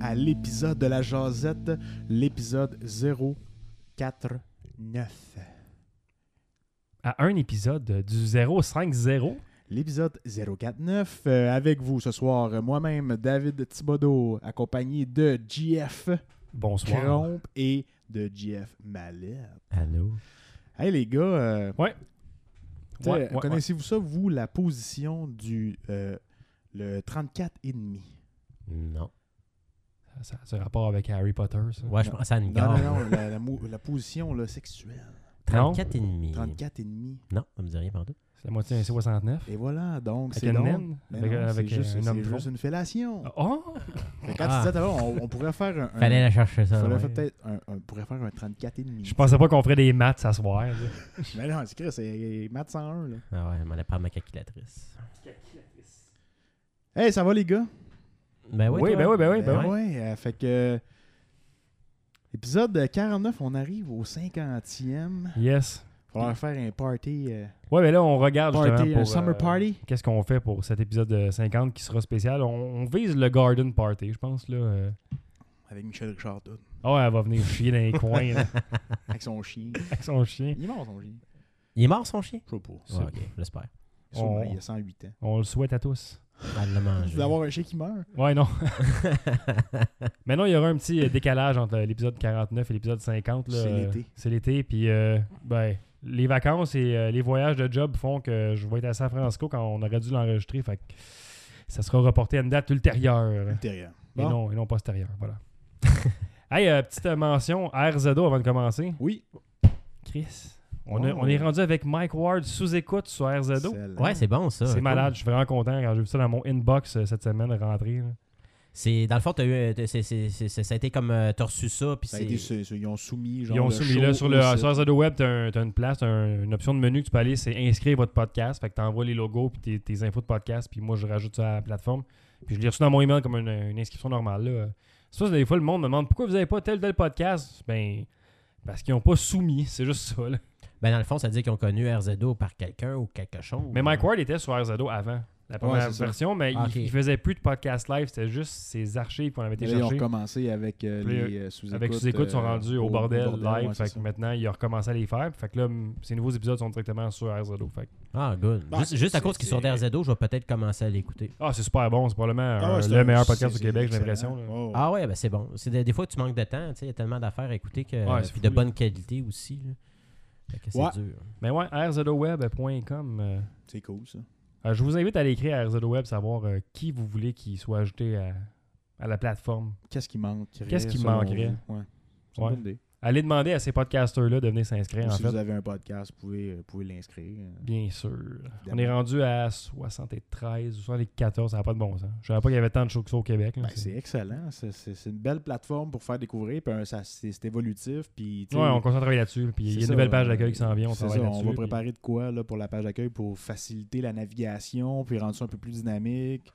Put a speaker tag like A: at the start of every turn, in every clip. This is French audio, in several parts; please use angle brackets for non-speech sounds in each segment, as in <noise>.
A: à l'épisode de la Jazette, l'épisode 049.
B: À un épisode du 050.
A: L'épisode 049, euh, avec vous ce soir, euh, moi-même, David Thibodeau, accompagné de JF
B: Bonsoir.
A: Cromp et de JF Mallet.
C: Allô?
A: Hey les gars, euh,
B: Ouais,
A: t'sais,
B: ouais, ouais.
A: connaissez-vous ça, vous, la position du euh, le 34,5?
C: Non.
B: Ça, ça a rapport avec Harry Potter, ça.
C: Ouais, je
A: Non.
C: pense à une
A: Non,
C: gare.
A: non, non, la, la mou- la position là,
B: <laughs>
A: sexuelle.
B: Non.
C: 34 et demi.
A: 34,5.
C: Non, ça me dit rien, pardon.
B: C'est la moitié d'un 69.
A: Et voilà, donc
B: Avec
A: c'est
B: une
A: donc-
B: naine?
A: Mais
B: Avec, euh,
A: non, c'est
B: avec
A: juste,
B: un
A: c'est
B: homme
A: juste
B: blond?
A: une fellation.
B: Oh!
A: Fait que Quand
C: Ah.
A: tu disais tout à l'heure, on, on pourrait faire un, un-
C: Fallait la chercher, ça.
A: fallait
C: ouais.
A: faire peut-être un, un- pourrait faire un 34,5.
B: Je pensais pas qu'on ferait des maths ce soir. là.
A: Mais non, c'est Chris, c'est Matt 101 là.
C: Ah ouais, elle m'en a parlé ma calculatrice.
B: Eh,
A: Hey, ça va les gars?
C: Ben oui,
B: Oui,
C: toi?
B: ben oui, ben oui,
A: Ben
B: ouais.
A: ouais, euh, fait que épisode 49, on arrive au 50e.
B: Yes.
A: Falloir faire un party euh,
B: Ouais, mais là, on regarde
A: Party,
B: justement
A: un
B: pour, euh,
A: summer party?
B: Qu'est-ce qu'on fait pour cet épisode de 50 qui sera spécial? On, on vise le garden party, je pense, là. euh.
A: avec Michel Richard tout,
B: Oh, elle va venir chier dans les coins,
A: <laughs>
B: là,
A: avec son chien.
B: avec son chien.
A: Il est mort son chien.
C: Il est mort, son chien?
A: Je sais pas.
C: Ouais, ok, j'espère.
A: Sûrement,
B: On-
A: Il a 108 ans.
B: On le souhaite à tous.
C: Elle l'a
A: Tu
C: mangé.
A: veux avoir un chien qui meurt?
B: Ouais, non. <laughs> Maintenant, il y aura un petit euh, décalage entre euh, l'épisode 49 et l'épisode 50. là.
A: C'est
B: Euh,
A: l'été.
B: C'est l'été. Puis, euh, ben, les vacances et euh, les voyages de job font que je vais être à San Francisco quand on aurait dû l'enregistrer. Fait que ça sera reporté à une date ultérieure.
A: Ultérieur.
B: Et,
A: Bon.
B: non, et non postérieure. Voilà. <laughs> hey, euh, petite euh, mention RZO avant de commencer.
A: Oui.
B: Chris, on, a-
A: Oh.
B: on est rendu avec Mike Ward sous écoute sur RZO.
A: Excellent.
C: Ouais, c'est bon, ça.
B: C'est
C: Cool.
B: malade. Je suis vraiment content quand j'ai vu ça dans mon inbox euh, cette semaine de rentrée. là.
C: C'est, dans le fond, t'as eu, euh, t'as- c'est- c'est- c'est- c'est- ça a été comme, euh, t'as reçu ça, puis
A: Ça a
C: c'est...
A: été sur- sur- ils ont soumis genre
B: Ils ont
A: le
B: soumis
A: show
B: là sur
A: au
B: le
A: site.
B: sur RZO Web, tu as, une place, t'as un- une option de menu que tu peux aller, c'est inscrire votre podcast. Fait que tu envoies les logos puis tes, tes infos de podcast, puis moi je rajoute ça à la plateforme. Puis je l'ai reçu dans mon email comme une, une inscription normale. Là. C'est ça, des fois le monde me demande pourquoi vous n'avez pas tel tel podcast. Ben parce qu'ils n'ont pas soumis, <laughs> c'est juste ça. là.
C: Ben, dans le fond, ça dit qu'ils ont connu RZO par quelqu'un ou quelque chose.
B: Mais Mike Ward était sur RZO avant la première
A: c'est ça.
B: version, mais il-
C: Ah, ok.
B: il, faisait plus de podcast live, c'était juste ses archives qu'on avait été
A: Là, Ils ont
B: chercher.
A: recommencé avec euh,
B: Puis,
A: les euh, sous-écoutes.
B: Avec sous écoutes, ils sont
A: euh,
B: rendus au bordel, live.
A: ouais,
B: fait
A: c'est
B: que maintenant, il a recommencé à les faire. Fait que là, m- ces nouveaux épisodes sont directement sur RZO. Fait que-
C: Ah, good.
A: Bah,
C: juste, juste à
A: c'est-
C: cause qu'ils sont
A: c'est-
C: RZO, je vais peut-être commencer à l'écouter.
B: Ah, c'est super bon. C'est probablement
A: ça. Ah
B: euh,
A: ouais, c'est
B: le
A: un-
B: meilleur
A: c'est-
B: podcast au
A: c'est
B: Québec, j'ai l'impression.
A: excellent.
B: là.
A: Oh.
C: Ah ouais, ben c'est bon. C'est des, des fois, tu manques de temps, tu sais, il y a tellement d'affaires à écouter, que,
B: Ouais, c'est fou,
C: puis de
B: là.
C: bonne qualité aussi. là. Fait que c'est
A: Ouais.
C: dur.
B: Mais ouais, rzoweb.com. euh,
A: C'est cool ça.
B: euh, je vous invite à aller écrire à rzoweb, savoir euh, qui vous voulez qui soit ajouté à, à la plateforme.
A: Qu'est-ce qui manquerait
B: Qu'est-ce qui
A: selon
B: manquerait?
A: vous? Ouais. C'est une
B: Ouais.
A: bonne idée.
B: Allez demander à ces podcasters-là de venir
A: Ou
B: s'inscrire, en
A: si
B: fait.
A: vous avez un podcast, vous pouvez, euh, pouvez l'inscrire. euh,
B: Bien sûr. On
A: évidemment.
B: est rendu à 73 ou 74, ça n'a pas de bon sens. Je savais pas qu'il y avait tant de shows que ça au Québec. là.
A: Ben,
B: C'est-
A: c'est excellent. C'est- C'est c'est une belle plateforme pour faire découvrir. Puis un, ça- c'est c'est évolutif. Puis, tu sais,
B: Ouais, on continue à travailler là-dessus. Puis il y a
A: c'est
B: une
A: ça,
B: nouvelle page
A: euh,
B: d'accueil qui s'en vient, on
A: c'est
B: travaille
A: ça,
B: là-dessus.
A: On va
B: puis-
A: préparer de quoi là, pour la page d'accueil pour faciliter la navigation, puis rendre ça un peu plus dynamique.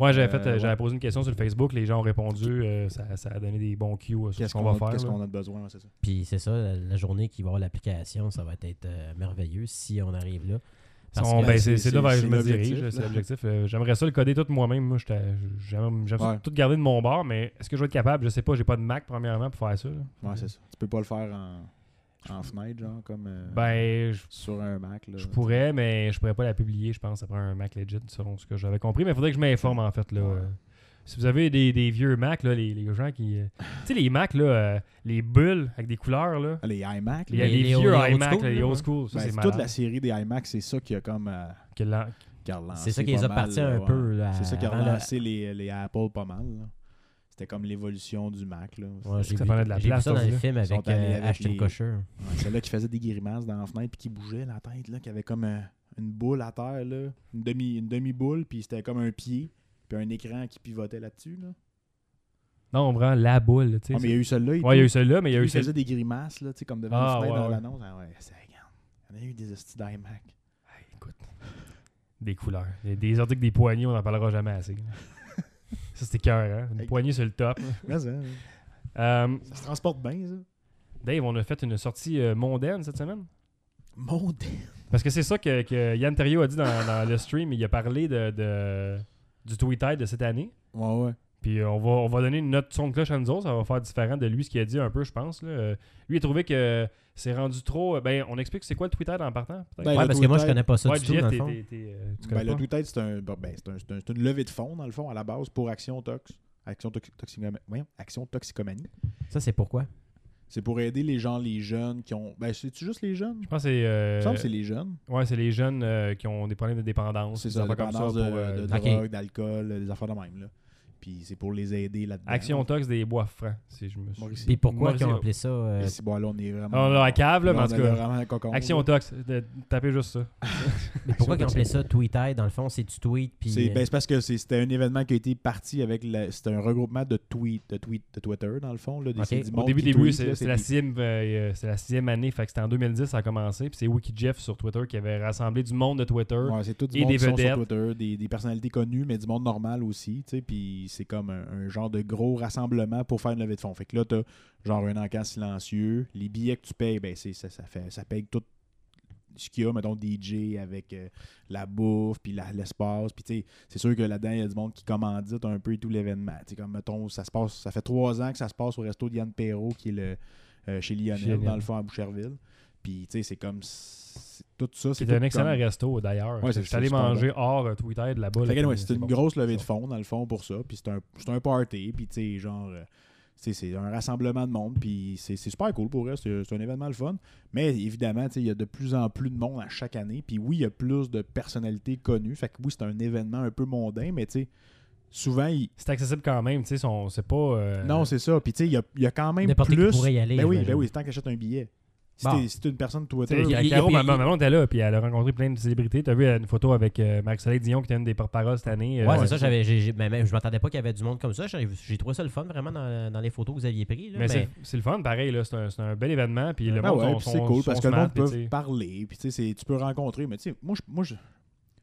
B: Ouais, j'avais
A: Euh,
B: fait, euh, j'avais
A: ouais.
B: posé une question sur le Facebook, les gens ont répondu, euh, ça, ça a donné des bons cues euh, sur
A: Qu'est-ce
B: ce qu'on va
A: a-
B: faire.
A: Qu'est-ce
B: là.
A: qu'on a de besoin, ouais, c'est ça.
C: Puis c'est ça, la, la journée qui va avoir l'application, ça va être euh, merveilleux si on arrive là. Parce
B: On-
C: que-
B: ben,
A: c'est-
B: c'est c'est là vers
A: c'est-
B: je me
A: c'est l'objectif,
B: dirige, là,
A: là.
B: c'est l'objectif. Euh, J'aimerais ça le coder tout moi-même. Moi, j'étais- j'aime j'aime ça
A: Ouais.
B: tout garder de mon bord, mais est-ce que je vais être capable Je sais pas, j'ai pas de Mac premièrement pour faire ça. là.
A: Ouais, c'est ça. Tu peux pas le faire en, en fenêtre, genre, comme euh,
B: Ben, je,
A: sur un Mac. Là.
B: je pourrais, mais je pourrais pas la publier, je pense, ça prend un Mac legit, selon ce que j'avais compris. Mais il faudrait que je m'informe en fait. Là,
A: Ouais.
B: Euh, Si vous avez des, des vieux Mac, là, les, les gens qui. euh, tu sais, les Mac, là, euh, les bulles avec des couleurs, là.
A: Ah, Les iMac,
B: Il
A: là.
B: y a
C: Les-
B: les,
C: les
B: vieux
C: old- les old
B: iMac,
C: school,
B: là, les
C: là,
B: old
C: ouais.
B: school. Ça,
A: Ben,
B: c'est
A: toute
B: malade.
A: la série des iMac, c'est ça qui a comme. euh,
B: Que l'en-
A: qui a relancé
C: C'est ça qui
A: pas
C: les a
A: mal,
C: partis
A: là,
C: un
A: ouais.
C: peu, là,
A: C'est ça qui a
C: avant le-
A: relancé les, les Apple pas mal. là. C'était comme l'évolution du Mac. là.
C: Ouais,
B: Parce
C: j'ai
B: que ça
C: vu-
B: prenait de la
C: j'ai vu
B: place,
C: ça dans
B: ton
C: le
B: gars.
C: film
A: Ils sont
C: avec,
A: allés
C: euh,
A: avec
C: Ashton
A: les- Ben,
C: Kutcher.
A: Ouais, Celle-là qui faisait des guérimasses dans la fenêtre puis qui bougeait la tête, là, qui avait comme un- une boule à terre, là, une demi- une demi-boule, puis c'était comme un pied, puis un écran qui pivotait là-dessus. Là.
B: Non, on prend la boule. tu
A: Ah,
B: sais.
A: mais il y a eu celle-là. et
B: Ouais, il y a
A: tout.
B: eu celle-là, mais il y a
A: Lui,
B: eu
A: il
B: celle
A: faisait des grimaces, là, tu sais, comme devant
B: Ah,
A: la fenêtre
B: ouais,
A: dans
B: ouais.
A: l'annonce. Ah ouais, c'est regarde. Il y en a eu des hosties d'iMac. <laughs>
B: Écoute, des couleurs. Des, des articles des poignées, on n'en parlera jamais assez. ça, c'était cœur, hein? Une
A: Hey.
B: poignée sur le top.
A: Mais ça, hein,
B: Euh,
A: ça se transporte bien, ça.
B: Dave, on a fait une sortie euh, mondaine cette semaine.
A: Mon dieu.
B: Parce que c'est ça que, que Yann Terriot a dit dans, dans le stream. Il a parlé de, de- du tweet de cette année.
A: Ouais, ouais.
B: Puis euh, on, va, on va donner notre son de cloche à nous autres. Ça va faire différent de lui, ce qu'il a dit un peu, je pense. là. Euh, lui, il trouvait que euh, c'est rendu trop. ben, on explique c'est quoi le Twitter en partant peut-être?
A: Ben,
C: ouais,
A: le
C: parce que moi, je
A: Twitter-
C: connais pas ça
B: Ouais,
C: du tout,
B: JF,
C: dans le
B: t'es-
C: fond.
B: t'es- t'es, euh,
A: Ben,
B: tu connais
A: le
B: pas?
A: Two Têtes, c'est un, bon, ben, c'est un- c'est un- c'est une levée de fonds, dans le fond, à la base, pour Action Tox. Action, Toxi- Toxicoma- voyons, Action Toxicomanie.
C: Ça, c'est pourquoi?
A: C'est pour aider les gens, les jeunes qui ont. Ben, c'est-tu juste les jeunes?
B: Je pense que c'est.
A: Il
B: euh,
A: me semble que c'est les jeunes.
B: ouais, c'est les jeunes euh, qui ont des problèmes de dépendance.
A: C'est
B: des
A: ça,
B: affaires comme ça
A: dépendance de,
B: pour, euh,
A: de
C: ok.
A: drogue, d'alcool, euh, des affaires de même. Là. Puis c'est pour les aider là-dedans.
B: Action Tox des bois francs, si je me suis.
A: Mauricie.
C: Puis pourquoi
B: Maurice,
C: ils ont
B: là.
C: appelé ça? euh,
A: Et c'est- bon, là, on est vraiment.
B: On l'a à la cave, là,
A: là,
B: mais en
A: on
B: tout
A: est
B: cas.
A: vraiment un cocon,
B: Action
A: là.
B: Tox, de- tapez juste ça.
C: mais pourquoi ils ont
A: Action
C: appelé ça Tweeter? Dans le fond, c'est tu tweets, puis...
A: C'est
C: euh,
A: ben, c'est parce que c'est- c'était un événement qui a été parti avec. la- C'était un regroupement de tweets de, tweet, de Twitter, dans le fond. Là, des-
C: Ok.
A: c'est du
B: Au
A: monde
B: début,
A: qui
B: début
A: tweet, là,
B: c'est c'est la,
A: des-
B: sixième, euh, euh, c'est la sixième année. Fait que c'était en 2010 ça a commencé. Puis c'est WikiJeff sur Twitter qui avait rassemblé du monde de Twitter.
A: Ouais, c'est tout du
B: et
A: monde
B: des
A: qui sont
B: vedettes.
A: sur Twitter, des, des personnalités connues, mais du monde normal aussi. tu sais, Puis c'est comme un, un genre de gros rassemblement pour faire une levée de fonds. Fait que là, t'as genre un encan silencieux. Les billets que tu payes, ben c'est ça, ça fait ça paye tout ce qu'il y a, mettons, DJ avec euh, la bouffe, puis la- l'espace. Puis tu sais, c'est sûr que là-dedans, il y a du monde qui commandite un peu tout l'événement. Tu sais, comme mettons, ça se passe, ça fait trois ans que ça se passe au resto de Yann Perrault, qui est le euh, chez Lionel,
B: Chez Lionel.
A: dans le fond à Boucherville. Puis tu sais, c'est comme c'est- tout ça.
B: C'était
A: tout
B: un excellent
A: comme-
B: resto d'ailleurs.
A: Ouais,
B: je
A: c'est-
B: suis allé
A: c'est super
B: manger hors euh, Twitter de là-bas. là,
A: Fait que,
B: puis
A: anyway, c'est
B: c'est
A: une
B: bon.
A: grosse levée de fonds, dans le fond, pour ça. Puis c'est un, c'est un party. Puis, tu sais, genre, euh, tu sais, c'est un rassemblement de monde. Puis c'est c'est super cool pour eux. C'est c'est un événement le fun. Mais évidemment, tu sais, il y a de plus en plus de monde à chaque année. Puis oui, il y a plus de personnalités connues. Fait que oui, c'est un événement un peu mondain, mais tu sais, souvent, il-
B: C'est accessible quand même. tu sais, son- C'est pas. euh,
A: non, c'est ça. Puis, tu sais, il y a, il y a quand même
C: N'importe qui
A: plus.
C: pourrait y aller,
A: Ben oui,
C: j'imagine.
A: ben oui, c'est tant qu'achète un billet. Si
C: Bon.
A: t'es si t'es une personne
B: Tu sais,
A: Twitter,
C: Il y a-
B: Ca-
C: il y a-
B: Caro,
C: il y a-
B: ma, ma maman était là, puis elle a rencontré plein de célébrités. T'as vu elle a une photo avec euh, Marc-Soleil Dion, qui était une des porte-paroles cette année. euh,
C: Ouais, c'est ça, j'avais, j'ai- j'ai- mais- mais je m'attendais pas qu'il y avait du monde comme ça. J'ai, j'ai trouvé ça le fun vraiment dans, dans les photos que vous aviez prises. là,
B: Mais
C: mais-
B: c'est c'est le fun, pareil. là, C'est un, c'est un bel événement. Puis le
A: Ben- Ah
B: monde
A: ouais,
B: sont-
A: puis
B: sont-
A: c'est cool parce
B: sont
A: que le
B: smart,
A: monde
B: puis,
A: peut
B: tu sais.
A: parler, puis tu sais, c'est- tu peux rencontrer. Mais tu sais, moi, je moi, je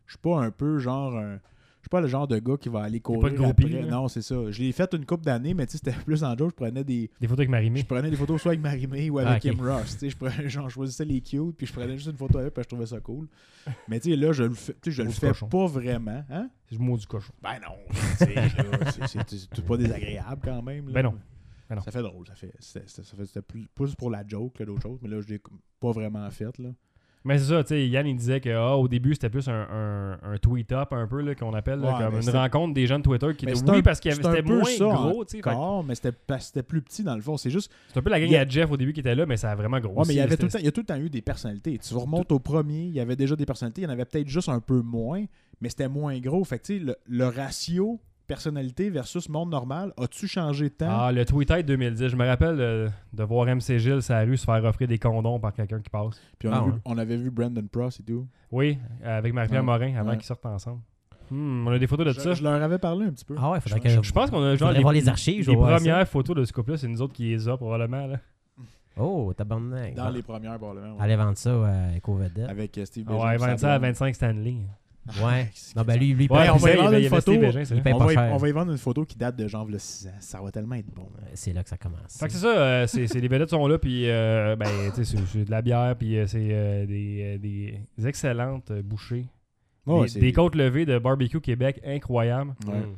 A: je suis pas un peu genre. un- je suis pas le genre de gars qui va aller
B: pas
A: courir.
B: de groupie,
A: après.
B: là.
A: Non, c'est ça. Je l'ai fait une couple d'années, mais tu sais, c'était <laughs> plus en joke. Je prenais des,
B: Des photos avec Marimé.
A: je prenais des photos soit avec Marimé ou avec
C: Ah, ok.
A: Kim Ross. Tu sais, je prenais- <laughs> genre, je choisissais les cute, puis je prenais juste une photo avec, puis je trouvais ça cool. Mais tu sais, là, je le fais, tu sais, je le
B: Gros
A: fais
B: cochon.
A: pas vraiment. Hein?
B: Je maudis du cochon.
A: Ben non, tu sais,
B: <laughs>
A: là, c'est- c'est c'est- c'est pas désagréable quand même. là.
B: Ben non. Ben non.
A: Ça fait drôle. Ça fait, c'était- c'était- ça fait- c'était plus, plus pour la joke que d'autres choses, mais là, je l'ai comme pas vraiment fait. Là.
B: Mais c'est ça, tu sais, Yann, il disait que ah, au début, c'était plus un, un, un tweet-up un peu, là, qu'on appelle, là,
A: Ouais,
B: comme
A: mais
B: une
A: c'est-
B: rencontre des gens de Twitter qui
A: Mais
B: étaient
A: c'est
B: oui,
A: un-
B: parce qu'il y avait-
A: c'est un
B: c'était
A: peu
B: moins
A: ça,
B: gros, tu sais. fait que
A: corps, mais c'était parce que c'était plus petit dans le fond. C'est juste.
B: C'est un peu la gang
A: Il y a-
B: à Jeff au début qui était là, mais ça a vraiment gros.
A: Ouais, mais il y avait tout le temps, il y a tout le temps eu des personnalités. Tu remontes au premier, il y avait déjà des personnalités, il y en avait peut-être juste un peu moins, mais c'était moins gros. Fait que tu sais, le, le ratio personnalité versus monde normal, as-tu changé de temps?
B: Ah, le Twitter 2010. Je me rappelle euh, de voir MC Gilles sur la rue se faire offrir des condoms par quelqu'un qui passe.
A: Puis on, a
C: ah,
A: vu-
C: ouais.
A: on avait vu Brandon Pross et tout.
B: Oui, euh, avec Marie-Pierre
A: Ouais.
B: Morin, avant
A: Ouais.
B: qu'ils sortent ensemble. Hmm, on a des photos de
A: je,
B: ça.
A: je leur avais parlé un petit peu.
C: Ah ouais, faudrait
A: Je-
C: que...
B: Je pense qu'on a genre
C: faudrait
B: les,
C: voir les archives. je
B: les
C: vais voir ça.
B: premières photos de ce couple-là, c'est nous autres qui les a probablement. Là.
C: Oh, tabarnak.
A: Dans les premières, probablement. ouais.
C: Allez vendre ça à Ecovedette.
A: Avec euh, Steve
B: Ah
A: Bégin
B: ouais,
A: puis sa
B: 25 à
A: blonde.
B: 25 Stanley.
A: <laughs>
C: Ouais.
A: qu'est-ce
C: Non,
A: que
C: ben
A: ça-
C: lui, lui, il
B: Ouais, ben,
C: paye-
A: on va y
B: il
A: vendre
B: avait- il
A: une
B: avait Steve
A: photo.
B: Bégin, c'est
C: il
B: vrai.
C: paye
A: On va,
C: pas
A: y,
C: cher.
A: on va y vendre une photo qui date de genre le 6 ans. Ça va tellement être bon.
C: C'est là que ça commence.
B: Fait que c'est ça, euh, c'est c'est- les vedettes sont là, puis euh, ben, tu sais, c'est- c'est de la bière, puis euh, c'est euh, des, euh, des, excellentes euh, bouchées.
A: Ouais,
B: des,
A: c'est-
B: des côtes levées de barbecue Québec incroyables.
A: Ouais.
C: Mm.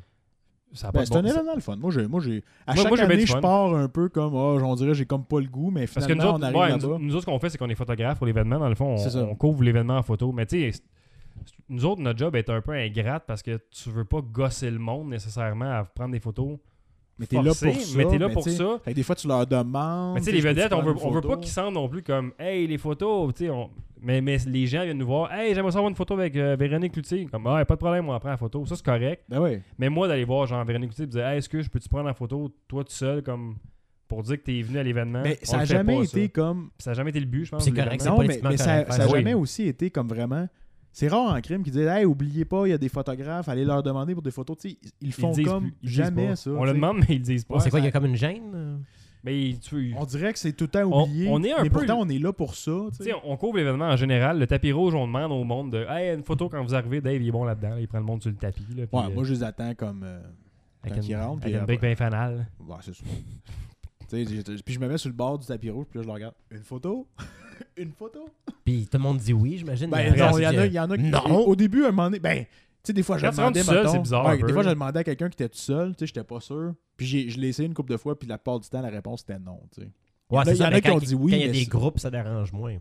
B: Ça a
A: Ben,
B: pas de
A: c'est
B: bon
A: un
B: sens.
A: événement le fun. Moi, j'ai, moi, j'ai... à
B: Moi-
A: chaque
B: moi, j'ai bien
A: année,
B: du
A: je
B: fun.
A: pars un peu comme, oh, on dirait, j'ai comme pas le goût, mais
B: Parce que nous
A: finalement, on
B: autres,
A: arrive
B: ouais,
A: là-bas.
B: nous, nous autres, ce qu'on fait, c'est qu'on est photographe pour l'événement. Dans le fond,
A: C'est
B: on,
A: ça.
B: on couvre l'événement en photo. Mais tu sais, c'est- nous autres, notre job est un peu ingrate parce que tu veux pas gosser le monde nécessairement à prendre des photos.
A: mais t'es là
B: forcées,
A: pour ça.
B: Mais t'es là
A: mais
B: pour
A: t'sais,
B: ça.
A: fait que des fois, tu leur demandes.
B: Mais tu
A: t'sais,
B: sais, les
A: je peux-tu
B: vedettes, on
A: prendre
B: veut,
A: une
B: on veut pas
A: photo?
B: qu'ils sentent non plus comme Hey, les photos, tu sais, on- mais, mais les gens viennent nous voir Hey, j'aimerais savoir une photo avec euh, Véronique Cloutier. Comme Ah, pas de problème, on en prend la photo. Ça, c'est correct.
A: Ben ouais.
B: Mais moi, d'aller voir genre Véronique Cloutier et dire Hey, est-ce que je peux-tu prendre la photo toi tout seul comme pour dire que t'es venu à l'événement
A: Mais
B: On
A: ça
B: le
A: n'a
B: fait
A: jamais
B: pas,
A: été
B: ça.
A: comme.
B: Puis Ça a jamais été le but, je pense.
C: C'est
B: de
C: correct,
B: l'événement.
C: c'est
A: Non, mais,
C: politiquement
A: mais ça
C: correct,
A: ça a
B: Ben oui.
A: jamais aussi été comme vraiment. C'est rare en crime qu'ils disent, hey, oubliez pas, il y a des photographes, allez leur demander pour des photos. T'sais, ils- ils le font
B: disent
A: comme
B: plus- ils disent
A: jamais
B: pas.
A: ça.
B: On le
A: t'sais.
B: demande, mais ils le disent pas.
C: c'est quoi, il y
A: ça-
C: a comme une gêne? euh,
B: Mais ils- tu,
A: On dirait que c'est tout le temps
B: On-
A: oublié.
B: on est un
A: mais
B: peu-
A: pourtant, on est là pour ça. t'sais.
B: tu sais, on couvre l'événement en général. Le tapis rouge, on demande au monde de Hey, une photo quand vous arrivez, Dave, il est bon là-dedans. Il prend le monde sur le tapis. Là, puis,
A: Ouais,
B: euh,
A: moi, je les attends comme. euh,
B: avec
A: quand
B: une-
A: ils rentrent,
B: avec
A: puis
B: une
A: après-
B: bec bien fanale.
A: Ouais, c'est ça. <laughs> Tu sais, j'ai- puis je me mets sur le bord du tapis rouge, puis là, je le regarde. Une photo? <laughs> Une photo?
C: Puis tout le monde dit oui, j'imagine. mais
A: Ben
C: après,
A: non,
C: c'est
A: il y en a,
C: que-
A: il y en a qui...
C: Non!
A: Au début, à un moment donné, ben, sais, des fois, je
B: Quand tu rentres
A: demandais,
B: tout seul,
A: mettons-
B: c'est bizarre
A: ouais,
B: un peu,
A: des fois, je
B: là.
A: demandais à quelqu'un qui était tout seul, tu sais, j'étais pas sûr. Puis j'ai- je l'ai essayé une couple de fois, puis la part du temps, la réponse était non, tu sais.
C: Ouais,
A: Il y en a-
C: c'est
A: il y
C: ça,
A: en a
C: mais
A: qui
C: quand
A: ont
C: il-
A: dit oui,
C: Quand il y a
A: mais
C: des
A: c'est- Ah
C: groupes, ça dérange moins.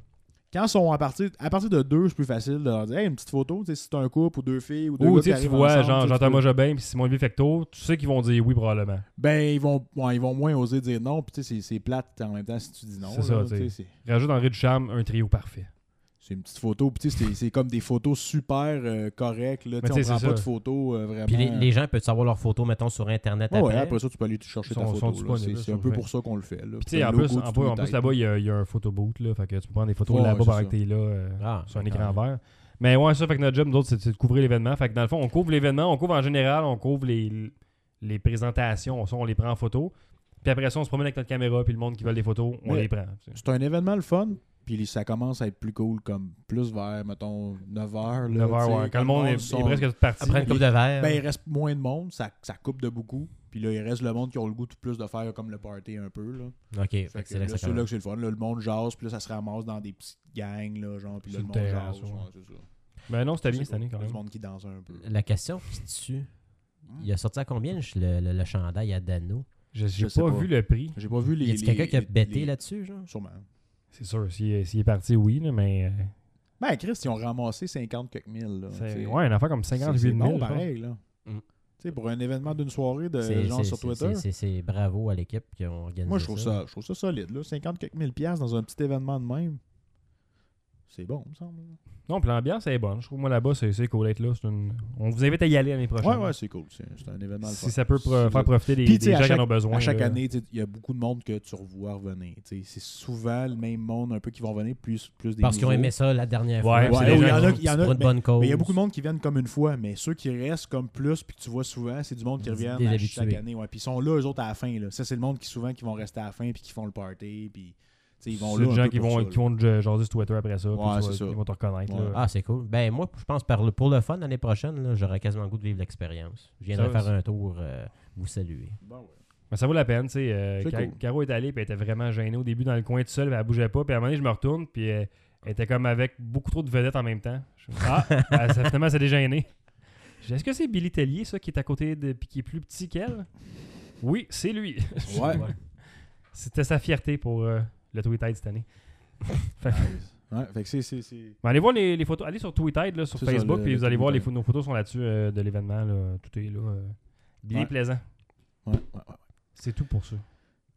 A: Quand sont à partir, à partir de deux, c'est plus facile de leur dire, hey, une petite photo, tu sais, si c'est un couple ou deux filles ou deux
B: Ou
A: gars
B: tu
A: qui
B: sais, tu
A: arrivent
B: vois,
A: ensemble,
B: genre
A: tu sais, tu
B: Jean-Thomas
A: peux-
B: Jobin puis Simon-Olivier Fecteau, tu sais qu'ils vont dire oui probablement.
A: Ben, ils vont, ouais, ils vont moins oser dire non, puis tu sais, c'est- c'est plate en même temps si tu dis non.
B: C'est ça,
A: là,
B: tu sais.
A: c'est-
B: Rajoute Henri Ducharme, un trio parfait.
A: C'est une petite photo, puis tu sais, c'est- c'est comme des photos super euh, correctes, là, tu
B: Mais
A: sais,
B: Ben, tu
A: on
B: sais,
A: prend
B: c'est
A: pas
B: ça.
A: de photos euh, vraiment.
C: Puis les, les gens peuvent savoir leurs photos, mettons, sur Internet
A: Ouais, ouais,
C: après.
A: après ça, tu peux aller te chercher
B: Ils
A: ta
B: sont- sont
A: photo. là.
B: disponibles,
A: C'est
B: là,
A: c'est
B: sur
A: un peu
B: le
A: pour ça qu'on le fait. là.
B: Puis tu sais,
A: T'as
B: en
A: le
B: plus,
A: logo
B: en
A: du
B: plus- en plus,
A: Twitter.
B: là-bas, il y, a- il y a un photoboot, là, fait que tu peux prendre des photos
A: Ouais,
B: là-bas
A: c'est
B: pendant
A: ça.
B: que t'es là. euh,
C: Ah,
B: sur un
C: d'accord.
B: écran vert. Mais ouais, ça fait que notre job, nous autres, c'est c'est de couvrir l'événement. Fait que dans le fond, on couvre l'événement, on couvre en général, on couvre les, les présentations, ça, on les prend en photo. Puis après ça, on se promène avec notre caméra, puis le monde qui veut des photos, on
A: Mais-
B: les prend. tu sais.
A: C'est un événement le fun, puis ça commence à être plus cool, comme plus vers, mettons, 9h.
B: 9 heures, ouais. Quand le monde est, est presque tout parti.
C: Après une coupe de verre.
A: Ben, il reste moins de monde, ça, ça coupe de beaucoup. Puis là, il reste le monde qui a le goût de plus de faire comme le party un peu. Là.
C: ok, fait
A: Fait
C: que
A: que
C: c'est
A: là,
C: là que ça
A: c'est là
C: commence.
A: que c'est le fun. Là, le monde jase, puis là, ça se ramasse dans des petites gangs, là, genre, puis là,
B: Sur
A: le
B: le
A: monde
B: terrasse,
A: jase.
B: ouais.
A: ouais, c'est ça.
B: Ben non, c'était
A: C'est
B: bien cette
A: cool.
B: année
A: Il
B: quand
A: y a
B: même.
A: du monde qui danse un
B: Mm.
A: peu.
C: La question qui tue,
A: Mm.
C: il a sorti à combien le, le, le chandail à Dano
B: J'ai j'ai
A: Je sais
B: pas,
A: pas.
B: vu le prix.
A: J'ai pas vu les.
C: Y a-tu quelqu'un
A: les-
C: qui a
A: les-
C: bêté
A: les-
C: là-dessus, genre
A: Sûrement.
B: C'est sûr, s'il s'il est parti, oui, là, mais. euh,
A: Ben, Chris, ils ont ramassé 50 quelques mille. Là,
B: c'est-
A: T'sais,
B: ouais, une affaire comme
A: c'est-
B: 58
A: c'est
B: 000.
A: bon,
B: je pense.
A: pareil, là.
C: Mm.
A: Tu sais, pour un événement d'une soirée de
C: C'est-
A: gens
C: c'est-
A: Euh, sur
C: c'est-
A: Twitter.
C: c'est- c'est- C'est bravo à l'équipe qui ont organisé.
A: Moi, je trouve ça, je trouve ça solide, là. 50 quelques mille piastres dans un petit événement de même. C'est bon, me semble.
B: Non, puis l'ambiance, elle est bonne. Je trouve, moi, là-bas, c'est c'est cool d'être là. C'est une- On vous invite à y aller l'année
A: Ouais,
B: prochaine.
A: ouais, c'est cool. C'est c'est un événement. le
B: si
A: fun.
B: ça peut pro-
A: C'est-
B: faire profiter des,
A: Puis,
B: des
A: tu sais, à
B: gens qui en
A: chaque-
B: ont besoin.
A: à chaque
C: euh,
B: là.
A: année, tu sais, il y a beaucoup de monde que tu revois revenir. Tu sais, C'est souvent le même monde un peu qui vont venir, plus, plus des
C: Parce qu'ils ont
A: nouveaux.
C: aimé ça la dernière
B: Ouais,
C: fois.
B: c'est des
C: il
B: gens
C: a
B: qui-
A: il y en a-
C: pour une
A: mais-
C: bonne cause.
A: Mais il y a beaucoup de monde qui viennent comme une fois, mais ceux qui restent comme plus, puis que tu vois souvent, c'est du monde qui
C: Des
A: revient à
C: habitués.
A: chaque année. Ouais. Puis ils sont là, eux autres, à la fin. Là. Ça, c'est le monde qui souvent qui vont rester à la fin, puis qui font le party, puis tu sais, ils vont
B: C'est
A: là.
B: des
A: un
B: gens
A: peu
B: qui
A: pour
B: vont,
A: ça,
B: qui
A: là.
B: vont te jaser sur Twitter après ça. puis
A: Ouais,
B: tu vas-
A: c'est ça.
B: Ils vont te reconnaître.
A: Ouais.
B: là.
C: Ah, c'est cool. Ben, moi, je pense par le, pour le fun, l'année prochaine, là, j'aurais quasiment le goût de vivre l'expérience. Je viendrai
B: Ça,
C: faire
B: c'est-
C: un tour, euh, vous saluer.
A: Bon, ouais.
B: Mais ça vaut la peine. tu sais, euh,
A: C'est
B: Ca-
A: cool.
B: Caro est allée puis elle était vraiment gênée au début dans le coin tout seul. puis Elle bougeait pas. Puis à un moment donné, je me retourne. Puis euh, elle était comme avec beaucoup trop de vedettes en même temps. Je-
A: <laughs>
B: Ah, elle- ça- finalement, c'est dégêné. Je dis, Est-ce que c'est Billy Tellier, ça, qui est à côté de. puis qui est plus petit qu'elle Oui, c'est lui.
A: Ouais.
B: <laughs> C'était sa fierté pour euh, le Twitter de cette année.
A: Ouais, fait que c'est- c'est- c'est-
B: Mais allez voir les, les photos. Allez sur Twitter, là, sur
A: C'est ça,
B: Facebook,
A: le-
B: puis
A: le
B: vous allez voir,
A: Twitter.
B: les pho- nos photos sont là-dessus euh, de l'événement. là. Tout est là. euh, bien
A: Ouais.
B: plaisant.
A: Ouais, ouais, ouais.
B: C'est tout pour ça.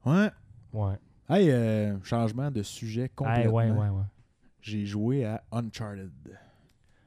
A: Ouais.
B: Ouais.
A: Hey, euh, changement de sujet complètement.
B: Ah, ouais, ouais, ouais.
A: J'ai joué à Uncharted.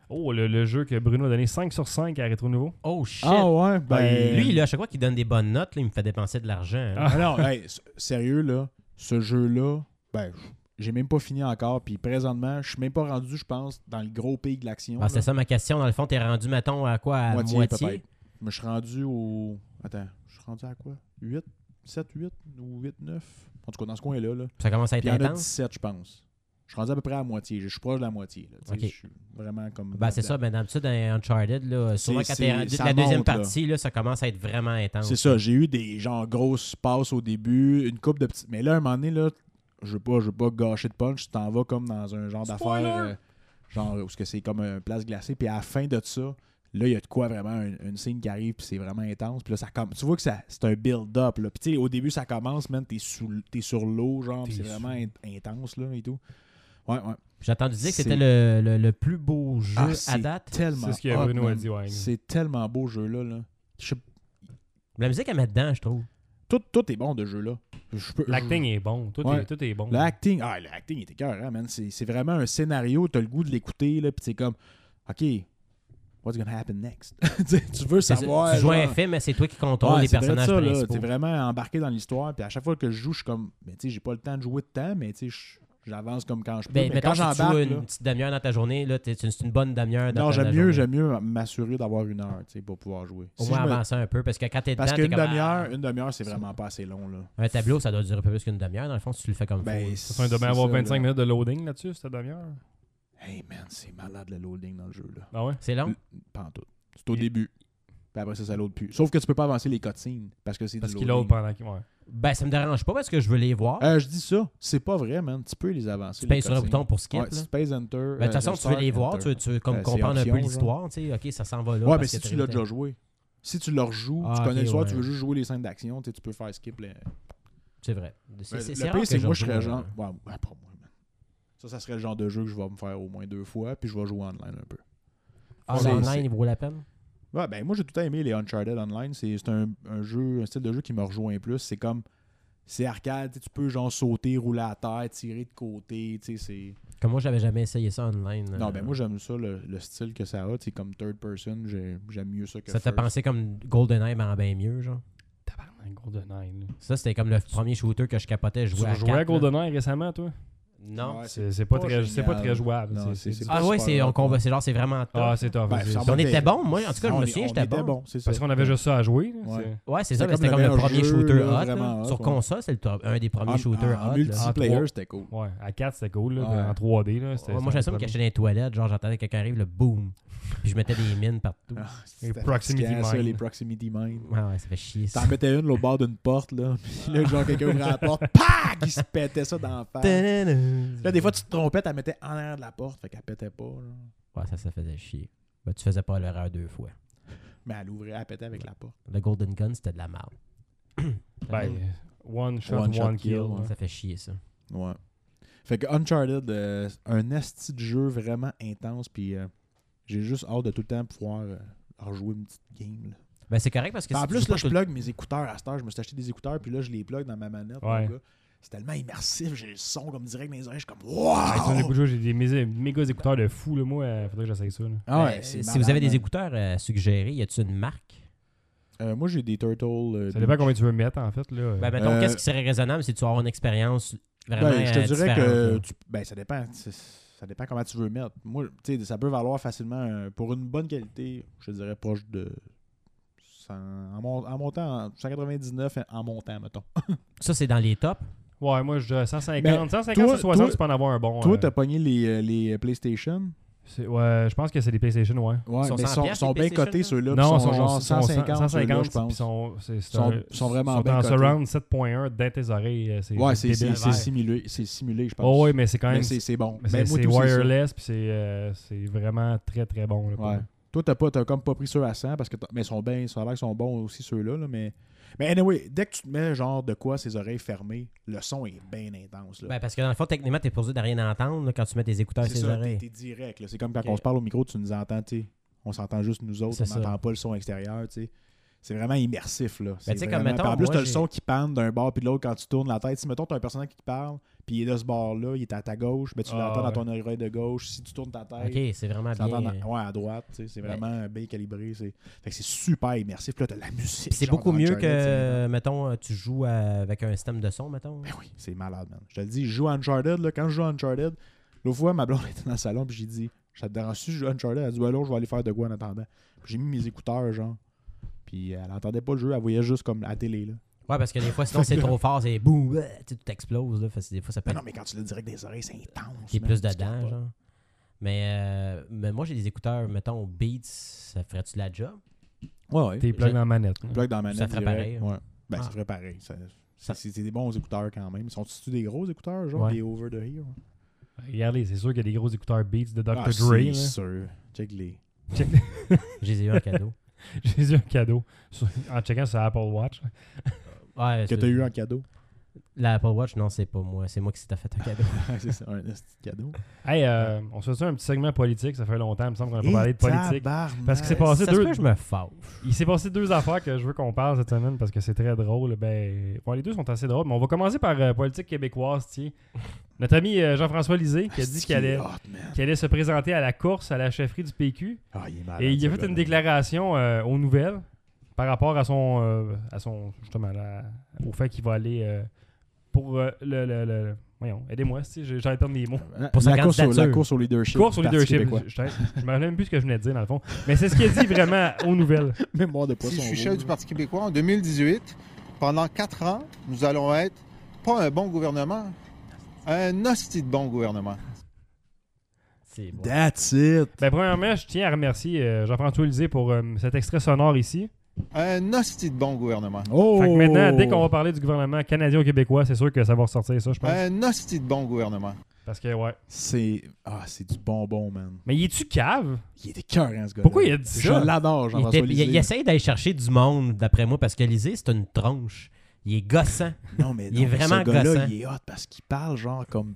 B: Oh, le, le jeu que Bruno a donné 5 sur 5 à Rétro Nouveau.
C: Oh, shit!
A: Ah ouais,
C: Ben,
A: ben.
C: Lui, là, à chaque fois qu'il donne des bonnes notes, là, il me fait dépenser de l'argent. hein.
A: Ah non, hey, s- sérieux, là, ce jeu-là, ben, j'ai même pas fini encore. Puis présentement, je suis même pas rendu, je pense, dans le gros pic de l'action.
C: Ah,
A: là.
C: c'est ça ma question. Dans le fond, t'es rendu, mettons, à quoi? À moitié?
A: moitié, peut-être. Mais je suis rendu au. Attends, je suis rendu à quoi 8 7, 8 ou 8, 9 En tout cas, dans ce coin-là. Là.
C: Ça commence à
A: Puis
C: être
A: il y en a
C: intense?
A: 17, je pense. Je suis rendu à peu près à la moitié. Je suis proche de la moitié. Là, Tu sais,
C: Ok.
A: Je suis vraiment comme.
C: Ben, c'est ça. Ben, d'habitude, dans Uncharted, là, souvent
A: C'est-
C: quand
A: c'est-
C: t'es rendu
A: ça
C: la deuxième
A: monte, là.
C: partie, là, ça commence à être vraiment intense.
B: Ah,
A: C'est ça, j'ai eu des genre grosses passes au début, une coupe de petites. Mais là, à un moment donné, là, je veux pas, je veux pas gâcher de punch, tu t'en vas comme dans un genre
B: Spoiler!
A: d'affaire. euh, genre où ce que c'est comme un place glacée. Puis à la fin de ça, là, il y a de quoi vraiment une, une scène qui arrive, puis c'est vraiment intense. Puis là, ça comme. Tu vois que ça, c'est un build-up. Là. Puis tu sais, au début, ça commence, man, t'es, sous, l- t'es sur l'eau, genre, puis
B: T'es
A: c'est
B: sous-
A: vraiment in- intense là et tout. Ouais, ouais.
C: J'ai entendu dire que
A: C'est-
C: c'était le, le- le plus beau jeu
A: Ah,
C: à
A: c'est
C: date.
A: Tellement
B: C'est ce que
A: hot,
B: Bruno a
A: man.
B: dit, ouais.
A: C'est tellement beau ce jeu-là. Là. Je sais-
C: La musique, elle met dedans, je trouve.
A: Tout, tout est bon de jeu-là. Je peux- je-
B: L'acting est bon. Tout,
A: Ouais.
B: est, tout est bon.
A: Le acting, ah, le acting était cœur, hein, man. C'est c'est vraiment un scénario, t'as le goût de l'écouter, là, pis c'est comme, OK, what's gonna happen next? <laughs> Tu sais, tu veux
C: C'est-
A: savoir.
C: tu joues à un
A: genre,
C: film, mais c'est toi qui
A: ouais,
C: contrôles les
A: c'est vrai
C: personnages
A: ça, là.
C: principaux.
A: T'es vraiment embarqué dans l'histoire, puis à chaque fois que je joue, je suis comme, mais tu sais, j'ai pas le temps de jouer de temps, mais tu sais, je- j'avance comme quand je peux.
C: Ben,
A: mais
C: mettons,
A: quand
C: si tu joues
A: j'embarque. là,
C: une petite demi-heure dans ta journée, là, t'es- c'est une bonne demi-heure dans
A: Non,
C: ta
A: j'aime
C: journée.
A: mieux, j'aime mieux m'assurer d'avoir une heure, tu sais, pour pouvoir jouer.
C: Au
A: Si
C: moins
A: je me-
C: avancer un peu, parce que quand t'es dedans,
A: Parce
C: t'es
A: qu'une
C: comme, ah,
A: demi-heure, une demi-heure, c'est vraiment pas assez long, là.
C: Un tableau, ça doit durer un peu plus qu'une demi-heure, dans le fond, si tu le fais comme
A: Ben,
C: faut.
B: Ça, c'est un domaine
A: c'est
B: à avoir
A: ça,
B: 25
A: là.
B: minutes de loading là-dessus, cette demi-heure.
A: Hey, man, c'est malade le loading dans le jeu, là.
B: Ah ouais?
C: C'est long?
A: Pas en tout. C'est au
B: Il-
A: début. Puis après ça, ça l'autre plus. Sauf que tu peux pas avancer les cutscenes parce que c'est
B: Parce
A: du
B: qu'il l'autre
A: loading.
B: pendant qu'il. Ouais.
C: Ben, ça me dérange pas parce que je veux les voir.
A: Euh, je dis ça, c'est pas vrai, man. Tu peux les avancer.
C: tu
A: les
C: payes sur un
A: cutscenes.
C: bouton pour skip.
A: Ouais,
C: là.
A: Space Enter.
C: Ben, de toute façon, tu veux les voir, tu veux, tu veux comme
A: Euh, c'est
C: comprendre un
A: option,
C: peu
A: genre.
C: l'histoire, tu sais, ok, ça s'en va là.
A: Ouais,
C: parce
A: mais
C: que
A: si
C: t'as
A: tu l'as
C: le
A: déjà
C: temps.
A: joué. Si tu le rejoues,
C: Ah,
A: tu connais
C: ok,
A: l'histoire,
C: ouais.
A: tu veux juste jouer les scènes d'action, tu sais, tu peux faire skip. Les...
C: C'est vrai. C'est-
A: Ben,
C: C'est
A: le
C: rare
A: pire, c'est que moi, je
C: joue,
A: serais
C: euh,
A: genre. Ouais, ouais, pas moi, man. Ça, ça serait le genre de jeu que je vais me faire au moins deux fois, puis je vais jouer online un peu.
C: Ah,
A: C'est-
C: l'online,
A: c'est-
C: il vaut la peine.
A: Ouais, ben moi, j'ai tout le temps aimé les Uncharted Online. C'est c'est un, un jeu, un style de jeu qui me rejoint plus. C'est comme. C'est arcade, tu sais, tu peux genre sauter, rouler à terre, tirer de côté, tu sais, c'est.
C: Comme moi, j'avais jamais essayé ça online.
A: Non,
C: euh,
A: ben moi j'aime ça, le, le style que ça a. C'est comme third person, j'ai- j'aime mieux ça que
C: Ça t'a
A: first.
C: pensé comme GoldenEye, mais en bien mieux, genre.
B: Tabarnak, GoldenEye. là.
C: Ça, c'était comme le premier shooter que je capotais. Je
B: Tu
C: jouais à,
B: jouais à
C: quatre, là.
B: GoldenEye récemment, toi
C: Non.
A: Ouais,
B: C'est c'est pas,
A: pas
B: très- c'est pas
A: génial.
B: très jouable.
A: Non,
B: c'est-
A: c'est-
B: c'est-
A: c'est
C: Ah, ouais,
A: super
C: c'est
A: hot,
C: on combat, c'est genre, c'est vraiment top.
B: Ah, c'est top.
A: Ben,
B: c'est-
A: ça
C: on
A: va.
C: était bon, moi, en tout cas, je
A: On
C: me
A: est-
C: souviens,
A: on
C: j'étais
A: était
C: bon.
A: bon, c'est ça.
B: Parce qu'on avait juste ça à jouer. là,
A: Ouais.
B: c'est-
C: Ouais, c'est
A: C'était
C: ça, mais
A: comme
C: c'était
A: le
C: comme le
A: meilleur
C: premier
A: jeu,
C: shooter
A: là,
C: hot.
A: vraiment
C: là.
A: hot,
C: Sur
A: ouais.
C: console, c'est le top- un ah, des premiers
A: En-
C: shooters
A: en,
C: hot. là.
A: multiplayer, c'était cool.
B: Ouais, à 4, c'était cool. là,
A: Ouais.
B: En 3D, là. c'était-
C: Ouais, moi,
B: c'était
C: j'avais ça me
B: très
C: cacher dans les toilettes. Genre, j'entendais quelqu'un arrive, le boom. Puis je mettais des mines partout.
A: Ah,
B: Les
A: c'était
B: proximity
A: fatigant, ça,
B: mines.
A: les proximity
C: <laughs>
A: mines.
C: Ouais, ouais, ça fait chier. ça.
A: T'en mettais une l'autre bord d'une porte, là. Puis là, genre, quelqu'un ouvrait la porte, <laughs> PAC! Il se pétait ça dans la face. Là,
C: Là,
A: des fois, tu te trompais, t'en mettais en arrière de la porte, fait qu'elle pétait pas. là.
C: Ouais, ça, ça faisait chier. Ben, tu faisais pas l'erreur deux fois.
A: Mais elle ouvrait, elle pétait avec la porte.
C: Le Golden Gun, c'était de la merde.
B: Ben, euh, one shot, one,
A: One shot
B: kill.
A: kill,
B: ouais.
C: Ça fait chier, ça.
A: Ouais. Fait que Uncharted, euh, un asti de jeu vraiment intense, puis euh, j'ai juste hâte de tout le temps pouvoir euh, rejouer une petite game, là.
C: Ben, c'est correct parce que
A: Puis en
C: si tu
A: plus,
C: joues
A: là,
C: pas
A: je
C: tout-
A: plug mes écouteurs à cette heure. Je me suis acheté des écouteurs, puis là, je les plug dans ma manette. mon
B: Ouais.
A: gars. C'est tellement immersif. J'ai le son comme direct dans les oreilles. Je suis comme,
B: Hey, sur le coup
A: wow!
B: de jeu, j'ai Ah, des mé- méga écouteurs de fou. Là, moi, euh, faudrait que j'essaye ça. là.
A: Ah ouais,
C: Ben,
A: c'est
C: si
A: malade,
C: vous avez
A: man.
C: des écouteurs euh, suggérés, y a-t-il une marque
A: Euh, moi, j'ai des Turtles. euh,
B: Ça dépend
A: Beach.
B: combien tu veux mettre, en fait. Là.
C: Mmh. Ben, mettons,
A: Euh,
C: qu'est-ce qui serait raisonnable si tu avoir une expérience vraiment.
A: Ben, je te
C: euh,
A: dirais
C: différente,
A: que.
C: là?
A: tu- Ben, ça dépend. C'est- Ça dépend comment tu veux mettre. Moi, tu sais, ça peut valoir facilement. euh, Pour une bonne qualité, je te dirais proche de. 100 en, mon- en montant, en 199 en montant, mettons.
C: Ça, c'est dans les tops.
B: ouais, moi, je 150.
A: Ben,
B: 150,
A: toi-
B: 160,
A: toi-
B: tu peux en avoir un bon.
A: Toi,
B: euh,
A: t'as pogné les, euh, les PlayStation.
B: c'est- ouais, je pense que c'est des PlayStation, ouais.
A: Ouais,
C: Ils sont
A: mais
C: 100
A: sont,
C: piastres,
A: sont
C: les
A: bien
C: PlayStation,
A: cotés,
C: là?
A: ceux-là. puis
B: non,
A: sont genre
B: sont- sont
A: 150, ceux-là,
B: 150,
A: je pense.
B: Ils sont, c'est- c'est
A: Sont-
B: un-
A: sont vraiment
B: sont
A: bien
B: en
A: cotés.
B: surround 7.1 dans tes oreilles. euh, C'est
A: Ouais, c'est
B: débile.
A: c'est- c'est simulé, c'est simulé, je pense.
B: Oh, oui, mais c'est quand
A: mais
B: même.
A: c'est c'est bon.
B: mais
A: Ben,
B: c'est
A: moi,
B: c'est
A: tout, c'est ça.
B: wireless, puis c'est euh, c'est vraiment très, très bon. là, pour
A: Ouais.
B: moi.
A: Toi, t'as pas- t'as comme pas pris ceux à 100 parce que t'as- mais ils sont bien, ça a l'air qu'ils sont bons aussi ceux-là, là, mais mais anyway, dès que tu te mets genre de quoi ses oreilles fermées, le son est bien intense là.
C: Ben, parce que dans le fond, techniquement, t'es posé de rien entendre là, quand tu mets tes écouteurs à
A: c'est
C: ses
A: ça, t'es
C: oreilles.
A: t'es direct. là. C'est comme quand
C: Ok.
A: on se parle au micro, tu nous entends, tu sais, on s'entend juste nous autres,
C: C'est
A: on
C: ça. Ben,
A: n'entend pas le son extérieur, tu sais. C'est vraiment immersif là. C'est
C: tu sais, comme
A: vraiment-
C: mettons,
A: puis en plus,
C: moi,
A: t'as le
C: j'ai-
A: son qui panne d'un bord puis de l'autre quand tu tournes la tête. Si mettons t'as un personnage qui te parle, puis il est de ce bord-là, il est à ta gauche, mais tu
B: Ah,
A: l'entends
B: ouais.
A: dans ton oreille de gauche. Si tu tournes ta tête,
C: Ok, c'est vraiment
A: Ça
C: bien.
A: entend dans-
C: euh,
A: ouais, à droite, tu sais, c'est
C: Ben-
A: vraiment bien calibré. C'est, fait que c'est super immersif. Puis là, t'as de la musique.
C: Puis c'est
A: genre
C: beaucoup
A: dans
C: mieux
A: Uncharted, c'est-
C: que, mettons, euh, tu joues à- avec un système de son, mettons.
A: Ben oui, c'est malade, man. Je te le dis, je joue à Uncharted. Là, quand je joue à Uncharted, l'autre fois, ma blonde <laughs> était dans le salon, puis j'ai dit, ça te dérange-tu, je joue à Uncharted? Elle a dit, ouais, là, je vais aller faire de quoi en attendant. Puis j'ai mis mes écouteurs, genre. Puis elle entendait pas le jeu, elle voyait juste comme à la télé, là.
C: Ouais, parce que des fois, sinon, c'est trop fort, c'est boum, ouais, tu sais, tout explose. Là, Fait que des fois, ça peut
A: Ben
C: être
A: non, mais quand tu le direct des oreilles, c'est intense.
C: qui est
A: man.
C: plus
A: Tu
C: dedans,
A: capotes.
C: genre. Mais, euh, mais moi, j'ai des écouteurs, mettons, Beats, ça ferait-tu la job?
A: Ouais, ouais.
B: T'es plug
C: Je-
B: dans la manette. là.
A: Plug dans la manette.
C: Ça ferait
A: direct.
C: pareil, hein.
A: Ouais. Ben,
C: Ah.
A: ça ferait pareil. Ça-
C: Ça-
A: c'est, c'est des bons écouteurs quand même. Sont-tu des gros écouteurs, genre
C: Ouais.
A: des over the ear?
B: Regardez, c'est sûr qu'il y a des gros écouteurs Beats de Dr.
A: Ah,
B: Dre.
A: C'est
B: là.
A: sûr. Check les.
C: Je les ai eu
A: <laughs>
C: en cadeau.
B: <laughs> J'ai eu un cadeau sur- en checkant sur Apple Watch.
C: Ouais,
A: Que
C: c'est-
A: t'as eu en cadeau. <laughs>
C: L'Apple Watch, non, c'est pas moi. C'est moi qui s'était fait
A: <laughs>
C: un cadeau.
A: c'est ça, un esti de cadeau.
B: Hey, euh, on se fait un petit segment politique. Ça fait longtemps, il me semble qu'on n'a pas parlé de politique. Parce que c'est
A: pas.
B: passé
C: ça se
B: deux.
C: peut que je me fâche.
B: Il s'est passé deux affaires que je veux qu'on parle cette semaine parce que c'est très drôle. Ben, bon, les deux sont assez drôles, mais on va commencer par euh, politique québécoise. tiens. Notre ami euh, Jean-François Lisée qui a dit qu'il allait, qu'il allait se présenter à la course à la chefferie du PQ.
A: Ah, il est malade,
B: Et il a
A: ce
B: fait une
A: gars-là.
B: déclaration euh, aux nouvelles par rapport à son, euh, à son justement, là, au fait qu'il va aller euh, pour euh, le, le- le- le- Voyons, aidez-moi, si j'ai- j'arrête de perdre mes mots.
A: La-
C: Pour sa
A: la course, au, la
C: candidature.
A: course au leadership.
B: Course au
A: du Parti
B: leadership. <laughs>
A: québécois.
B: Je, je me rappelle même plus ce que je venais de dire, dans le fond. Mais c'est ce qu'il a
A: <laughs>
B: dit vraiment aux nouvelles.
A: Mémoire de
D: Si
A: poisson.
D: je suis
A: rouge.
D: chef du Parti québécois en 2018, pendant quatre ans, nous allons être pas un bon gouvernement, un hostie de bon gouvernement.
C: C'est bon.
A: That's it.
B: Ben, premièrement, je tiens à remercier euh, Jean-François Lisée pour euh, cet extrait sonore ici.
D: Un hostie de bon gouvernement.
A: Oh!
B: Fait que maintenant, dès qu'on va parler du gouvernement canadien ou québécois, c'est sûr que ça va ressortir ça, je pense.
D: Un hostie de bon gouvernement.
B: Parce que, ouais.
A: C'est. Ah, c'est du bonbon, man.
B: Mais il est-tu cave?
A: Il était cœur, hein, ce gars.
B: Pourquoi il a dit ça?
A: Je l'adore,
C: Il,
A: Jean-François
C: était- il-
A: Lisée.
C: il essaye d'aller chercher du monde, d'après moi, parce que Lisée, c'est une tronche. Il est gossant.
A: Non, mais
C: il est
A: non, mais
C: vraiment
A: ce gars-là,
C: gossant.
A: il est hot parce qu'il parle, genre, comme.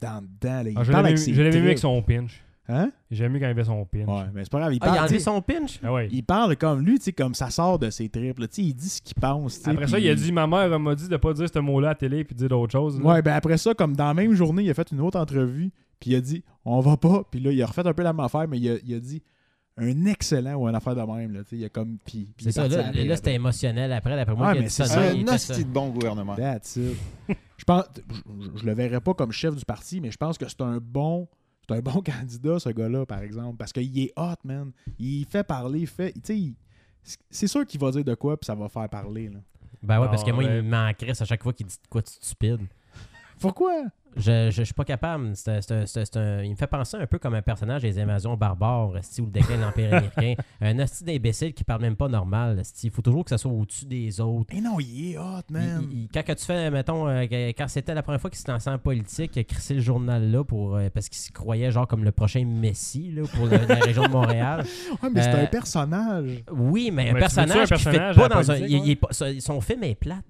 A: Dans le dedans, là. Il
B: Ah, je
A: parle
B: l'avais
A: avec
B: vu-
A: ses
B: je l'avais vu avec
A: tripes.
B: son pinch.
A: Hein?
B: J'aime mieux quand il avait son pinch.
A: Ouais, mais c'est pas grave. Il
C: Ah, il
A: parle,
C: a
A: tu
C: enlevé
A: sais,
C: son pinch?
B: Ah ouais.
A: il parle comme lui, tu sais, comme ça sort de ses tripes. là. Tu sais, Il dit ce qu'il pense. tu sais,
B: Après ça,
A: puis-
B: il a dit Ma mère elle m'a dit de pas dire ce mot-là à la télé puis de dire d'autres choses. là.
A: Ouais, ben après ça, comme dans la même journée, il a fait une autre entrevue, puis il a dit on va pas, puis là, il a refait un peu la même affaire, mais il a, il a dit un excellent ou une affaire de même, là, tu sais, il a comme puis puis il
C: C'est
A: est
C: ça,
A: parti
C: là,
A: après,
C: là, c'était émotionnel après, d'après moi.
A: Ouais,
C: il a
A: mais
C: dit
A: c'est
C: ça,
A: ça.
C: non, il
D: Un
C: était ça.
D: hostie de bon gouvernement.
A: après. That's it. je pense je, je- je le verrais pas comme chef du parti, mais je pense que c'est un bon c'est un bon <laughs> candidat ce gars-là par exemple parce qu'il est hot, man. Il fait parler, il fait, tu sais, il- c'est sûr qu'il va dire de quoi puis ça va faire parler là.
C: Ben ouais,
A: Ah,
C: parce que
B: Non,
C: moi,
B: ben-
C: il m'en crisse à chaque fois qu'il dit de quoi de stupide.
A: Pourquoi
C: Je, je, je suis pas capable. C'est un- c'est un- c'est un- il me fait penser un peu comme un personnage des invasions barbares, esti, ou le déclin de l'Empire américain. Un asti d'imbécile qui parle même pas normal. esti. Il faut toujours que ça soit au-dessus des autres.
A: Mais non, il est hot, man.
C: Il- il- quand que tu fais, mettons, euh, que- quand c'était la première fois qu'il se lançait en politique, il a crissé le journal là pour, euh, parce qu'il se croyait genre comme le prochain Messi là, pour le- la région de Montréal.
A: Ouais, mais c'est
C: Euh,
A: un personnage.
C: Oui, mais un
B: Mais tu
C: personnage,
B: veux-tu un
C: qui
B: personnage
C: fait pas
B: à la
C: dans un.
B: politique,
C: il-
B: ouais?
C: il est pas- son- son film est plate.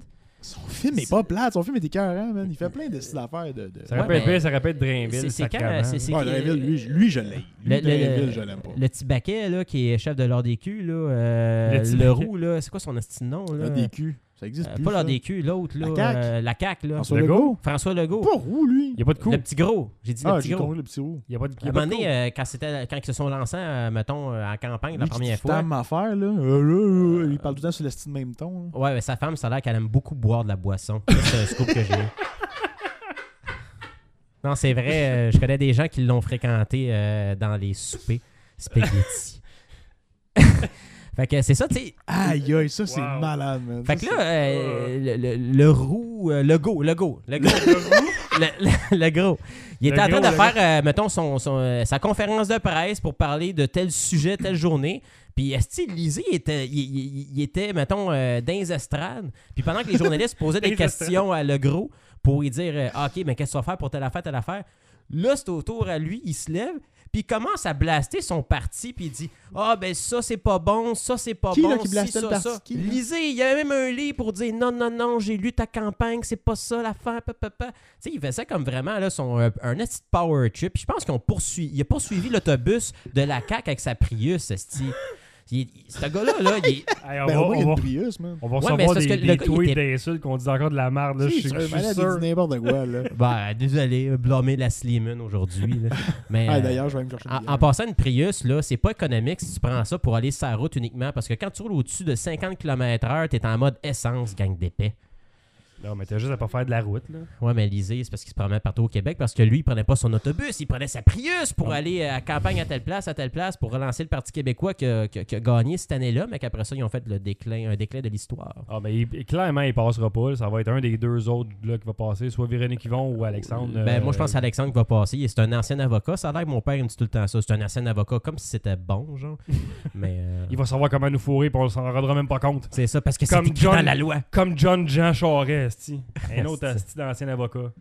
A: Son film est pas plate, son film est écœurant, man. Il fait plein de petites affaires de. de...
B: Ça
C: Ouais,
B: rappelle
C: mais-
B: ça rappelle
C: C'est-
B: Drainville.
C: c'est quand- euh,
B: sacrément.
C: c'est- c'est- euh,
A: Ouais, Drainville, lui, je- lui, je l'aime.
C: Le-
A: Lui,
C: le-
A: Drainville, je l'aime pas.
C: Le petit baquet là, qui est chef de l'ADQ, là, euh,
B: Le petit
C: le
B: Baquet.
C: roux, là, c'est quoi son esti de nom? Là?
A: Là, des culs. Ça existe
C: Euh,
A: plus.
C: pas
A: ça.
C: l'ADQ, l'autre, là,
A: La CAQ.
C: euh, la CAQ, là.
A: François
B: Le
A: Legault.
C: François Legault.
A: Pas roux, lui.
B: Il n'y a pas de coup.
C: Le petit gros. J'ai dit le
A: Ah,
C: petit
A: j'ai
C: gros.
A: compris le petit roux.
B: Il n'y a pas de, il
C: À
B: y
C: un
B: a pas
C: moment
B: de coup.
C: donné, euh, quand, c'était- quand ils se sont lancés, euh, mettons, euh, en campagne la
A: Lui qui
C: première
A: dit
C: fois.
A: tant m'affaire, là. Euh, là, là, il parle tout le temps sur le style même ton. là.
C: Ouais, mais sa femme, ça a l'air qu'elle aime beaucoup boire de la boisson. Ça, C'est un
A: <laughs>
C: scoop que j'ai eu. Non, c'est vrai, euh, je connais des gens qui l'ont fréquenté euh, dans les soupers spaghetti. <laughs> fait que c'est ça, tu sais.
A: Aïe, aïe, ça, c'est
B: Wow.
A: malade, man.
C: Fait
A: Ça,
C: que là,
B: Ah,
C: euh, le, le- le roux, euh, le go, le go, le go. <laughs> Le, le- le gros. Il
B: Le
C: était en
B: gros,
C: train de
B: le
C: faire, euh, mettons, son, son, euh, sa conférence de presse pour parler de tel sujet, telle journée. Puis, est-ce Lisée il était, il, il- il était, mettons, euh, dans les estrades. Puis, pendant que les journalistes posaient des
B: <laughs> Dans les
C: questions à le gros pour lui dire euh, Ah, OK, mais qu'est-ce que tu vas faire pour telle affaire, telle affaire Là, c'est au tour à lui, il se lève. Puis il commence à blaster son parti, puis il dit Ah, ben ça, c'est pas bon, ça, c'est pas
A: Qui,
C: bon.
A: là, qui
C: si,
A: blastait le
C: ça,
A: parti?
C: ça.
A: Qui, là?
C: Lisez, il y avait même un livre pour dire Non, non, non, j'ai lu ta campagne, c'est pas ça l'affaire, pa, pa, pa. Tu sais, il faisait comme vraiment là, son, euh, un petit power trip. Puis je pense qu'on poursuit, il a poursuivi l'autobus de la CAQ avec sa Prius, esti. Il- il- Ce gars-là, là,
A: <laughs>
C: il est-
B: Hey,
A: Ben,
B: on va-
A: au moins, il y a
B: on
A: une
B: va-
A: Prius, man.
B: on va
C: Ouais, mais c'est
B: recevoir
C: parce
B: des,
C: que le
B: des
C: gars, il
B: tweets
C: était-
B: d'insultes qu'on dit encore de la merde. là, Je
A: Si,
B: suis
A: c'est
B: je
A: un
B: suis
A: malade, il
B: sûr.
A: dit n'importe quoi,
C: <laughs>
A: là.
C: Ben, désolé, blâmer la Slimane aujourd'hui. là. Mais
A: Ah,
C: euh,
A: d'ailleurs, je vais aller me chercher une
C: en, en
A: bière.
C: passant une Prius, là, c'est pas économique si tu prends ça pour aller sur la route uniquement parce que quand tu roules au-dessus de 50 km/h, t'es en mode essence, gang d'épais.
B: Non, mais t'as juste à pas faire de la route. Là.
C: Ouais, mais Lisée, c'est parce qu'il se promène partout au Québec parce que lui, il prenait pas son autobus, il prenait sa Prius pour aller à la campagne à telle place, à telle place, pour relancer le Parti québécois qui a, qui a- qui a gagné cette année-là, mais qu'après ça, ils ont fait le déclin, un déclin de l'histoire.
B: Ah, mais il- clairement, il passera pas. là. Ça va être un des deux autres là, qui va passer, soit Véronique Yvon ou Alexandre.
C: Ben,
B: euh,
C: moi, je pense à Alexandre qui va passer. Il- C'est un ancien avocat. Ça a l'air que mon père, il me dit tout le temps ça. C'est un ancien avocat, comme si c'était
B: <laughs>
C: bon, genre. Mais euh,
B: Il va savoir comment nous fourrer, puis on s'en rendra même pas compte.
C: c'est ça, parce que c'est
B: Comme
C: écrit
B: John-
C: dans la loi.
B: Comme John Jean Charest, esti. un autre asti d'ancien avocat.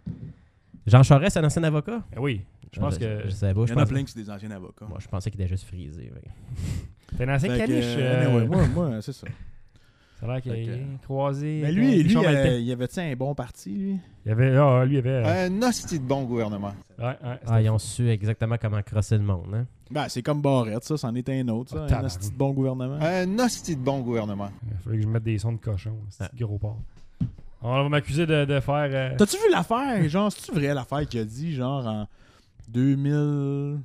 C: Jean Charest, c'est un ancien avocat?
B: Ben oui, je pense
C: Ah,
B: que
C: Je savais pas.
A: Il y
C: Je
A: en a
C: pensais,
A: plein qui sont des anciens avocats.
C: moi, je pensais qu'il était juste frisé. ouais.
B: t'es un ancien
A: Fait que,
B: caniche.
A: euh,
B: euh,
A: anyway, Moi, moi, c'est ça.
B: Ça a l'air qu'il
A: Fait que-
B: est croisé.
A: Mais
B: avec
A: lui,
B: un
A: lui,
B: Richard
A: euh,
B: Maltais.
A: il avait-tu un bon parti, lui
B: Il y avait. Ah, lui, il y avait. euh,
D: Un hostie de bon gouvernement.
B: Ouais, ouais.
C: Ah, ils ont su exactement comment crosser le monde. Hein?
A: Ben, c'est comme Barrette, ça, c'en est un autre,
B: Ah,
A: ça. un
B: tabarnak.
A: hostie de bon gouvernement.
D: Un hostie de bon gouvernement.
B: Il fallait que je mette des sons de cochon. C'est
C: Ah.
B: gros porc. On va m'accuser de, de faire. euh,
A: T'as-tu vu l'affaire, genre, c'est-tu vrai l'affaire qu'il a dit, genre, en 2000...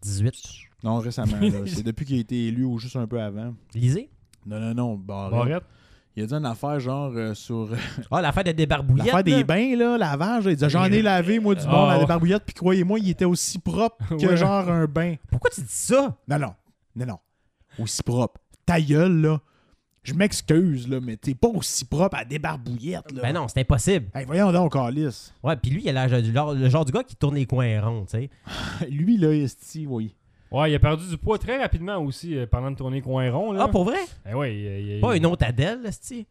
C: 18.
A: Non, récemment, là. <laughs> C'est depuis qu'il a été élu ou juste un peu avant.
C: Lisez.
A: Non, non, non, Barrette.
B: Barrette.
A: Il a dit une affaire, genre, euh, sur euh,
C: Ah, l'affaire de débarbouillette.
A: l'affaire
C: là.
A: des bains, là, lavage. là. Il disait, j'en ai lavé, moi, du
B: Ah,
A: monde à
B: ouais.
A: la barbouillette, puis croyez-moi, il était aussi propre
B: <laughs>
A: que,
B: Ouais.
A: genre, un bain.
C: Pourquoi tu dis ça?
A: Non, non, non, non. Aussi propre. Ta gueule, là. Je m'excuse, là, mais t'es pas aussi propre à débarbouillette, là.
C: Ben non, c'est impossible.
A: Hey, voyons donc, Alice.
C: Ouais, puis lui, il a l'âge du- genre- le genre du gars qui tourne les coins ronds, tu sais.
A: <laughs> Lui, là, esti, oui.
B: Ouais, il a perdu du poids très rapidement aussi euh, pendant de tourner coin rond. Là.
C: Ah, pour vrai?
B: Eh ouais, il- il- il-
C: Pas une autre Adèle, là, c'ti.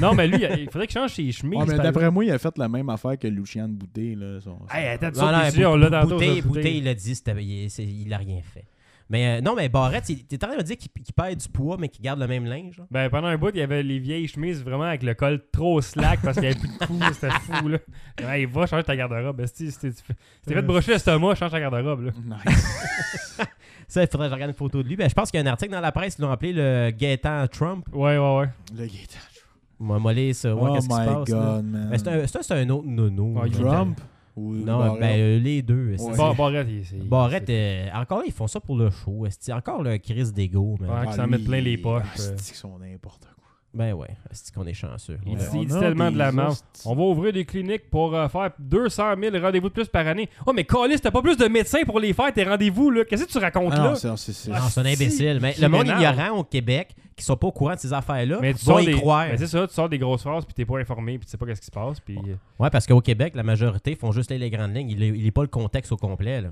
B: Non, mais lui, il faudrait qu'il change ses chemises.
A: Ouais, mais
B: par
A: d'après moi, il a fait la même affaire que Lucien Bouté, là. son-
B: exemple. Hey, attends, tu
C: Non,
B: sautes
C: Ah, non,
B: les
C: Bout-
B: yeux, on l'a tantôt,
C: Boutet,
B: ça, Boutet.
C: Boutet, il a dit, c'était- il, c'est- il a rien fait. Mais euh, non, mais Barrette, il- t'es en train de me dire qu'il qu'il perd du poids, mais qu'il garde le même linge. là?
B: Ben, pendant un bout, il y avait les vieilles chemises vraiment avec le col trop slack parce qu'il n'y avait plus de
C: <laughs>
B: cou, c'était fou, là. Ouais, il va changer ta garde-robe. Si t'es fait brocher l'estomac, change ta garde-robe, là.
A: Nice.
C: Ça, il faudrait que je regarde une photo de lui. Ben, je pense qu'il y a un article dans la presse, ils l'ont appelé le Gaétan Trump.
B: Ouais, ouais, ouais.
A: <laughs> Le guettage.
C: Moi, mollet, ça, ouais,
A: Oh
C: qu'est-ce qui se
A: my
C: passe? là?
A: god, man.
C: Ben, c'est un- ça, c'est un autre nono.
B: Ah,
C: là.
A: Trump ou
C: Non,
A: Barrett?
C: ben, euh, les deux. esti.
A: Ouais.
B: Bar- Barrette, il c'est-
C: Barrette, euh, encore là, ils font ça pour le show. esti. Encore le crise d'ego. mais-
B: Ouais.
A: Ah,
B: qu'ils s'en
A: lui,
B: mettent plein les poches,
A: ah,
B: euh.
A: c'est qu'ils sont n'importe quoi.
C: Ben ouais, c'est qu'on est chanceux.
B: Il
C: Ouais.
B: dit-
A: On a
B: tellement
A: des
B: de la merde.
A: hosties.
B: On va ouvrir des cliniques pour euh, faire 200 000 rendez-vous de plus par année. Oh, mais Calis, t'as pas plus de médecins pour les faire, tes rendez-vous, là. Qu'est-ce que tu racontes,
A: Ah
B: là?
A: non, c'est- c'est- c'est-
C: Non, c'est un imbécile. Mais
B: qui
C: le monde
B: m'énerve.
C: ignorant au Québec, qui sont pas au courant de ces affaires-là,
B: Mais tu
C: vont
B: sors
C: y
B: des...
C: croire.
B: Mais c'est ça, tu sors des grosses phrases, puis t'es pas informé, puis tu sais pas qu'est-ce qui se passe, puis... euh,
C: Ouais, parce qu'au Québec, la majorité font juste les, les grandes lignes. Il est, il est pas le contexte au complet. Là.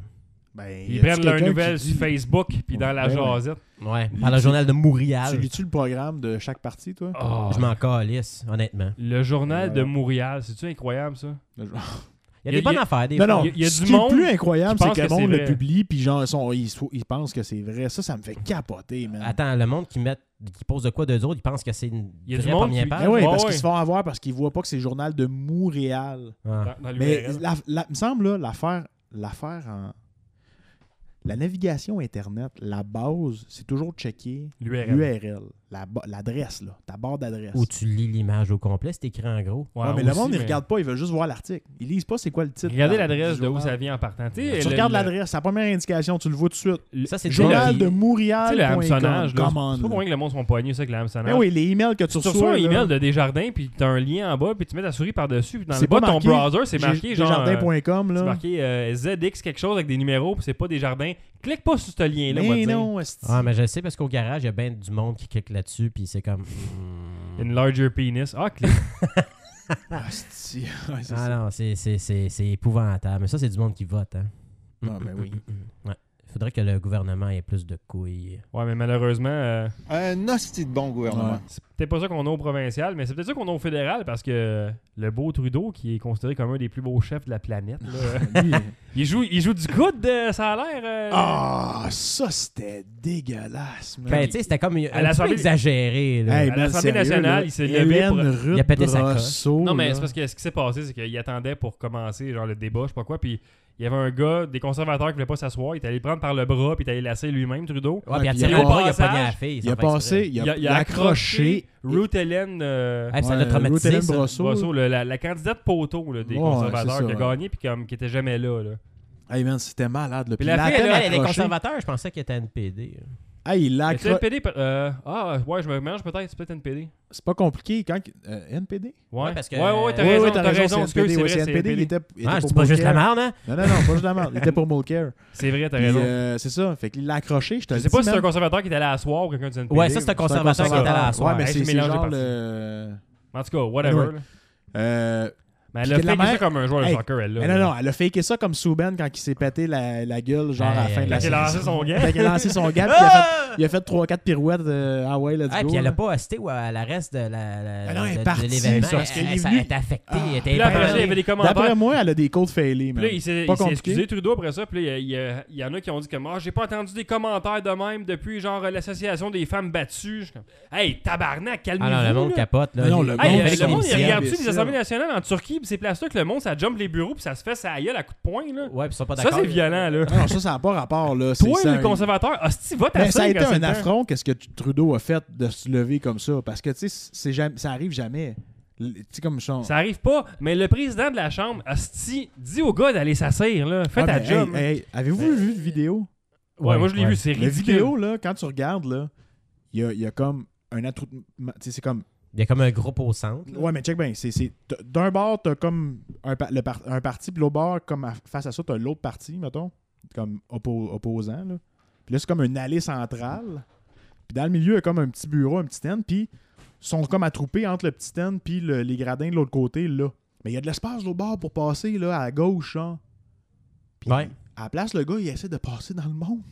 A: Ben, y
B: Ils
A: a-tu
B: prennent leurs
A: quelqu'un qui
B: nouvelles
A: dit- Ben
B: sur Facebook, puis dans la
A: Ouais, ouais.
B: jasette.
C: Ouais,
A: Lui,
C: par le
A: tu-
C: journal de
A: Tu
C: Montréal.
A: lis-tu le programme de chaque partie, toi?
B: Ah.
C: Je m'en calisse, honnêtement.
B: Le journal
A: Ouais.
B: de Montréal, c'est-tu incroyable, ça?
C: Il y a
B: Il y
C: des
B: a-
C: bonnes
B: il y a-
C: affaires, des
A: Non, non,
C: fois.
B: Il y a
A: ce
B: du
A: qui est
B: monde
A: le plus incroyable,
B: qui
A: c'est
B: pense
A: que le
B: que c'est
A: monde le
B: vrai.
A: publie, puis genre, ils, sont- ils, so- ils pensent que c'est vrai. Ça, ça me fait capoter, man.
B: Ah,
A: Ben
C: Attends, le monde qui, met, qui pose de quoi d'eux autres, ils pensent que c'est une
B: Il y a du
C: vraie
B: monde
C: première
B: qui-
A: Ben
C: page.
B: Ah,
A: oui,
B: ouais,
A: parce
B: ouais.
A: qu'ils se font avoir parce qu'ils voient pas que c'est le journal de Montréal.
C: Ah.
B: Dans, dans
A: Mais
B: l'URL.
A: la, la- me semble, là, l'affaire, l'affaire en. La navigation Internet, la base, c'est toujours checker
B: L'URL.
A: l'URL, la ba- l'adresse, là, ta barre d'adresse.
C: Où tu lis l'image au complet, c'est écrit en gros.
B: Ouais,
A: Ouais, mais le
B: aussi,
A: monde, il
B: mais-
A: regarde pas, il veut juste voir l'article. Il lise pas c'est quoi le titre.
B: Regardez
A: dans-
B: l'adresse
A: du
B: de où
A: journal.
B: ça vient en partant. Tu sais,
A: Tu
B: le-
A: regardes
B: le-
A: l'adresse, la première indication, tu le vois tout de suite.
B: le-
C: Ça, c'est
B: tu sais,
A: Journal
B: le-
A: de
B: Tu sais, le
A: Montréal.
B: hameçonnage, là.
A: Come
B: C'est pas
A: on,
B: pour rien
A: là.
B: que le monde se font poigner, ça, avec le hameçonnage.
A: Ben oui, les emails que tu
B: Tu
A: reçois.
B: reçois un
A: là,
B: email de Desjardins, puis t'as un lien en bas, puis tu mets ta souris par-dessus, puis dans le
A: C'est
B: bas de
A: pas
B: ton
A: marqué.
B: browser, c'est marqué
A: Des-
B: genre. euh,
A: Desjardins.com,
B: C'est
A: là.
B: marqué euh, ZX quelque chose avec des numéros, puis c'est pas Desjardins. Clique pas sur ce lien-là, on va
A: Mais
B: te dire.
A: non, esti.
C: Ah, mais je sais parce qu'au garage, il y a bien du monde qui clique là-dessus, puis c'est comme. hmm.
B: Une larger penis. Ah, clique. <laughs>
A: Ah, Esti. <laughs> Ouais, <laughs> c'est
C: Ah
A: ça.
C: non, c'est- c'est c'est- c'est épouvantable. Mais ça, c'est du monde qui vote. Hein.
A: Ah, ben oui.
C: <laughs> Ouais. Faudrait que le gouvernement ait plus de couilles.
B: ouais, mais malheureusement, euh,
D: Un hostie de bon gouvernement.
A: Ouais.
B: c'est peut-être pas ça qu'on a au provincial, mais c'est peut-être ça qu'on a au fédéral, parce que euh, le beau Trudeau, qui est considéré comme un des plus beaux chefs de la planète, là, <laughs>
C: Ben
A: Lui,
B: il, joue, il joue du coude, euh, ça a l'air. euh,
A: Ah, ça, c'était dégueulasse, man.
C: Ben, tu sais, c'était comme un petit peu
B: l'Assemblée-
C: exagéré. là.
A: Hey,
B: euh, à
A: man,
B: l'Assemblée
A: sérieux,
B: nationale,
A: là,
B: il s'est levé
A: Hélène
B: pour-
A: Ruth
C: Il a pété sa coche.
A: Brosseau,
B: Non, mais
A: là.
B: c'est parce que ce qui s'est passé, c'est qu'il attendait pour commencer genre le débat, je sais pas quoi, puis il y avait un gars, des conservateurs qui voulaient pas s'asseoir, il est allé le prendre par le bras, puis il est allé lasser lui-même, Trudeau.
C: Ouais, puis
A: Ouais,
C: à
A: puis
C: tirer
A: il
C: le
A: a
C: bord, il a
B: passé-
C: pogné la fille. sans
A: Il a
C: faire
A: passé,
C: exprès.
A: il a, il a accroché.
B: Ruth Hélène euh,
C: Hey, ça
A: Ouais,
C: l'a traumatisé.
A: Ruth
C: ça.
A: Hélène Brosseau.
B: Brosseau, le- la, la candidate poteau là, des
A: Ouais,
B: conservateurs
A: c'est ça,
B: qui a
A: ouais.
B: gagné, puis comme, qui était jamais là. là.
A: Hey, man, c'était malade. Là. Puis
B: Puis la
A: la
B: fille,
A: peine
C: Elle, elle est
A: accrochée.
C: conservateur, je pensais qu'elle était NPD. là.
A: Hey, il l'a
B: Est-ce
A: accro-
B: NPD? peut- euh, ah, ouais, je me mélange peut-être, c'est peut-être NPD.
A: C'est pas compliqué. Quand... euh, NPD?
B: Ouais,
C: Ouais, parce que-
B: ouais, ouais, t'as
C: Oui,
B: raison,
A: oui,
B: t'as raison,
A: c'est
B: excuse,
A: NPD.
B: c'est
A: ouais,
B: vrai,
A: c'est NPD. Il était, il était
C: Ah, je
A: pour
C: dis pas juste la
A: Mulcair.
C: merde, hein?
A: Non, non, non, pas juste la merde. Il était pour Mulcair.
B: C'est vrai, t'as
A: Puis,
B: raison.
A: euh, c'est ça. Fait qu'il l'a accroché. Je te
B: Je
A: le
B: sais pas
A: dis,
B: si c'est un
A: man.
B: conservateur qui est allé à soir ou quelqu'un du NPD.
C: Ouais, ça, c'est un
A: C'est un
C: conservateur qui est allé à la
A: conservateur.
C: soirée.
A: Ouais, mais
B: Hey,
A: c'est
B: j'ai
A: c'est
B: mélangé
A: genre
B: les parties.
A: le...
B: En tout cas, whatever.
A: Ouais.
B: là.
A: Euh,
B: Mais
A: Puis
B: elle a
A: que la
B: fait
A: mère-
B: ça comme un joueur de
A: Hey,
B: soccer, elle. là.
A: Mais non, non, elle a faké ça comme Souben quand il s'est pété la, la gueule, genre à la
C: Hey,
A: fin de la
B: Quand elle a lancé
A: saison.
B: son Ah! gars.
A: Fait qu'il a lancé son gars, puis il a fait- il a fait 3-4 pirouettes. euh, ah ouais, let's
C: Ah,
A: go.
C: puis elle
A: là.
C: a pas assisté ou à la reste de la- la-
A: Ah non, elle est
C: de- de
A: partie,
C: l'événement.
A: parce qu'elle
C: Elle-
A: est
C: Elle ça-
A: venue.
C: elle était affectée.
A: Ah,
C: elle était
B: Puis là, après ça, il y
C: impactée.
B: avait des commentaires.
A: D'après moi, elle a des codes failés,
B: Puis
A: man.
B: là, il s'est
A: Pas
B: il s'est
A: compliqué.
B: excusé, Trudeau, après ça. Puis là, il y, a- il y en a qui ont dit comme Ah, j'ai pas entendu des commentaires de même depuis, genre, l'association des femmes battues. Je suis comme, Hey, tabarnak, calmez-vous.
C: Ah non, le monde
B: là.
C: capote. Là.
A: Non,
C: Il-
A: le
C: il
B: Hey,
A: monde,
B: euh, le
C: avait
B: monde, il
A: imbécile.
C: commission.
B: regarde-tu les assemblées nationales en Turquie, puis ces places-là que le monde, ça jump les bureaux, puis ça se fait ça gueule à coups de poing, là.
C: Ouais, puis ils sont pas
B: Ça,
C: d'accord.
B: c'est violent, là.
A: Ah non, ça, ça n'a pas rapport, là. C'est-
B: Toi,
A: c'est
B: le
A: un-
B: conservateur, hostie, vote à
A: Mais ça a
B: ça quand
A: été un
B: c'est le temps.
A: affront, qu'est-ce que tu- Trudeau a fait de se lever comme ça. Parce que, tu sais, c'est jamais- ça arrive jamais. L- Tu sais, comme son.
B: Ça arrive pas, mais le président de la Chambre, hostie, dis au gars d'aller s'asseoir, là. Fais
A: Ah,
B: ta
A: mais,
B: job.
A: hey,
B: là.
A: hey, hey, Avez-vous vu le vidéo?
B: Ouais, moi, je l'ai
C: ouais.
B: vu, c'est
A: La
B: ridicule.
A: vidéo, là, quand tu regardes, là, il y a, il y a comme un attroupement. Tu sais, c'est comme.
C: Il y a comme un groupe au centre. là.
A: Ouais, mais check bien. c'est- c'est- t'as- D'un bord, t'as comme un, pa- le par- un parti, puis l'autre bord, comme à- face à ça, t'as l'autre parti, mettons, comme oppo- opposant. Là. Puis là, c'est comme une allée centrale. Puis dans le milieu, il y a comme un petit bureau, un petit stand, puis ils sont comme attroupés entre le petit stand puis le- les gradins de l'autre côté, là. Mais il y a de l'espace de l'autre bord pour passer, là, à gauche, hein. Puis
C: Ouais.
A: à la place, le gars, il essaie de passer dans le monde.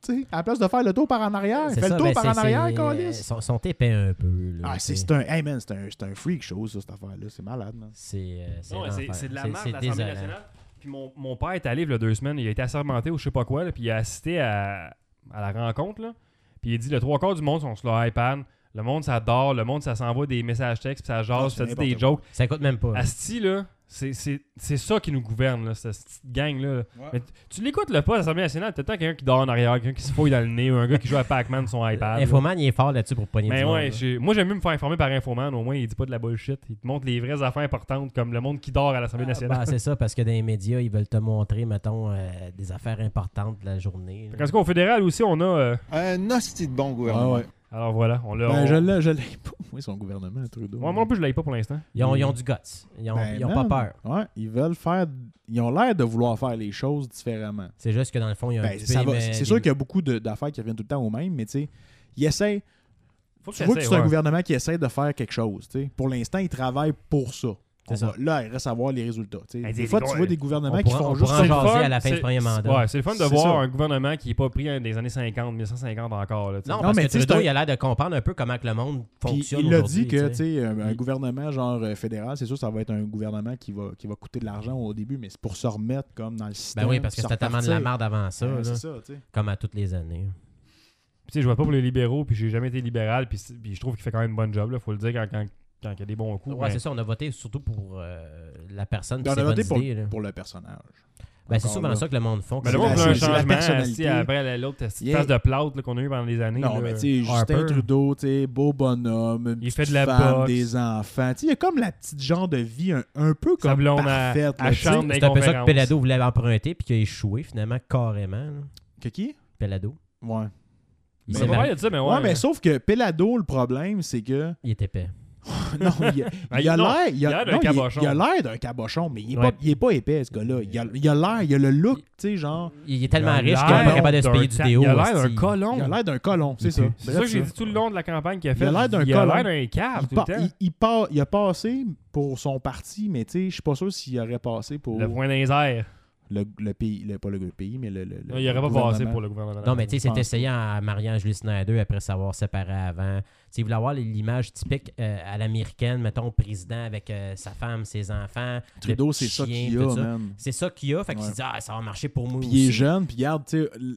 A: Tu sais, à la place de faire le tour par en arrière, il
C: C'est
A: fait
C: ça,
A: le tour
C: ben,
A: par
C: c'est-
A: en arrière,
C: c'est-
A: câlisse.
C: Sont, sont épais un peu. là,
A: Ah, c'est
C: tu sais.
A: c'est un, hey man, c'est un, c'est un freak show, ça, cette affaire-là. C'est malade, man.
C: C'est euh,
B: Non, mais
C: l'enfer.
B: c'est c'est de la
C: C'est-
B: merde,
C: c'est
B: l'Assemblée
C: désolant.
B: nationale. Puis mon, mon père est allé il y a deux semaines, il a été assermenté ou je sais pas quoi, là, puis il a assisté à, à la rencontre. Là. Puis il dit le trois quarts du monde sont sur leur iPad, le monde s'adore, le monde ça s'envoie des messages textes, puis ça
A: Ah,
B: jase,
A: c'est
B: puis ça dit
A: n'importe
B: des
A: quoi.
B: jokes.
C: Ça coûte même pas.
B: Asti, là, c'est- c'est c'est ça qui nous gouverne, là, cette, cette petite gang-là. Mais tu- tu l'écoutes le pas à l'Assemblée nationale, t'as tant quelqu'un qui dort en arrière, quelqu'un qui se fouille dans le nez, ou un gars qui joue à Pac-Man sur son iPad. là.
C: Euh, Infoman, il est fort là-dessus pour pogner
B: Mais
C: du monde,
B: ouais,
C: là.
B: j'ai- moi j'aime mieux me faire informer par Infoman, au moins il dit pas de la bullshit. Il te montre les vraies affaires importantes comme le monde qui dort à l'Assemblée nationale.
C: Ah, bah, c'est ça, parce que dans les médias, ils veulent te montrer, mettons, euh, des affaires importantes de la journée.
B: Fait qu'en tout cas, au fédéral aussi, on a. euh,
D: Un hostie de bon
A: Ah
D: gouvernement.
A: ouais.
B: alors voilà, on l'a.
A: Ben,
B: on-
A: je l'ai, je l'ai pas. Oui, son gouvernement, Trudeau.
B: Moi moi non plus, je l'ai pas pour l'instant.
C: Ils ont, ils ont du guts. Ils ont,
A: Ben,
C: ils ont pas
A: man,
C: peur.
A: Ouais, ils veulent faire. Ils ont l'air de vouloir faire les choses différemment.
C: C'est juste que dans le fond, il y a un
A: Ben,
C: petit
A: ça
C: peu,
A: va-
C: mais
A: c'est
C: des-
A: sûr qu'il y a beaucoup de- d'affaires qui reviennent tout le temps au même, mais tu sais, ils essaient.
B: Faut que
A: Tu vois que
B: t'essayes,
A: c'est un
B: ouais.
A: gouvernement qui essaie de faire quelque chose. tu sais. Pour l'instant, ils travaillent pour ça.
C: C'est
A: On
C: ça.
A: va- là, il reste à voir les résultats. tu sais.
B: Ben,
A: des
B: des-
A: fois,
B: des-
A: tu vois des
C: on
A: gouvernements qui
C: pourra-
A: font
C: on
A: juste
C: pourra en
A: ça.
B: C'est le
C: jaser
B: fun,
C: à la fin du
B: c'est-
C: premier
B: c'est-
C: mandat.
B: Ouais, c'est le fun de
A: C'est
B: voir
A: ça.
B: un gouvernement qui est pas pris hein, des années 50, 1950 encore. Là, tu sais.
C: Non,
A: Non,
C: parce
A: mais
C: que
A: tu sais,
C: Trudeau,
A: c'est un-
C: il a l'air de comprendre un peu comment que le monde
A: Puis
C: fonctionne.
A: il l'a
C: aujourd'hui,
A: dit que
C: tu
A: tu
C: sais.
A: sais, un, un
C: Il-
A: gouvernement genre euh, fédéral, c'est sûr ça va être un gouvernement qui va, qui va coûter de l'argent au début, mais c'est pour se remettre comme dans le système.
C: Ben oui, parce
A: puis
C: que
A: se
C: c'était tellement de la
A: repartir.
C: merde avant ça,
A: Ouais,
C: là,
A: c'est ça, tu sais.
C: comme à toutes les années.
B: Puis, tu sais, je vois pas pour les libéraux, puis j'ai jamais été libéral, puis, c'est- puis je trouve qu'il fait quand même une bonne job, là, faut le dire quand, quand, quand il y a des bons coups. ben,
C: Ouais,
B: mais-
C: c'est ça, on a voté surtout pour euh, la personne
A: Ben,
C: qui
A: on a
C: s'est
A: voté
C: bonne
A: pour,
C: idée. là.
A: pour le personnage.
C: Ben, c'est
A: Encore
C: souvent
A: là.
C: ça que le monde font.
B: mais
A: c'est
B: ben, le monde
A: la-
B: veut un
A: c'est la
B: changement
A: personnalité.
B: si, après la- l'autre petite
A: Yeah.
B: face de plâtre là, qu'on a eu pendant les années.
A: Non,
B: là.
A: mais tu sais, Justin
C: Harper.
A: Trudeau, tu sais, beau bonhomme, une
B: Il
A: petite
B: fait de la
A: femme,
B: boxe.
A: des enfants. Tu sais, il y a comme la petite genre de vie un, un peu
B: Sa
A: comme
B: blonde à-
A: parfaite.
B: à
A: là, tu sais.
B: chambre.
C: C'est un peu ça que
B: conférences.
C: Pelado voulait emprunter puis qu'il a échoué finalement carrément. là.
A: Que qui?
C: Pelado.
A: Ouais.
C: Il
B: Mais
C: s'est
B: ouais,
C: mar-
B: il y a de ça, mais
A: Ouais,
B: ouais.
A: mais sauf que Pelado, le problème, c'est que.
C: Il était épais.
A: <laughs> Non, il,
B: Ben,
A: il a
B: non,
A: l'air. Il
B: il a
A: a
B: l'air d'un
A: non, il-
B: cabochon.
A: il a l'air d'un cabochon, mais il est,
B: Ouais.
A: pas, il est pas épais, ce gars-là. Il a il a l'air, il a le look, tu sais, genre.
C: Il est tellement
B: Il a
C: riche qu'il
B: l'air
C: n'est pas capable de se
B: d'un
C: payer du
B: ta-
C: déo.
B: Il a l'air d'un
C: hostie.
A: Il a
B: colon.
A: l'air d'un colon, c'est
B: Il
A: ça.
B: pue. C'est ça que
A: Bref,
B: j'ai dit tout le long de la campagne qu'il a
A: Ben Il a
B: faite.
A: l'air d'un
B: Il a
A: colon.
B: l'air d'un cave
A: Il,
B: tout le
A: part-
B: temps.
A: il- il part- il a passé pour son parti, mais tu sais, je suis pas sûr s'il aurait passé pour
B: Le
A: le,
B: point dans les airs.
A: le pays, le- pas le pays, mais le. le- le
B: Non, il aurait pas
A: gouvernement.
B: passé pour le gouvernement.
C: Non, mais tu sais,
A: Je pense
C: c'est essayé en mariant Julie Snyder après s'avoir séparé avant. Tu sais, il voulait avoir l'image typique euh, à l'américaine, mettons, président avec euh, sa femme, ses enfants. le
A: Trudeau,
C: petit
A: c'est ça
C: chien,
A: qu'il
C: tout
A: a,
C: ça.
A: man.
C: C'est ça qu'il a, fait qu'il
A: Ouais.
C: se dit, ah, ça va marcher pour moi
A: Puis
C: aussi.
A: il est jeune, puis regarde, tu sais, l-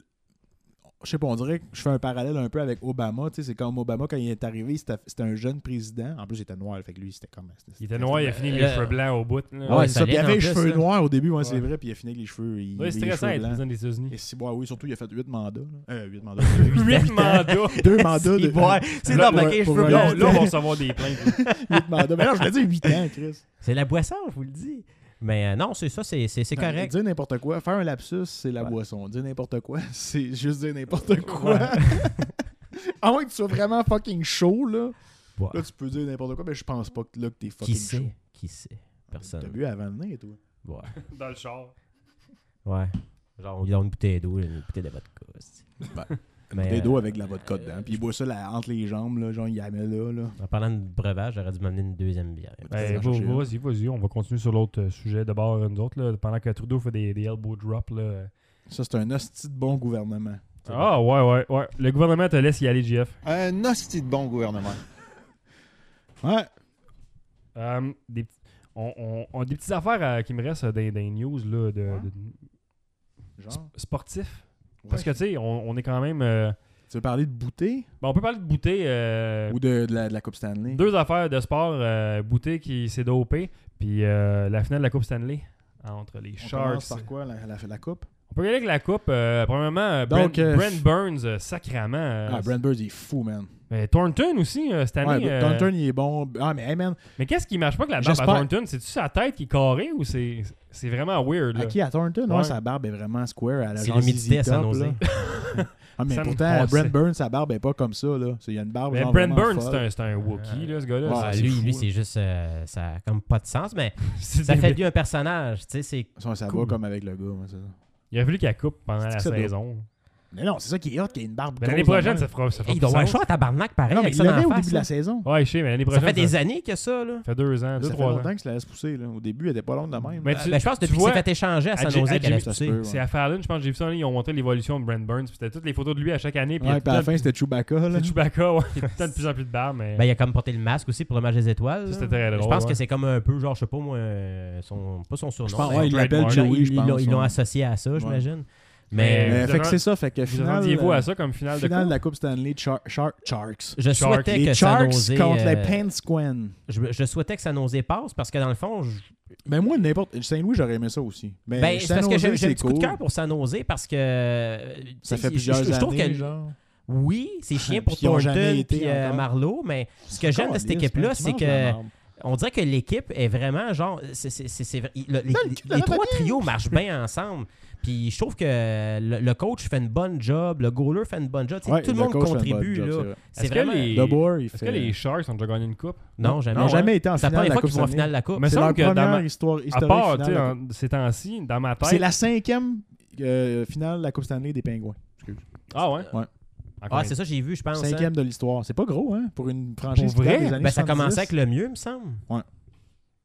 A: je sais pas, on dirait que je fais un parallèle un peu avec Obama, tu sais, c'est comme Obama quand il est arrivé, c'était c'était un jeune président, en plus il était noir, fait que lui c'était comme...
B: Il était noir, il a fini les
C: Euh,
B: cheveux blancs au bout. là.
A: Ah Ouais,
C: Ouais,
A: c'est ça, puis il
C: solide
A: avait
C: en
A: les
C: plus,
A: cheveux
C: là.
A: noirs au début, ouais, c'est
B: Ouais.
A: vrai, puis il a fini avec les cheveux, il,
B: Ouais,
A: les
B: c'est stressant
A: cheveux
B: d'être
A: blancs.
B: président des
A: Et
B: États-Unis.
A: si, ouais, oui, surtout il a fait 8 mandats, là. euh, 8
C: <laughs>
A: mandats, <laughs>
B: Huit mandats.
A: deux mandats de...
C: Ouais, <laughs> c'est
A: Là,
C: non, ok,
A: ouais,
C: je
A: pour
C: veux
A: un
B: Là,
A: <laughs>
C: bien.
A: gars.
B: là, on va recevoir des plaintes.
A: <laughs> Huit mandats, mais non, je voulais dire 8 ans, Chris.
C: C'est la boisson, je vous le dis. Mais euh, non, c'est ça, c'est c'est-
A: Ah,
C: c'est correct.
A: Dire n'importe quoi, faire un lapsus, c'est la
C: Ouais.
A: boisson. Dire n'importe quoi, <laughs> c'est juste dire n'importe quoi. <laughs> à moins que tu sois vraiment fucking chaud, là.
C: Ouais.
A: Là, tu peux dire n'importe quoi, mais je pense pas que là que t'es fucking
C: Qui
A: chaud.
C: sait? Qui sait?
A: T'as
C: Personne.
A: bu avant le nez, toi.
C: Ouais.
B: Dans le char.
C: ouais. Genre, on lui donne une bouteille d'eau, une bouteille de vodka. hostie.
A: Ben,
C: Mais,
A: Des
C: euh,
A: dos avec de la vodka dedans. Puis il boit ça là, entre les jambes, là, genre il y a met là. là.
C: euh, En parlant de breuvage, j'aurais dû m'amener une deuxième bière.
A: Peut-être
B: Ben,
A: en
B: vas-
A: chercher
B: vas-
A: une.
B: vas-y, vas-y, on va continuer sur l'autre euh, sujet de bord, euh, nous autres, là, pendant que Trudeau fait des, des elbow drops. Là.
A: Ça, c'est un hostie de bon gouvernement.
B: Ah, ouais, ouais, ouais. Le gouvernement te laisse y aller, JF.
D: Un hostie de bon gouvernement.
A: Ouais.
B: Euh, des, petits- on, on- on a des petites affaires euh, qui me restent euh, des, des news là, de,
A: Ouais.
B: de-
A: Genre.
B: sportifs.
A: ouais.
B: Parce que, tu sais, on, on est quand même. euh,
A: Tu veux parler de bouteille
B: ben, on peut parler de Bouté. euh,
A: ou de, de la, de la Coupe Stanley
B: deux affaires de sport. euh, Bouté qui s'est dopé, puis euh, la finale de la Coupe Stanley hein, entre les
A: On commence
B: Sharks.
A: par quoi la, la, la Coupe
B: On peut y aller avec la Coupe. euh, premièrement, euh, Brent,
A: Donc, euh,
B: Brent Burns, euh, sacrément. euh,
A: Ah, Brent Burns, il est fou, man.
B: Mais Thornton aussi, euh, cette
A: Ouais,
B: année. euh,
A: Thornton, il est bon. Ah, mais hey, man,
B: Mais qu'est-ce qui marche pas que la barbe à
A: J'espère-
B: Thornton C'est-tu sa tête qui est carrée ou c'est c'est vraiment weird?
A: à
B: Là?
A: qui à Thornton
B: Ouais.
A: ouais, Sa barbe est vraiment square. Elle a
C: C'est
A: genre
C: l'humidité à
A: ZZ
C: San
A: Top,
C: Jose.
A: là. <laughs> Ah, mais
B: Ça me
A: pourtant,
B: passe.
A: à Brent Burns, sa barbe est pas comme ça. là. C'est- Il y a une barbe.
B: Mais
A: genre
B: Brent
A: vraiment
B: Burns,
A: folle.
B: c'est un, c'est un Wookiee, là, ce gars-là.
A: Ouais,
B: Ça-
C: Ah,
A: c'est
C: lui,
A: fou, hein.
C: lui
A: là.
C: c'est juste. euh, ça a comme pas de sens, mais
B: c'est
C: ça fait de
B: débile.
C: lui un personnage. Tu sais, c'est.
A: Ça, ça
B: Cool.
A: va comme avec le gars, moi, c'est ça.
B: Il aurait fallu qu'elle coupe pendant la
A: C'est que ça
B: saison.
A: Mais non, c'est ça qui est hot, qu'il y ait une barbe
B: Mais
A: grosse
B: l'année
A: dans le
B: prochaine,
A: même.
B: ça fera, ça fera
C: Hey, il
B: plus
C: doit avoir un
B: sens.
C: choix à tabarnak pareil.
A: Non, mais
C: avec
A: il
C: ça, dans
A: l'avait
C: la
A: au
C: face,
A: début de la
C: là.
A: saison.
B: hein. Ouais, je sais, mais l'année
C: ça
B: prochaine.
C: fait des années que ça, là.
B: ça fait deux ans, deux,
A: Ça fait
B: trois ans.
A: longtemps que se la laisse pousser. Là. Au début, elle était pas longue de même.
B: Mais tu-
C: Ben, je pense
B: tu
C: que depuis qu'il
B: vois, Ah,
C: s'est fait échanger à San
B: à Jim- à
C: Jose qu'elle a
A: Ça
B: Jimmy-
A: se
C: poussé.
A: peut, ouais.
B: C'est à Fallon, je pense que j'ai vu ça, en ligne, ils ont montré l'évolution de Brent Burns. puis C'était toutes les photos de lui à chaque année. Puis il y a
A: Ouais,
B: tout
A: puis à la
B: le temps-
A: fin, c'était Chewbacca. Là.
B: c'est Chewbacca,
C: <laughs>
B: ouais. Il y a tout le temps de plus en plus de barres, mais.
C: Ben, il a comme porté le masque aussi pour le match des étoiles.
B: Ça,
C: là.
B: c'était très
C: Je
B: drôle, hein.
C: pense
B: ouais.
C: que c'est comme un peu, genre, je sais pas moi, euh, son, pas son surnom.
A: Je pense,
C: mais
A: ouais, il l'appelle
B: trademark.
A: Joey,
C: ils-
A: je
C: ils l'ont-
A: pense.
C: ils l'ont
A: ouais.
C: associé à ça, j'imagine.
A: Mais,
C: Mais,
B: Mais-
A: fait que c'est ça. Fait que
B: Vous
A: finale,
B: attendiez-vous
A: euh,
B: à ça comme finale de
A: finale de
B: coupe?
A: la Coupe Stanley Char- Char- Sharks.
C: je
B: Sharks.
C: souhaitais
A: Les
C: que San
A: Sharks
C: Jose.
A: contre les
C: euh,
A: Pennsquen.
C: je, je souhaitais que San Jose passe parce que dans le fond, je-
A: Ben moi, n'importe. Saint-Louis, j'aurais aimé ça aussi. Mais
C: ben, c'est
A: San
C: parce que
A: Jose,
C: j'ai j'ai un
A: c'est
C: petit coup de
A: cool.
C: cœur pour San Jose parce que. euh,
A: Ça
C: tu
A: fait
C: sais,
A: plusieurs
C: je, je trouve
A: années,
C: que-
A: genre.
C: Oui,
A: <laughs>
C: c'est chiant pour
A: Puis ils ont
C: Thornton
A: jamais été
C: et
A: encore.
C: Marlowe, mais ce que j'aime de cette
A: Caliste,
C: équipe-là,
A: man, tu
C: c'est
A: manges
C: que-
A: la marde.
C: on dirait que l'équipe est vraiment genre. c'est- c'est- c'est- c'est vrai- il- le- les
A: Dans le cul de la
C: les trois
A: marde.
C: trios marchent bien ensemble. Puis je trouve que le, le coach fait une bonne job, le goaler fait une bonne job. Tu sais,
A: Ouais,
C: tout le monde
A: coach fait une bonne
C: contribue.
A: job,
C: là.
A: c'est vrai.
C: C'est
B: Est-ce que
C: vraiment.
B: les-
A: Le Boer, il
B: Est-ce
A: fait.
B: que les Sharks ont déjà gagné une coupe?
C: Non, jamais.
A: Ils n'ont
C: ouais.
A: jamais été en
C: C'est la
A: finale de
C: première
A: la
C: fois
A: Coupe
C: qu'ils vont en finale de
A: Stanley.
C: la Coupe.
B: Mais-
A: C'est leur
B: semble que dans
A: première
B: ma-
A: histoire
B: À
A: historique
B: part, tu
A: finale
B: sais,
A: de la
B: en- ces temps-ci, dans ma
A: C'est
B: tête.
A: la cinquième euh, finale de la Coupe Stanley des Pingouins.
B: Ah ouais?
A: Ouais.
B: Encore
C: Ah,
B: une-
C: c'est ça, j'ai vu, je pense. hein.
A: Cinquième de l'histoire. C'est pas gros, hein, pour une franchise
B: Pour
A: qui date
B: vrai?
A: des années
C: Ben, ça
A: 70.
C: commençait avec le mieux, me semble.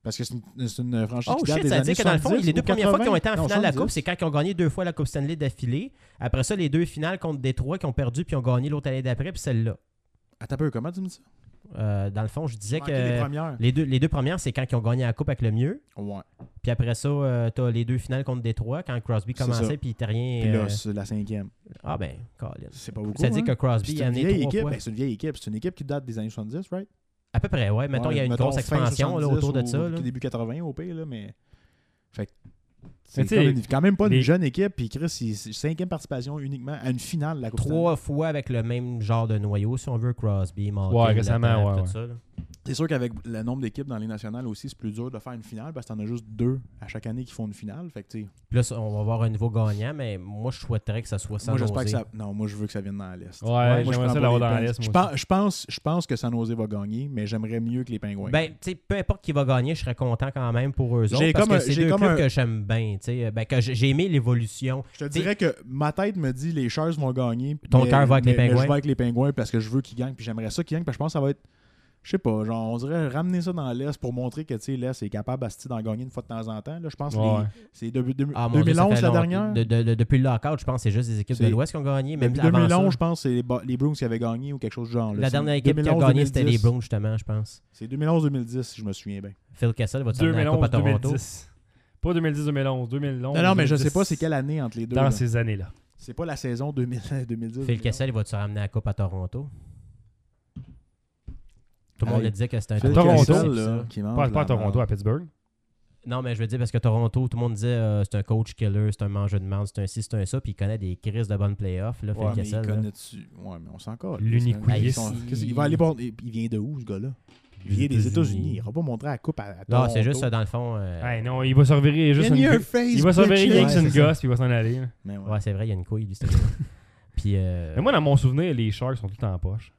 A: Parce que c'est une, c'est une franchise
C: Oh
A: qui date
C: shit,
A: des
C: ça veut
A: années
C: dire que dans le fond,
A: 70
C: les deux
A: ou
C: premières fois qu'ils ont été en
A: 80.
C: finale de la
A: Non,
C: Coupe, c'est quand ils ont gagné deux fois la Coupe Stanley d'affilée. Après ça, les deux finales contre Détroit qui ont perdu puis ont gagné l'autre année d'après, puis celle-là.
A: Attends un peu, comment tu me dis ça?
C: Euh, dans le fond, je disais
A: Manquer les
C: que
A: premières.
C: les deux, les deux premières, c'est quand ils ont gagné la Coupe avec le mieux.
A: Ouais.
C: Puis après ça, tu as les deux finales contre Détroit quand Crosby
A: C'est ça.
C: commençait puis t'as rien.
A: Puis
C: euh,
A: là, c'est la cinquième.
C: Ah ben, Colin.
A: C'est pas beaucoup.
C: Ça dit
A: hein?
C: que Crosby
A: Puis
C: il
A: c'est
C: a
A: une
C: amené
A: vieille
C: trois
A: équipe.
C: fois.
A: Ben, c'est une vieille équipe. C'est une équipe qui date des années 70, right?
C: À peu près, ouais. Mettons, il y a une
A: mettons
C: grosse
A: fin
C: expansion là,
A: 70
C: autour de
A: ou
C: ça. là.
A: Début 80 au pays, là, mais. Fait que
B: Mais
A: c'est
B: tu
A: quand,
B: sais,
A: même- quand même pas
B: les-
A: une jeune équipe. Puis Chris, il- c'est cinquième participation uniquement à une finale de la Coupe Stanley.
C: Trois fois avec le même genre de noyau, si on veut, Crosby, Malkin,
B: Ouais, récemment,
C: Lattner,
B: ouais,
C: tout
B: ouais.
C: ça, là.
A: C'est sûr qu'avec le nombre d'équipes dans les nationales aussi, c'est plus dur de faire une finale parce que t'en as juste deux à chaque année qui font une finale. Fait que, tu sais,
C: Puis là, ça, on va avoir un nouveau gagnant, mais moi, je souhaiterais que ça soit San
A: moi, j'espère
C: Jose.
A: que ça. Non, moi, je veux que ça vienne dans la liste.
B: Ouais,
A: Moi, je
B: j'aimerais
A: prends
B: ça
A: pas
B: l'avoir
A: les
B: dans la
A: Pens.
B: liste, moi
A: Je pense, je, pense, je pense que San Jose va gagner, mais j'aimerais mieux que les Pingouins.
C: Ben, tu sais, peu importe qui va gagner, je serais content quand même pour eux
A: J'ai
C: autres. Parce
A: comme
C: que
A: un-
C: c'est
A: j'ai
C: deux
A: comme
C: clubs
A: un-
C: que j'aime bien. tu sais, Ben, que j'ai j'ai aimé l'évolution.
A: Je te dirais que ma tête me dit les Sharks vont gagner.
C: Ton
A: mais-
C: cœur va avec
A: mais-
C: les
A: mais
C: Pingouins.
A: Je vais avec les pingouins parce que je veux qu'ils gagnent. Puis j'aimerais ça qu'ils gagnent. Parce que je pense que ça va être. Je sais pas, genre, on dirait ramener ça dans l'Est pour montrer que, tu sais, l'Est est capable asti, d'en gagner une fois de temps en temps. Là, je pense que les-
B: Ouais.
A: c'est de- de-
C: Ah, mon Dieu, ça
A: 2011
C: fait
A: la
C: longtemps.
A: dernière.
C: De- de- de- depuis le lockout, je pense que c'est juste des équipes de
A: C'est-
C: l'Ouest qui ont gagné. Même
A: Depuis
C: avant
A: 2011, je
C: ça.
A: pense que c'est les, Bo- les Bruins qui avaient gagné ou quelque chose du genre. là.
C: La
A: C'est
C: dernière équipe qui
A: 2011,
C: a gagné, c'était les
A: 2010.
C: Browns, justement, je pense.
A: C'est 2011-2010, si je me souviens bien.
C: Phil Kessel va tourner la Coupe à Toronto.
B: 2011-2010. Pas 2010-2011, 2011.
A: Non, non, mais je
B: 2010,
A: sais pas c'est quelle année entre les deux.
B: Dans
A: là.
B: ces années-là.
A: C'est pas la saison <laughs> 2000 2010.
C: Phil Kessel, il va-tu ramener la Coupe à Toronto? Tout le monde
A: Hey,
C: le disait que c'était un
A: Phil
C: truc de
B: euh, Toronto,
A: Kessel,
C: possible,
A: Ah, là,
C: ça.
A: qui mange
B: Pas,
A: la
B: pas à Toronto,
A: merde.
B: à Pittsburgh.
C: Non, mais je veux dire, parce que Toronto, tout le monde disait euh, c'est un coach killer, c'est un mangeur de merde, c'est un ci, c'est un ça, puis il connaît des crises de bonnes playoffs, là, Phil
A: Ouais, mais
C: Kessel.
A: il
C: là.
A: connaît-tu- Ouais, mais on s'en colle.
B: L'unicoulisse.
A: Ils sont- qu'est-ce- Il va aller pour- Il il vient de où, ce gars-là? Il vient des États-Unis. Il va pas montrer la coupe à, à
C: Non,
A: Toronto.
C: c'est juste, euh, dans le fond. euh,
B: Hey, non, il va se revirer juste
A: In
B: une...
A: your face,
B: Il va se revirer
A: bitches.
B: rien que c'est
A: Ouais,
B: une
A: c'est ça.
B: gosse, puis il va s'en aller. là.
A: Mais ouais.
C: Ouais, c'est vrai, il y a une couille, lui, ce
A: <laughs>
C: gars-là. Puis. euh,
B: Mais moi, dans mon souvenir, les Sharks sont tout le temps en poche.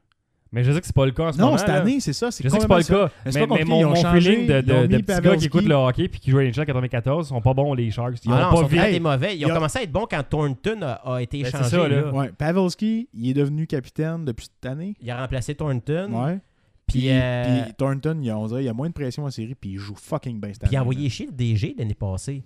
B: Mais je sais que c'est pas le cas en ce
A: Non,
B: moment,
A: cette
B: là.
A: année, c'est ça. C'est
B: Je sais que c'est pas le
A: complètement
B: cas.
A: Mais
B: Mais,
A: c'est pas
B: mais
A: compliqué,
B: mon,
A: ils ont
B: mon
A: changé,
B: feeling de,
A: ils ont
B: de,
A: mis
B: de petits gars
A: Pavelski.
B: qui écoutent le hockey puis qui jouent à NHL 94 sont pas bons, les Sharks. Ils
C: ah non,
B: ont
C: ils
B: pas
C: sont
B: vu.
C: vraiment
A: Hey,
C: des mauvais. Ils
A: il y
C: ont
A: a-
C: commencé à être bons quand Thornton a, a été
B: Ben, c'est
C: échangé.
B: ça, là.
C: là.
A: ça. Ouais, Pavelski, il est devenu capitaine depuis cette année.
C: Il a remplacé Thornton.
A: Ouais.
C: Puis,
A: Puis,
C: euh,
A: puis Thornton, il a, on dirait, il a moins de pression en série, puis il joue fucking bien cette année.
C: puis il a envoyé
A: là.
C: chier le DG l'année passée.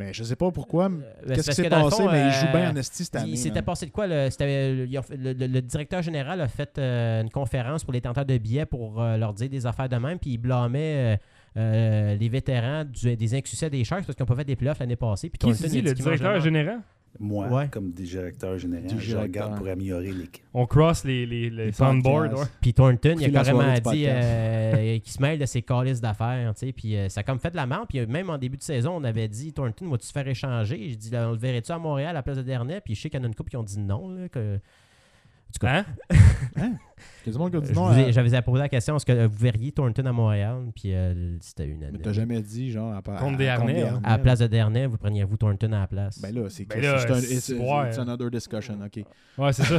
A: Mais je sais pas pourquoi.
C: Euh, ben,
A: Qu'est-ce
C: c'est
A: qui
C: parce que
A: s'est
C: dans le
A: passé,
C: fond,
A: mais il joue
C: euh,
A: bien en hein. esti cette année.
C: Il s'était
A: man.
C: passé de quoi? Le, c'était- euh, ils ont fait- le, le- le directeur général a fait euh, une conférence pour les tenteurs de billets pour euh, leur dire des affaires de même, puis il blâmait euh, euh, les vétérans du- des insuccès des Sharks parce qu'ils n'ont pas fait des playoffs l'année passée. Puis
B: Qui
C: Thornton,
B: se
C: il
B: dit,
C: a
B: le
C: dit qu'il mangeait
B: directeur
C: mal.
B: général?
E: Moi,
C: Ouais.
E: comme directeur général, je
A: Directeur.
E: regarde pour améliorer l'équipe.
B: On cross les, les, les
A: Les
B: soundboards.
A: podcasts.
B: ouais.
C: Puis Thornton, il
A: Puis
C: a
A: la
C: carrément
A: soirée du
C: dit
A: podcast.
C: euh, qu'il se mêle de ses calices d'affaires. tu sais, Puis euh, ça a comme fait de la merde. Puis euh, même en début de saison, on avait dit Thornton, vas-tu se faire échanger Je dis, on le verrait-tu à Montréal à la place de dernier Puis je sais qu'il y en a une couple qui ont dit non. là, que...
B: Hein?
A: Il y a du monde qui a
C: Euh,
A: dit
C: je
A: non.
C: vous ai-
A: à-
C: J'avais posé la question est-ce que euh, vous verriez Thornton à Montréal Puis euh, c'était une
A: Mais t'as jamais dit, genre, à part.
B: Contre
A: à-
B: des harnais, hein.
C: À la place de dernier, vous preniez-vous Thornton à la place
A: Ben là, c'est
B: Ben là,
A: c'est un-
B: c'est-
A: it's-
B: ouais.
A: it's another discussion, ok.
B: Ouais,
C: <laughs>
B: c'est ça.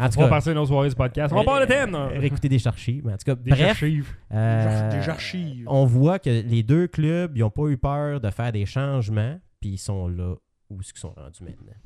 C: En
B: On va passer une autre soirée du podcast. On
C: euh,
B: parle de thème.
C: euh,
B: hein.
C: Réécouter des archives. mais En tout cas,
B: Des
C: bref.
B: archives.
C: euh,
A: Des archives.
C: On voit que les deux clubs, ils n'ont pas eu peur de faire des changements, puis ils sont là où ils sont rendus maintenant.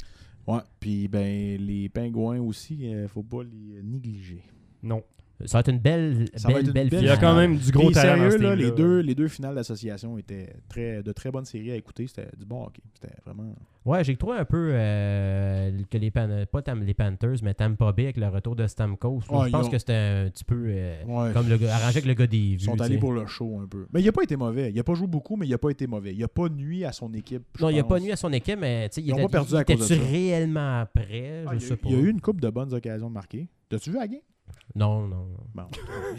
A: Ouais, puis ben les pingouins aussi, euh, faut pas les négliger.
B: Non.
C: Ça va être une belle,
A: Ça va
C: belle,
A: être une
C: belle
A: belle
B: Il y a
A: finale.
B: quand même du gros
A: Puis
B: talent
A: sérieux,
B: dans ce
A: là, les,
B: team-là.
A: deux, les deux finales d'association étaient très, de très bonnes séries à écouter. C'était du bon hockey. C'était vraiment.
C: Ouais, j'ai trouvé un peu euh, que les, Pan- pas Tam- les Panthers, mais Tampa Bay avec le retour de Stamkos. là,
A: Ouais,
C: je
A: ils
C: pense
A: ont-
C: que c'était un petit peu euh,
A: Ouais.
C: comme le gars- arrangé avec le gars des vues.
A: Ils sont
C: tu
A: allés
C: sais.
A: pour le show un peu. Mais il n'a pas été mauvais. Il n'a pas joué beaucoup, mais il n'a pas été mauvais. Il n'a pas nuit à son équipe. je
C: Non, il n'a
A: pense.
C: pas nuit à son équipe, mais tu sais, il
A: Ils ont
C: était-
A: pas perdu
C: il
A: à cause de
C: était-tu
A: ça.
C: réellement après,
A: Ah,
C: je
A: il, y a,
C: sais pas.
A: il y a eu une coupe de bonnes occasions de marquer. T'as-tu vu la game?
C: Non, non. non.
B: <laughs>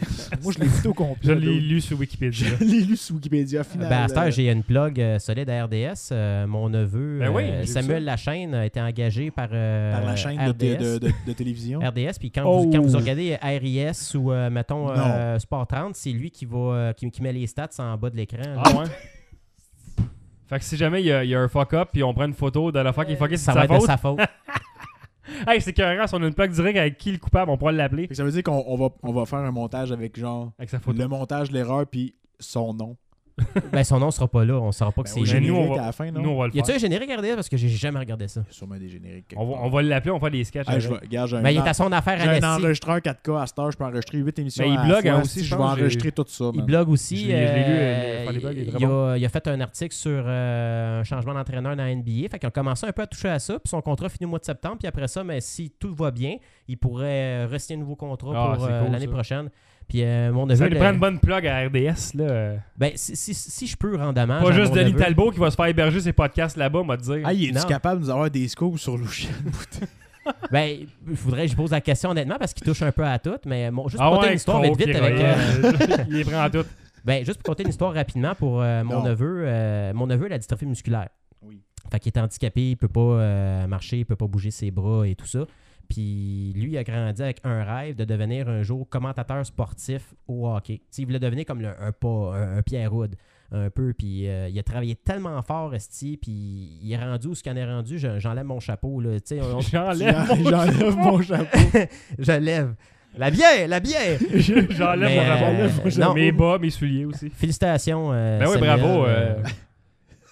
A: Bon. Moi, je l'ai vu au complet.
B: Je l'ai
A: dude.
B: lu sur
C: <laughs>
B: Wikipédia.
A: Je l'ai lu sur Wikipédia final.
C: Ben, à cette heure,
A: euh,
C: j'ai une plug euh, solide à RDS. Euh, mon neveu,
B: Ben oui,
C: euh,
B: j'ai vu
C: Samuel Lachaine, a été engagé par, euh,
A: par la chaîne de,
C: RDS.
A: de- de- de télévision.
C: RDS, puis quand,
A: Oh.
C: vous, quand vous regardez RIS ou, euh, mettons,
A: Non.
C: euh, Sport 30, c'est lui qui, va, euh, qui, qui met les stats en bas de l'écran. là.
B: Ah ouais? Fait que si jamais il y, a- il y a un fuck-up, puis on prend une photo de la fuck qui est fuckée, c'est
C: Ça
B: de sa
C: va être de
B: faute. <laughs>
C: sa faute.
B: Hey, c'est carré, on a une plaque directe avec qui le coupable, on pourra l'appeler
A: Fait que ça veut dire qu'on on va, on va faire un montage avec genre
B: avec sa photo.
A: le montage, l'erreur, puis son nom.
C: ben, son nom sera pas là, on saura pas que
A: Ben,
C: c'est
A: au
B: oui,
C: lui.
B: mais nous, on
A: générique
B: va-
A: à la fin, non?
B: Nous, on va le
C: Y a-tu
B: faire.
C: un générique RDS parce que j'ai jamais regardé ça?
A: Il y a sûrement des génériques. quelque
B: On va,
A: part.
B: on va l'appeler, on va faire des sketchs.
A: Hey,
B: avec.
A: je vais- regarde, j'ai un,
C: Ben, il
A: en-
C: est à son affaire
A: j'ai un
C: à l'Est.
A: enregistreur 4K à cette heure. Je peux enregistrer 8 émissions.
B: Mais il
A: à la
B: blogue,
A: fois, si
B: hein, aussi, je
A: je vais
B: pense, j'ai-
A: enregistrer tout ça.
C: Il
A: man.
C: blogue
B: Je
C: aussi.
B: l'ai- je l'ai lu,
C: euh,
B: euh, Fanny Blog est
C: il,
B: très
C: a, il a fait un article sur euh, un changement d'entraîneur dans la NBA. Fait qu'ils ont commencé un peu à toucher à ça. Puis son contrat finit au mois de septembre. Puis après ça, mais si tout va bien, il pourrait re un nouveau contrat
B: Ah,
C: pour
B: c'est
C: euh,
B: cool,
C: l'année
B: ça.
C: prochaine. Puis euh, mon neveu.
B: Ça lui
C: le-
B: prend une bonne plug à RDS, là.
C: ben, si, si- si je peux rendre hommage.
B: Pas
C: à
B: juste
C: mon
B: Denis
C: neveu.
B: Talbot qui va se faire héberger ses podcasts là-bas, on va te dire.
A: Ah, il est-tu
C: Non.
A: capable de nous avoir des scoops sur <laughs> Louchien?
C: Ben, il faudrait que je pose la question honnêtement parce qu'il touche un peu à tout. Mais mon- juste
B: Ah
C: pour
B: ouais,
C: conter une histoire vite
B: Croc,
C: vite
B: il-
C: avec. euh,
B: <laughs> Il est prêt en tout.
C: Ben, juste pour conter une histoire rapidement pour euh, mon
A: Non.
C: neveu. euh, mon neveu, il a la dystrophie musculaire.
A: Oui.
C: Fait qu'il est handicapé, il peut pas euh, marcher, il peut pas bouger ses bras et tout ça. Puis lui, il a grandi avec un rêve de devenir un jour commentateur sportif au hockey. Tu sais, il voulait devenir comme le- un, pas, un, un Pierre Wood, un peu. Puis euh, il a travaillé tellement fort, Esti, puis il est rendu où ce qu'il en est rendu. Je- J'enlève mon chapeau, là. Tu sais, on- on-
B: J'enlève mon
A: J'enlève mon chapeau.
C: <laughs> je lève. La bière, la bière!
B: <laughs> J'enlève
C: Mais,
B: mon
C: euh,
B: rabat.
C: non.
B: J'enlève Mes bas, mes souliers aussi.
C: Félicitations, euh,
B: Ben oui,
C: Samuel.
B: bravo.
C: Euh,
B: euh,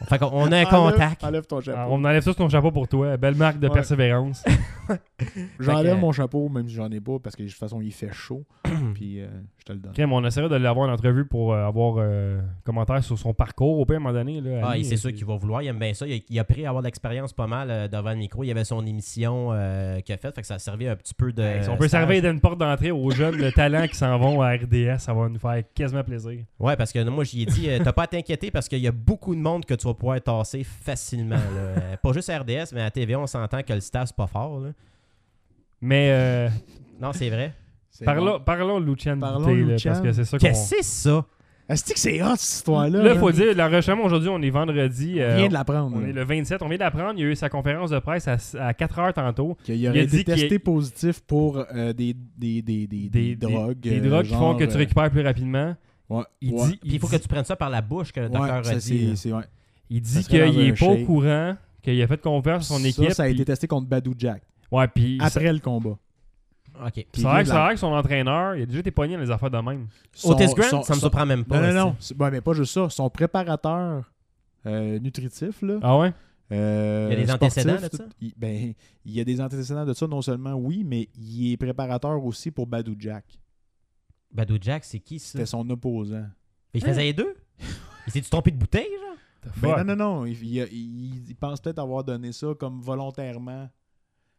C: Fait qu'on on a un
A: Enlève-
C: contact.
A: Enlève ton
B: ah,
A: chapeau.
B: On enlève ça sur ton chapeau pour toi. Belle marque de
A: Ouais.
B: persévérance.
A: J'enlève
C: Fait que-
A: mon chapeau, même si j'en ai pas, parce que de toute façon, il fait
B: <clears throat>
A: chaud. Puis euh, je te le donne.
B: Crème, on essaiera de l'avoir en entrevue pour euh, avoir euh, commentaire sur son parcours au pire à un moment donné. Là,
C: Ah,
B: Ali,
C: et c'est
B: euh,
C: sûr qu'il va vouloir. Il aime bien ça. Il a, il a pris à avoir de l'expérience pas mal euh, devant le micro. Il avait son émission euh, qu'il a faite. Fait que ça servait un petit peu de.
A: Euh,
B: Hey, si on peut
C: stage.
B: servir d'une porte d'entrée aux jeunes de talent qui s'en vont à RDS, ça va nous faire quasiment plaisir.
C: Ouais, parce que euh, moi, j'y ai dit, euh, t'as pas à t'inquiéter parce qu'il y a beaucoup de monde que tu vas pouvoir tasser facilement. là. Euh, pas juste à RDS, mais à TV, on s'entend que le staff, c'est pas fort. là.
B: Mais euh,
C: Non, c'est vrai.
A: C'est
B: parlons,
A: bon.
B: parlons de Lucian
A: Parlons
B: Boutet,
A: de
B: là,
A: Lucian.
B: parce que c'est ça qu'on...
C: Qu'est-ce que c'est ça?
A: Est-ce que c'est hot, cette histoire-là?
B: Là, il faut dire, l'enregistrement aujourd'hui, on est vendredi.
A: On
B: euh,
A: vient de l'apprendre.
B: on
A: là.
B: est le 27. On vient d'apprendre, il y a eu sa conférence de presse à, à 4 heures tantôt.
A: Qu'il aurait
B: dit
A: été
B: qu'il y a-
A: testé positif pour euh, des, des, des, des, des drogues.
B: Des,
A: euh,
B: drogues qui font
A: genre,
B: que tu
A: euh,
B: récupères plus rapidement.
A: ouais,
B: Il
A: ouais.
B: dit,
C: Puis il faut que tu prennes ça par la bouche que le
A: Ouais,
C: docteur a
A: ça,
C: dit.
B: euh,
A: c'est-
C: là.
A: c'est- ouais.
B: Il dit
A: Ça serait
B: qu'il
A: dans
B: est
A: un
B: pas au
A: shake.
B: courant, qu'il a fait confiance à son
A: Ça,
B: équipe.
A: Ça a
B: puis-
A: été testé contre Badou Jack
B: Ouais, puis ça-
A: après le combat.
C: OK.
A: Puis
B: ça a l'air que-
A: là,
B: ça a l'air que son entraîneur, il a déjà été pogné dans les affaires de même.
A: son-
C: Otis Grant,
A: son-
C: ça me
A: son-
C: surprend même pas.
A: Non, non,
C: là,
A: non. C'est- ouais, mais pas juste ça. Son préparateur euh, nutritif, là.
B: Ah ouais?
A: euh,
C: Il y a des
A: sportif,
C: antécédents de
A: tout-
C: ça?
A: Il, ben, il y a des antécédents de ça, non seulement oui, mais il est préparateur aussi pour Badou Jack.
C: c'est- Badou Jack, c'est qui ça?
A: C'était son opposant.
C: Il faisait
A: <laughs>
C: les deux? Il s'est-tu trompé de bouteille, genre?
A: Ben non, non, non. Il, il a- il- il pense peut-être avoir donné ça comme volontairement.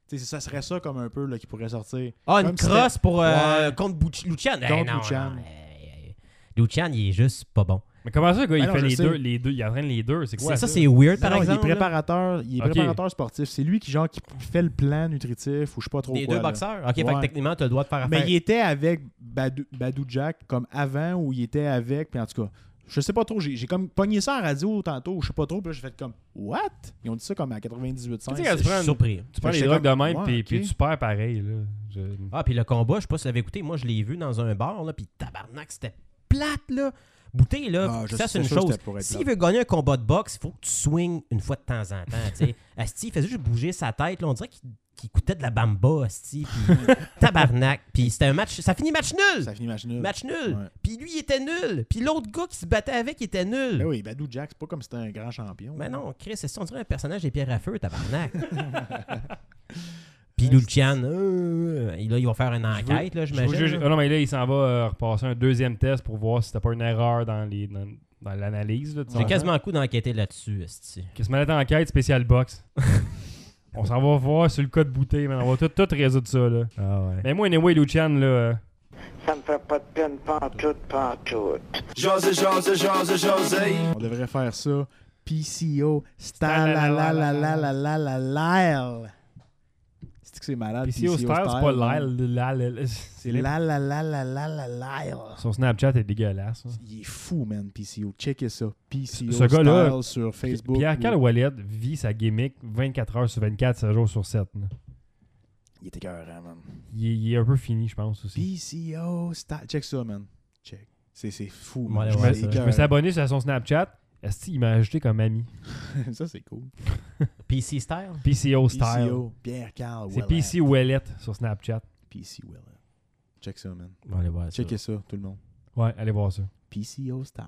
A: Tu sais, ça serait ça comme un peu là, qui pourrait sortir.
C: Ah, une
A: Comme si
C: crosse pour euh,
A: Ouais.
C: contre Bouch- Lucian. Eh,
A: Contre
C: non,
A: Lucian.
C: non, eh, eh. Lucian, il est juste pas bon.
B: Mais comment ça, le gars, il
A: Ben non,
B: fait
A: je
B: les
A: sais.
B: deux, les deux, il entraîne les deux, c'est quoi
C: C'est- ça, c'est weird,
A: Non,
C: par
A: non,
C: exemple.
A: il est
C: là.
A: préparateur, il est
B: Ok.
A: préparateur sportif. C'est lui qui, genre, qui fait le plan nutritif ou je sais pas trop
C: Des
A: quoi.
C: deux
A: là.
C: boxeurs. OK, fait
A: Ouais.
C: que techniquement, tu as le droit de faire
A: Mais
C: affaire.
A: il était avec Badou, Badou Jack comme avant ou il était avec, puis en tout cas, je sais pas trop. J'ai j'ai comme pogné ça à la radio tantôt, je sais pas trop, puis là j'ai fait comme What? Ils ont dit ça comme à 98.5.
B: Tu sais,
C: Je
B: tu prends-
C: suis surpris.
B: Tu prends
A: Fait
B: les
A: que
B: drogues de
A: j'étais
B: même,
A: comme,
B: puis,
A: ouais,
B: puis
A: ok.
B: tu perds pareil. Là. Je-
C: Ah, puis le combat, je sais pas si vous l'avez écouté. Moi, je l'ai vu dans un bar, là, puis tabarnak, c'était plate, là. Bouteille, là,
A: Ah, je
C: ça,
A: suis
C: c'est une
A: sûr que
C: chose.
A: c'était pour être
C: S'il
A: plate.
C: veut gagner un combat de boxe, il faut que tu swings une fois de temps en temps, tu sais. <laughs> Asti, il faisait juste bouger sa tête, là. On dirait qu'il qu'il coûtait de la bamba, Asti. Puis
A: <laughs>
C: tabarnak. Puis c'était un match... Ça finit match nul!
A: Ça finit match nul.
C: Match nul.
A: Ouais.
C: Puis lui, il était nul. Puis l'autre gars qui se battait avec, il était nul.
A: Ben oui, Badou
C: Ben
A: Jack, c'est pas comme si c'était un grand champion.
C: <laughs> Mais non, Chris, c'est- on dirait un personnage des pierres à feu, tabarnak. Puis Lucian, euh, et là, ils vont faire une
B: Je veux-
C: enquête, là,
B: je vous
C: j'imagine.
B: jure- ah non, mais là, il s'en va euh, repasser un deuxième test pour voir si c'était pas une erreur dans les dans, dans l'analyse. là, tu
C: J'ai
B: comprends?
C: quasiment le coup d'enquêter là-dessus, esti.
B: Qu'est-ce que enquête spécial
C: <laughs>
B: box? on s'en va voir sur le code bouteille, man. On va tout, tout résoudre ça, là.
C: Ah ouais.
B: Mais moi, anyway, Lucian, là, euh,
F: Ça me fait pas de peine pantoute, pantoute.
G: José, José, José, José.
A: On devrait faire ça. PCO. Style. la la la la la la la Lyle. C'est que c'est malade.
B: PCO Style, c'est pas Lyle. Lyle, Lyle.
A: C'est hein? la la la la la la Lyle.
B: Son Snapchat est dégueulasse. hein.
A: Il est fou, man, PCO. Checkez ça. PCO
B: Ce gars-là,
A: Style sur Facebook.
B: Pierre Carl
A: ou-
B: Wallet vit sa gimmick 24 heures sur 24, 7 jours sur 7. là.
A: Il était écœurant, man.
B: Il, est- il est un peu fini, je pense aussi.
A: PCO Style. Check ça, man. Check. C'est c'est fou,
C: Ouais,
A: man. C'est
C: ouais, ça.
B: Je
A: écœurant.
B: me suis abonné à son Snapchat. Esti, il m'a ajouté comme ami.
A: <laughs> Ça, c'est cool.
C: PC Style?
B: PCO Style.
A: PCO. Pierre Carl
B: C'est
A: Wallet.
B: PC Wallet sur Snapchat.
A: PC Wallet. Check ça, man.
C: On va aller voir ça.
A: Checkez ça, tout le monde.
B: Ouais, allez voir ça.
A: PCO Style.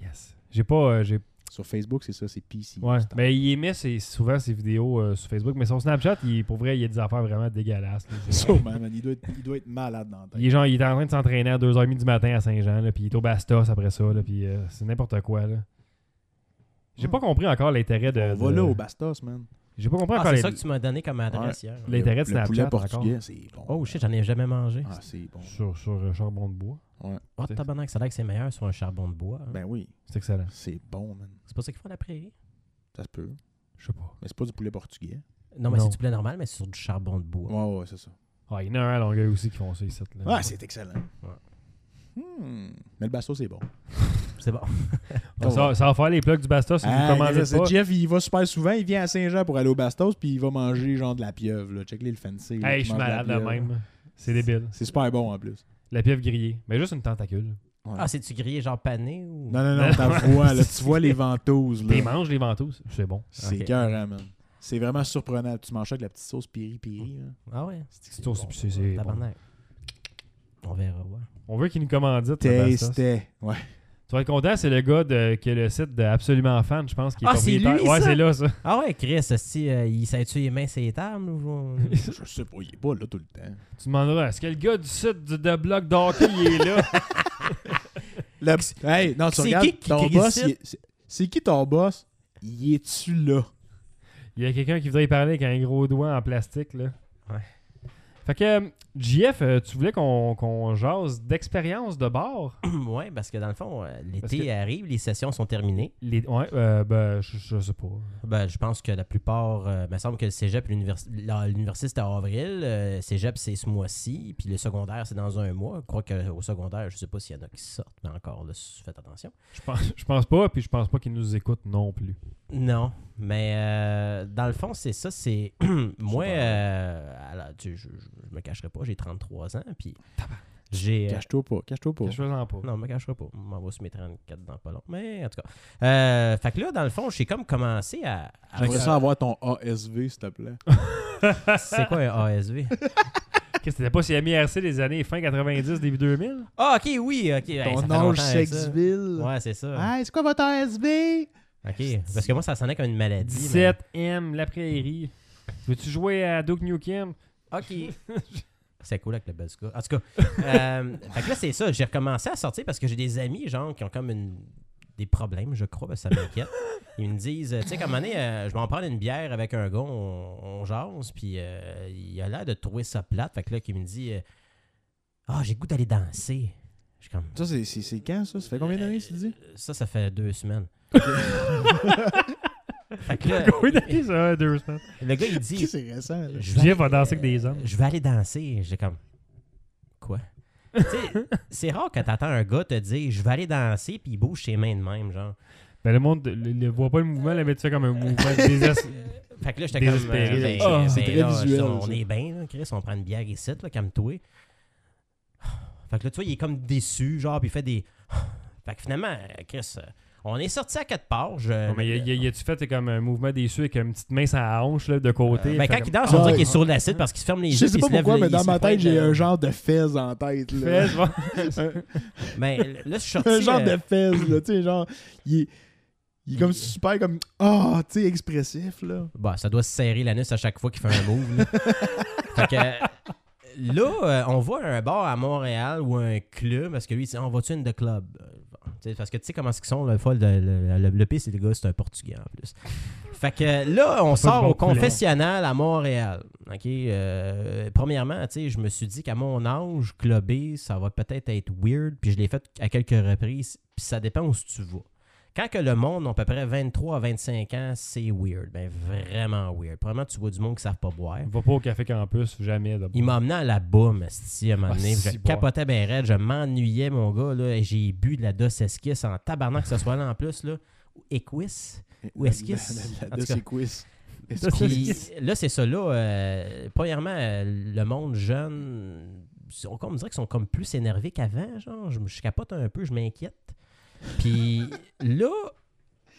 B: Yes. J'ai pas. euh, j'ai...
A: Sur Facebook, c'est ça, c'est PC.
B: Ouais.
A: <laughs>
B: Mais il émet ses- souvent ses vidéos euh, sur Facebook. Mais son Snapchat, il, pour vrai, il y a des affaires vraiment dégueulasses. là. C'est-
A: Sûrement, man. Il doit, être, il doit être malade dans la tête.
B: Il est, genre, il est en train de s'entraîner à 2h30 du matin à Saint-Jean, là, puis il est au Bastos après ça, là, puis euh, c'est n'importe quoi. Là. J'ai pas compris encore l'intérêt de.
A: On va
B: de-
A: là au Bastos, man.
B: J'ai pas compris
C: Ah,
B: encore
C: c'est
B: les-
C: ça que tu m'as donné comme adresse hier.
B: Le- L'intérêt de
A: Le
B: Snapchat,
A: poulet
B: d'accord.
A: portugais, c'est bon.
C: Oh shit, j'en ai jamais mangé.
A: Ah, c'est bon.
B: sur, sur euh, Charbon de Bois.
C: Oh,
B: c'est-
C: tabarnak, ça a l'air que c'est meilleur sur un charbon de bois. hein.
A: Ben oui,
B: C'est excellent.
A: c'est bon, man.
C: C'est pas ça qu'ils font à la prairie?
A: Ça se peut.
B: Je sais pas.
A: Mais c'est pas du poulet portugais.
C: Non, mais
B: Non.
C: c'est du poulet normal, mais c'est sur du charbon de bois.
A: Ouais, ouais, c'est ça.
B: Ah, il y en a un à Longueuil aussi qui font ça ici. Là.
A: Ah, c'est excellent. Hmm. Mais le Bastos, c'est bon.
C: C'est bon.
B: Ah, ça, ça va faire les plugs du Bastos. Si
A: Ah,
B: vous commandez
A: c'est-
B: pas.
A: Jeff, il va super souvent. Il vient à Saint-Jean pour aller au Bastos, puis il va manger genre de la pieuvre. Là. Check les le fancy. là,
B: Hey,
A: qui
B: je suis
A: mange de la
B: malade de
A: pieuvre.
B: même. C'est débile.
A: C'est super bon en plus.
B: La pieuvre grillée. Mais juste une tentacule.
A: Ouais.
C: Ah, c'est-tu grillé genre pané ou...
A: Non, non, non, ta voix, là, tu vois les ventouses.
B: Puis
A: Là.
B: ils mangent les ventouses. C'est bon.
A: C'est
C: Ok.
A: écœurant, man. C'est vraiment surprenant. Tu manges ça avec la petite sauce piri-piri. là.
C: Ah ouais?
B: C'est tout, c'est- c'est- c'est bon.
C: Tabarnak. On verra, ouais.
B: On veut qu'ils nous commanditent. le Bastos.
A: Tasté.
B: <laughs>
A: Ouais.
B: Tu vas être content, c'est le gars de, qui a le site de Absolument Fan, je pense, qui est
C: Ah, c'est
B: propriétaire.
C: lui,
B: ouais,
C: ça?
B: c'est là, ça.
C: Ah ouais, Chris, si il s'est-tu les mains, ses armes ou...
B: <coughs>
A: Je sais pas, il est pas là tout le temps.
B: Tu demanderas, est-ce que le gars du site du, de Bloc d'Hockey, il est
C: <laughs>
B: là?
A: Le- Hey, non, tu
C: c'est
A: regardes
C: qui qui
A: ton
C: crie
A: boss.
C: ici?
A: il est- c'est- C'est qui ton boss? Il est-tu là?
B: Il y a quelqu'un qui voudrait y parler avec un gros doigt en plastique, là.
C: Ouais.
B: Fait que, JF, euh, tu voulais qu'on qu'on jase d'expérience de bar?
C: ouais, parce que dans le fond, euh,
B: Parce
C: l'été
B: que-
C: arrive, les sessions sont terminées.
B: Les, ouais, euh, ben, je, je sais pas.
C: Ben, je pense que la plupart, euh, il me semble que le cégep, et l'univers- la- l'université, c'était en avril. euh, cégep, c'est ce mois-ci. Puis le secondaire, c'est dans un mois. Je crois qu'au secondaire, je sais pas s'il y en a qui sortent, mais encore, là, faites attention.
B: Je pense, je pense pas, puis je pense pas qu'ils nous écoutent non plus.
C: Non, mais euh, dans le fond, c'est ça. C'est <coughs> moi, euh, alors, tu- je, je- je me cacherai pas, j'ai 33 ans. Puis j'ai. euh,
A: Cache-toi pas, cache-toi pas.
B: Qu'est-ce que je faisais pas?
C: Non, je me cacherai pas. On m'en va se mettre 34 dans pas long. Mais en tout cas. Euh, fait que là, dans le fond, j'ai comme commencé à. à-
A: J'aimerais ça avoir ton ASV, s'il te plaît.
C: <laughs> c'est quoi un ASV?
B: Qu'est-ce que c'était pas CMIRC des années fin 90, début 2000?
C: Ah, ok, oui, ok. Hey, ça fait
A: ton Ah,
C: longtemps,
A: ange
C: ça.
A: Sexville.
C: Ouais, c'est ça.
A: Hey, c'est quoi votre ASV?
C: Ok. Parce que moi, ça sonnait comme une maladie. mais-
B: 17M, La Prairie. Veux-tu jouer à Duke Nukem?
C: OK. <laughs> C'est cool avec le Belska. En tout cas, euh, fait que là, c'est ça. J'ai recommencé à sortir parce que j'ai des amis, genre, qui ont comme une- des problèmes, je crois, parce que ça m'inquiète. Ils me disent, euh, tu sais, comme année, je m'en prends une bière avec un gars, on, on jase, puis euh, il a l'air de trouver ça plate. Fait que là, qui me dit, euh, ah, j'ai le goût d'aller danser. Je suis comme, euh,
A: Ça, c'est- c'est c'est quand, ça? Ça fait combien d'années, tu dis?
C: ça, ça fait deux semaines. fait que là,
B: Oui, d'aller, ça, deux semaines.
C: le gars, il dit,
A: C'est récent, là.
C: Je
B: Jeff va danser avec des hommes.
C: Je vais aller euh, danser. J'ai comme.
B: <laughs>
C: Quoi? Tu sais, c'est rare que t'attends un gars te dire je vais aller danser puis il bouge ses mains de même, genre.
B: Ben, le monde ne voit pas le mouvement, là, mais tu fais comme un mouvement désas-
C: Fait que là, j'étais comme.
B: Désespéré,
C: euh,
B: là.
C: ben,
B: Ah,
C: ben,
A: c'est
C: ben,
A: très
C: là,
A: visuel,
C: On
A: ça.
C: est bien, là, Chris, on prend une bière ici, là, calme-toi. Fait que là, tu vois, il est comme déçu, genre, puis il fait des. <sighs> Fait que finalement, euh, Chris, euh, on est sorti à quatre parts. Je...
B: Non, mais y a- y a- y a-tu fait t'es comme un mouvement déçu avec une petite main sur la hanche là, de côté?
C: Ben,
B: Fait
C: quand
B: comme-
C: il danse, on dirait
A: Ouais.
C: qu'il est sur l'acide parce qu'il se ferme les
A: Je
C: yeux.
A: sais
C: puis il
A: pas
C: se lève
A: pourquoi,
C: le-
A: mais
C: il
A: dans
C: se
A: ma tête,
C: pointe
A: j'ai
C: euh, le-
A: un genre de fez en tête, <laughs> là.
B: Fais, bon.
A: Un-
C: <laughs>
A: <laughs>
C: Mais ben, là, je suis sorti.
A: un genre
C: euh,
A: de fez, là. Tu sais, genre, il est, Il est comme super comme ah, tu sais expressif là.
C: Bah, ça doit se serrer l'anus à chaque fois qu'il fait un move. Là. fait que euh, là, euh, on voit un bar à Montréal ou un club parce que lui, il dit Ah, On va-tu une de club Euh, bon, tu sais, Parce que tu sais comment ils sont, le folle, le, le, le- le pire, c'est le gars, c'est un Portugais en plus. Fait que là, on sort
B: bon
C: au
B: couleur.
C: confessionnal à Montréal. OK? euh, premièrement, tu sais, je me suis dit qu'à mon âge, clubber, ça va peut-être être weird. Puis je l'ai fait à quelques reprises. Puis ça dépend où tu vas. Quand que le monde a à peu près 23 à 25 ans, c'est weird. Ben, vraiment weird. Probablement, tu vois du monde qui ne savent pas boire.
B: Va pas au café campus, jamais. d'abord.
C: Il m'a amené à la boum, esti, à un moment
B: Ah,
C: donné.
B: si,
C: je
B: bon.
C: capotais bien raide, je m'ennuyais, mon gars. Là, et j'ai bu de la Dos Esquisse en tabarnak, que ce soit là en plus. Là. Ou Equis.
A: <laughs>
C: Ou Esquisse.
A: La- la-
C: En
A: la-
C: tout cas.
A: c'est quiz.
C: Puis là, c'est ça. Là, euh, premièrement, euh, le monde jeune, on, on dirait qu'ils sont comme plus énervés qu'avant. Genre, je, me- je capote un peu, je m'inquiète. Puis là,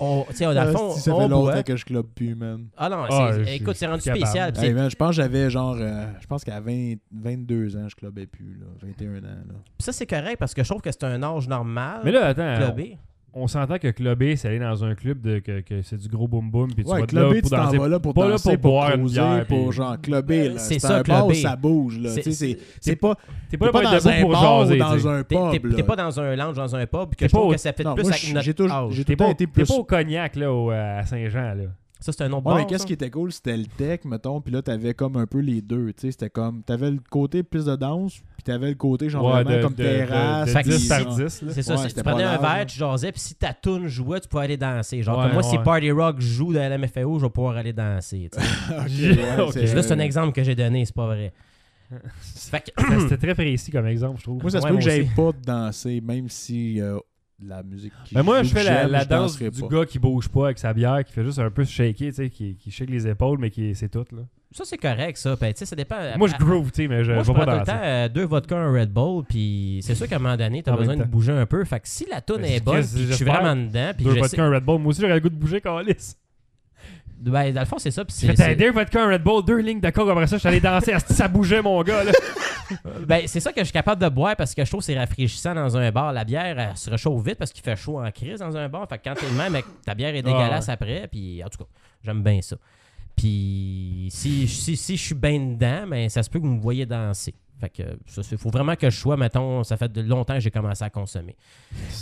C: on, tu sais, dans le fond,
A: Ah, si, ça
C: on
A: fait
C: boit.
A: longtemps que je clube plus, man.
C: Ah non,
B: Ah,
C: c'est-
B: je-
C: écoute, c'est
B: je
C: rendu
B: suis
C: spécial.
B: capable.
C: puis c'est-
A: Hey, man, je pense que j'avais genre. euh, je pense qu'à 20 22 ans, je clubais plus, là. 21 ans, là.
C: puis ça, c'est correct parce que je trouve que c'est un âge normal.
B: Mais là, attends,
C: clubé.
B: on, on s'entend que clubber, c'est aller dans un club de, que, que c'est du gros boom boom. Puis tu
A: ouais,
B: vas de
A: clubber,
B: là
A: tu
B: pour
A: t'en
B: danser.
A: vas là pour
B: pas là
A: danser,
B: pour boire une
A: cruiser,
B: bière,
A: pour
B: puis- Ben,
A: genre clubber,
C: Euh,
A: là.
C: c'est
A: C'est
C: ça,
A: un bar où
C: clubber.
A: ça bouge, là.
C: C'est-
A: Tu sais,
C: c'est-
A: c'est- C'est pas,
B: T'es
A: t'es
B: pas là pour
A: pas
B: être
A: dans
B: debout
A: un
B: pour
A: bar ou
B: jaser. tu
A: dans
B: sais.
A: un
C: T'es-
A: pub,
C: T'es t'es
A: là.
C: pas dans un lounge, dans un pub, que
B: T'es
C: je trouve
B: pas au-
C: que ça fait
A: Non,
C: plus
A: moi,
C: avec
A: j'ai-
C: notre
A: j'ai toujours-
C: âge.
A: j'ai-
B: T'es
A: Tout le temps
B: pas,
A: été
B: t'es
A: plus-
B: pas au cognac là, au- euh, à Saint-Jean. là.
C: Ça, c'est un autre
A: Ouais, mais
C: bar,
B: hein.
A: qu'est-ce
C: ça.
A: qui était cool, c'était le tech, mettons, puis là, t'avais comme un peu les deux, tu sais, c'était comme, t'avais le côté plus de danse, puis t'avais le côté genre
B: Ouais,
A: vraiment
B: de,
A: comme
B: de- de-
A: terrasse.
B: de
C: Fait que
B: 10
C: c'est-
B: par
A: <laughs>
B: 10. là.
C: C'est ça,
A: Ouais,
C: c'est- tu
A: c'était pas
C: prenais un
A: large,
C: verre,
A: là.
C: tu jasais, puis si ta toune jouait, tu pouvais aller danser. Genre,
B: Ouais,
C: comme moi, si
B: ouais.
C: Party Rock joue dans la MFAO, je vais pouvoir aller danser. tu sais.
B: Ok.
A: c'est-
C: Là, c'est un exemple que j'ai donné, c'est pas
B: <laughs>
C: vrai. Fait que-
B: C'était- C'était très précis comme exemple, je trouve.
A: Moi, ça se
C: Ouais,
A: peut
C: moi
A: que j'aille
C: aussi.
A: pas danser, même si euh, la musique. qui
B: Mais Ben, moi,
A: joue
B: je fais
A: que
B: la,
A: j'aime,
B: la
A: je
B: danse
A: danserais
B: du
A: pas.
B: gars qui bouge pas avec sa bière, qui fait juste un peu se shaker, tu sais, qui, qui shake les épaules, mais qui c'est tout. Là.
C: ça, c'est correct, ça. Ben, tu sais, ça dépend.
B: Moi, je
C: À-
B: groove, tu sais, mais je,
C: Moi,
B: je
C: je
B: vais
C: prends
B: pas
C: tout le
B: danser.
C: temps euh, deux vodka, un Red Bull, puis c'est sûr qu'à un moment donné, t'as
B: En même
C: besoin de
B: temps.
C: bouger un peu. Fait que si la toune
B: Mais
C: est bonne,
B: qu'est-ce que
C: puis je suis
B: j'espère?
C: vraiment dedans, puis
B: Deux
C: je sais...
B: vodka, un Red Bull. Moi aussi, j'aurais le goût de bouger, Calis.
C: Ben, dans le fond, c'est ça. puis
B: J'ai
C: c'est-
B: fait
C: c'est-
B: hey, deux vodka, un Red Bull, deux lignes de coke. Après ça, je suis allé danser. Asti, ça bougeait, mon gars. Là.
C: Ben, c'est ça que je suis capable de boire parce que je trouve que c'est rafraîchissant dans un bar. La bière, elle se réchauffe vite parce qu'il fait chaud en crise dans un bar. Fait que quand t'es le même, avec- ta bière
B: Ah,
C: est dégueulasse après. Puis, en tout cas, j'aime bien ça. Puis, si, si, si je suis bien dedans, ben, ça se peut que vous me voyez danser. Fait que, il faut vraiment que je sois, mettons, ça fait de- longtemps que j'ai commencé à consommer.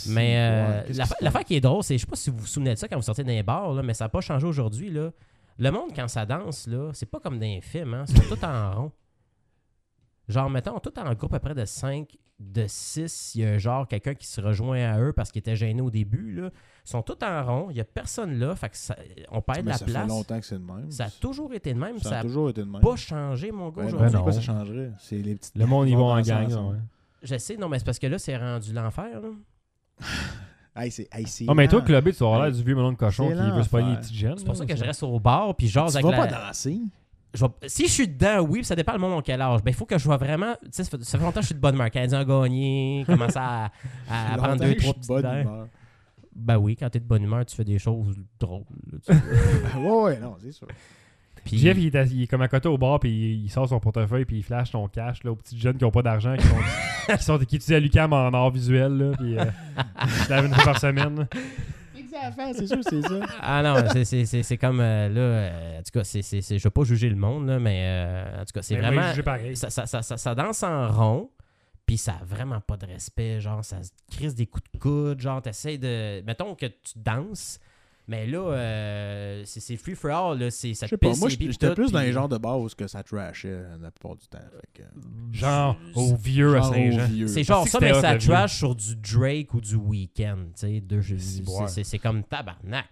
C: Mais euh,
A: Ouais, qu'est-ce
C: la-
A: que c'est?
C: l'affaire qui est drôle, c'est, je sais pas si vous vous souvenez de ça quand vous sortez d'un bar, là, mais ça n'a pas changé aujourd'hui. Là. Le monde, quand ça danse, là, c'est pas comme dans les films. Hein. Ils sont tous en <laughs> rond. Genre, mettons, tout en groupe à près de 5, de 6. Il y a genre quelqu'un qui se rejoint à eux parce qu'il était gêné au début. Là. Ils sont tous en rond. Il n'y a personne là. Fait que ça- on perd de
A: Mais
C: la
A: ça fait
C: place.
A: longtemps que c'est le même.
C: Ça a toujours été le même.
A: Ça
C: Ça
A: a
C: n'a
A: toujours été le même.
C: pas changé, mon gars.
A: Ouais,
C: aujourd'hui.
A: non,
B: Ben non.
A: pourquoi ça changerait C'est les petites.
B: Le monde, ils
A: Ils
B: vont
A: vont
B: en
A: danser
B: gang.
A: ensemble.
B: ouais.
C: Je sais, non, mais c'est parce que là, c'est rendu l'enfer. là.
A: Hey, c'est. Hey, c'est
B: Non, Ah, mais toi,
A: lent.
B: clubé, tu vas avoir l'air du vieux melon de cochon
A: Ah. C'est
B: qui veut se pogner les
A: l'enfer.
B: petites gènes.
C: C'est pour ça que je reste au bar. Puis genre,
A: Tu vas pas danser.
C: je vais- si je suis dedans, oui, puis ça dépend le moment quel âge. Ben, il faut que je vois vraiment. Tu sais, ça fait ça fait longtemps que je suis de bonne humeur. Canadien gagné, commencer à,
A: <laughs>
C: à
A: Longtemps
C: prendre deux,
A: que je
C: trois
A: suis de
C: petites
A: bonne
C: bières.
A: humeur.
C: Ben oui, quand t'es de bonne humeur, tu fais des choses drôles. là, tu sais.
A: Ouais, ouais, non, c'est
C: <laughs>
A: sûr.
C: Puis-
B: Jeff, il est, assis- il est comme à côté au bar, puis il, il sort son portefeuille, puis il flash son cash là, aux petites jeunes qui n'ont pas d'argent, qui sont,
C: <laughs>
B: qui sont qui étudient à l'UQAM en art visuel, là, puis euh, ils se lavent une fois par semaine. là.
A: C'est sûr, c'est ça.
C: Ah non, c'est- c'est- c'est c'est comme euh, là. euh, en tout cas, c'est- c'est- c'est- je veux pas juger le monde, là, mais euh, en tout cas, c'est
B: Mais moi,
C: vraiment.
B: j'ai pareil.
C: ça, ça, ça, ça- ça danse en rond, puis ça a vraiment pas de respect. Genre, ça se crise des coups de coude. Genre, t'essayes de. Mettons que tu danses, mais là, euh, c'est c'est free for all. Là, c'est- ça
A: Je
C: te
A: sais pas,
C: pisse
A: moi
C: les billes,
A: j'étais
C: tout,
A: plus dans
C: puis-
A: les genres de bars où ce que ça trashait la plupart du temps. fait que-
B: Genre, au vieux à
A: Genre
B: Saint-Jean.
A: au vieux.
C: C'est genre
B: Parce que
C: ça, mais
B: c'était hot,
C: ça
B: le vieux.
C: trash sur du Drake ou du Weekend. Tu sais, deux jeux-
B: Si,
C: c'est-
B: boire.
C: c'est- C'est comme tabarnak.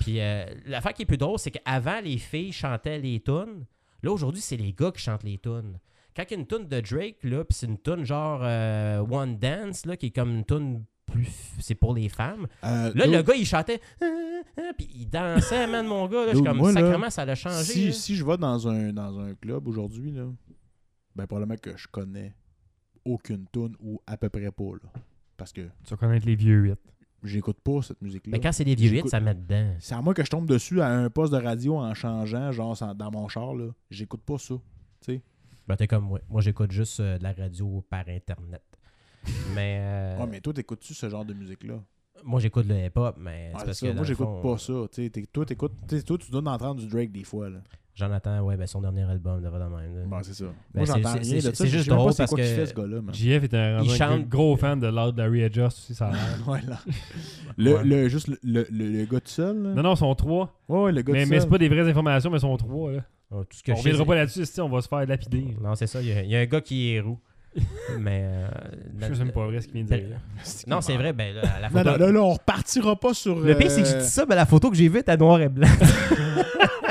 C: Puis euh, l'affaire qui est plus drôle, c'est qu'avant, les filles chantaient les tunes. Là, aujourd'hui, c'est les gars qui chantent les tunes. Quand il y a une tune de Drake, là, puis c'est une tune genre euh, One Dance, là, qui est comme une tune plus. C'est pour les femmes.
A: Euh,
C: Là,
A: d'autres-
C: le gars, il chantait. Ah, ah, Puis il dansait, man, mon gars. Là, je suis
A: Dude,
C: comme,
A: moi, là,
C: sacrément, ça l'a changé.
A: Si,
C: là.
A: si je vais dans un, dans un club aujourd'hui, là, ben probablement que je connais aucune tune ou à peu près pas. Là, parce que
B: Tu vas connaître les vieux 8.
A: j'écoute pas cette musique-là.
C: Mais quand c'est des vieux hits,
A: J'écoute-
C: ça met dedans.
A: C'est à moi que je tombe dessus à un poste de radio en changeant, genre sans- dans mon char, là. J'écoute pas ça.
C: Euh. Ben, t'es comme moi. Moi, j'écoute juste euh, de la radio par Internet. <laughs> Mais. euh,
A: Ah, Ouais, mais toi, t'écoutes-tu ce genre de musique-là?
C: Moi, j'écoute le hip-hop, mais
A: Ouais,
C: Ben, c'est
A: c'est
C: parce
A: ça.
C: que.
A: moi, j'écoute
C: euh,
A: pas ça. T'sais, t'es- toi, t'écoutes, t'sais, toi, tu dois en entendre du Drake des fois. Là.
C: Jonathan, ouais, ben son dernier album, de vrai de même. là.
A: Bon, c'est ça.
C: Ben,
A: moi,
C: c'est-
A: j'entends rien
C: c'est-
A: de
C: c'est-
A: ça.
C: c'est
A: Je sais
C: juste
A: même
C: drôle
A: pas c'est quoi
C: parce
A: qu'il
C: que
A: fait, ce gars-là. <laughs> man.
B: JF est un rendu un
C: chante-
B: gros fan de Loud Larry Adjust aussi, ça a l'air.
C: <laughs>
A: Voilà. Le,
B: Ouais.
A: le, juste le, le, le- le gars tout seul. là.
B: Non, non, ils sont trois.
A: Ouais, ouais, le gars
B: Mais,
A: tout
B: mais c'est
A: seul.
B: pas des vraies informations, mais ils sont trois. Là.
C: Oh, tout ce que
B: On
C: je
B: reviendra
C: sais,
B: pas là-dessus, si, on va se faire lapider.
C: Non, c'est ça. Il y, a- il y a un gars qui
A: <laughs>
C: est roux. mais. euh,
B: Je sais même pas vrai ce qu'il vient
C: Ben,
B: de dire. là.
C: Non, c'est vrai. Ben, là, la
A: <laughs> Non,
C: photo.
A: non, là, euh, là, on repartira pas sur.
C: Le pire, c'est que je dis ça, mais la photo que j'ai vue était noir et blanc.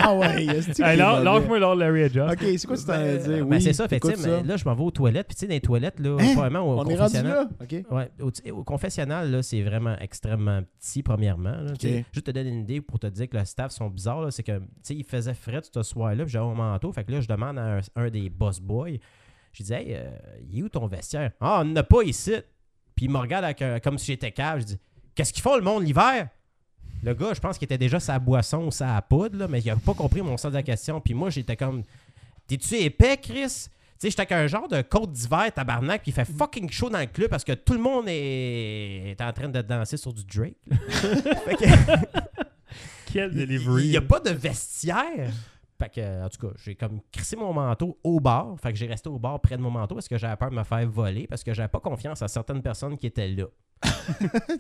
A: Ah ouais, est-ce que c'est
B: Hey, lâ-
A: mauvais?
B: Lâche-moi Loud Larry Adjust.
A: Ok, c'est quoi euh, ce que t'en as
C: Ben,
A: dit?
C: <laughs> ben,
A: Oui,
C: c'est ça, fait tu sais,
A: écoute ça.
C: mais là, je m'en vais aux toilettes. Puis, tu sais, dans les toilettes, là,
A: Hein?
C: probablement au
A: On est rendu
C: confessionnal.
A: là. Ok.
C: Ouais, au, tu sais, au confessionnal, là, c'est vraiment extrêmement petit, premièrement. là, tu sais. Juste te donner une idée pour te dire que le staff sont bizarres. là, C'est que, tu sais, il faisait fret ce soir-là, puis j'avais mon manteau. Fait que là, je demande à un, un des boss boys, je dis, hey, euh, il est où ton vestiaire? Ah, on n'en a pas ici. Puis il me regarde avec un- comme si j'étais cave. Je dis, qu'est-ce qu'ils font le monde l'hiver? Le gars, je pense qu'il était déjà sa boisson ou sa poudre, là, mais il a pas compris mon sens de la question. Puis moi, j'étais comme, t'es-tu épais, Chris? Tu sais, j'étais avec un genre de côte d'hiver, tabarnak, puis il fait fucking chaud dans le club parce que tout le monde est, est en train de danser sur du Drake. là. Fait que-
B: Quel
C: il
B: delivery.
C: n'y a pas de vestiaire. Fait que, en tout cas, j'ai comme crissé mon manteau au bar. Fait que j'ai resté au bar près de mon manteau parce que j'avais peur de me faire voler, parce que j'avais pas confiance à certaines personnes qui étaient là.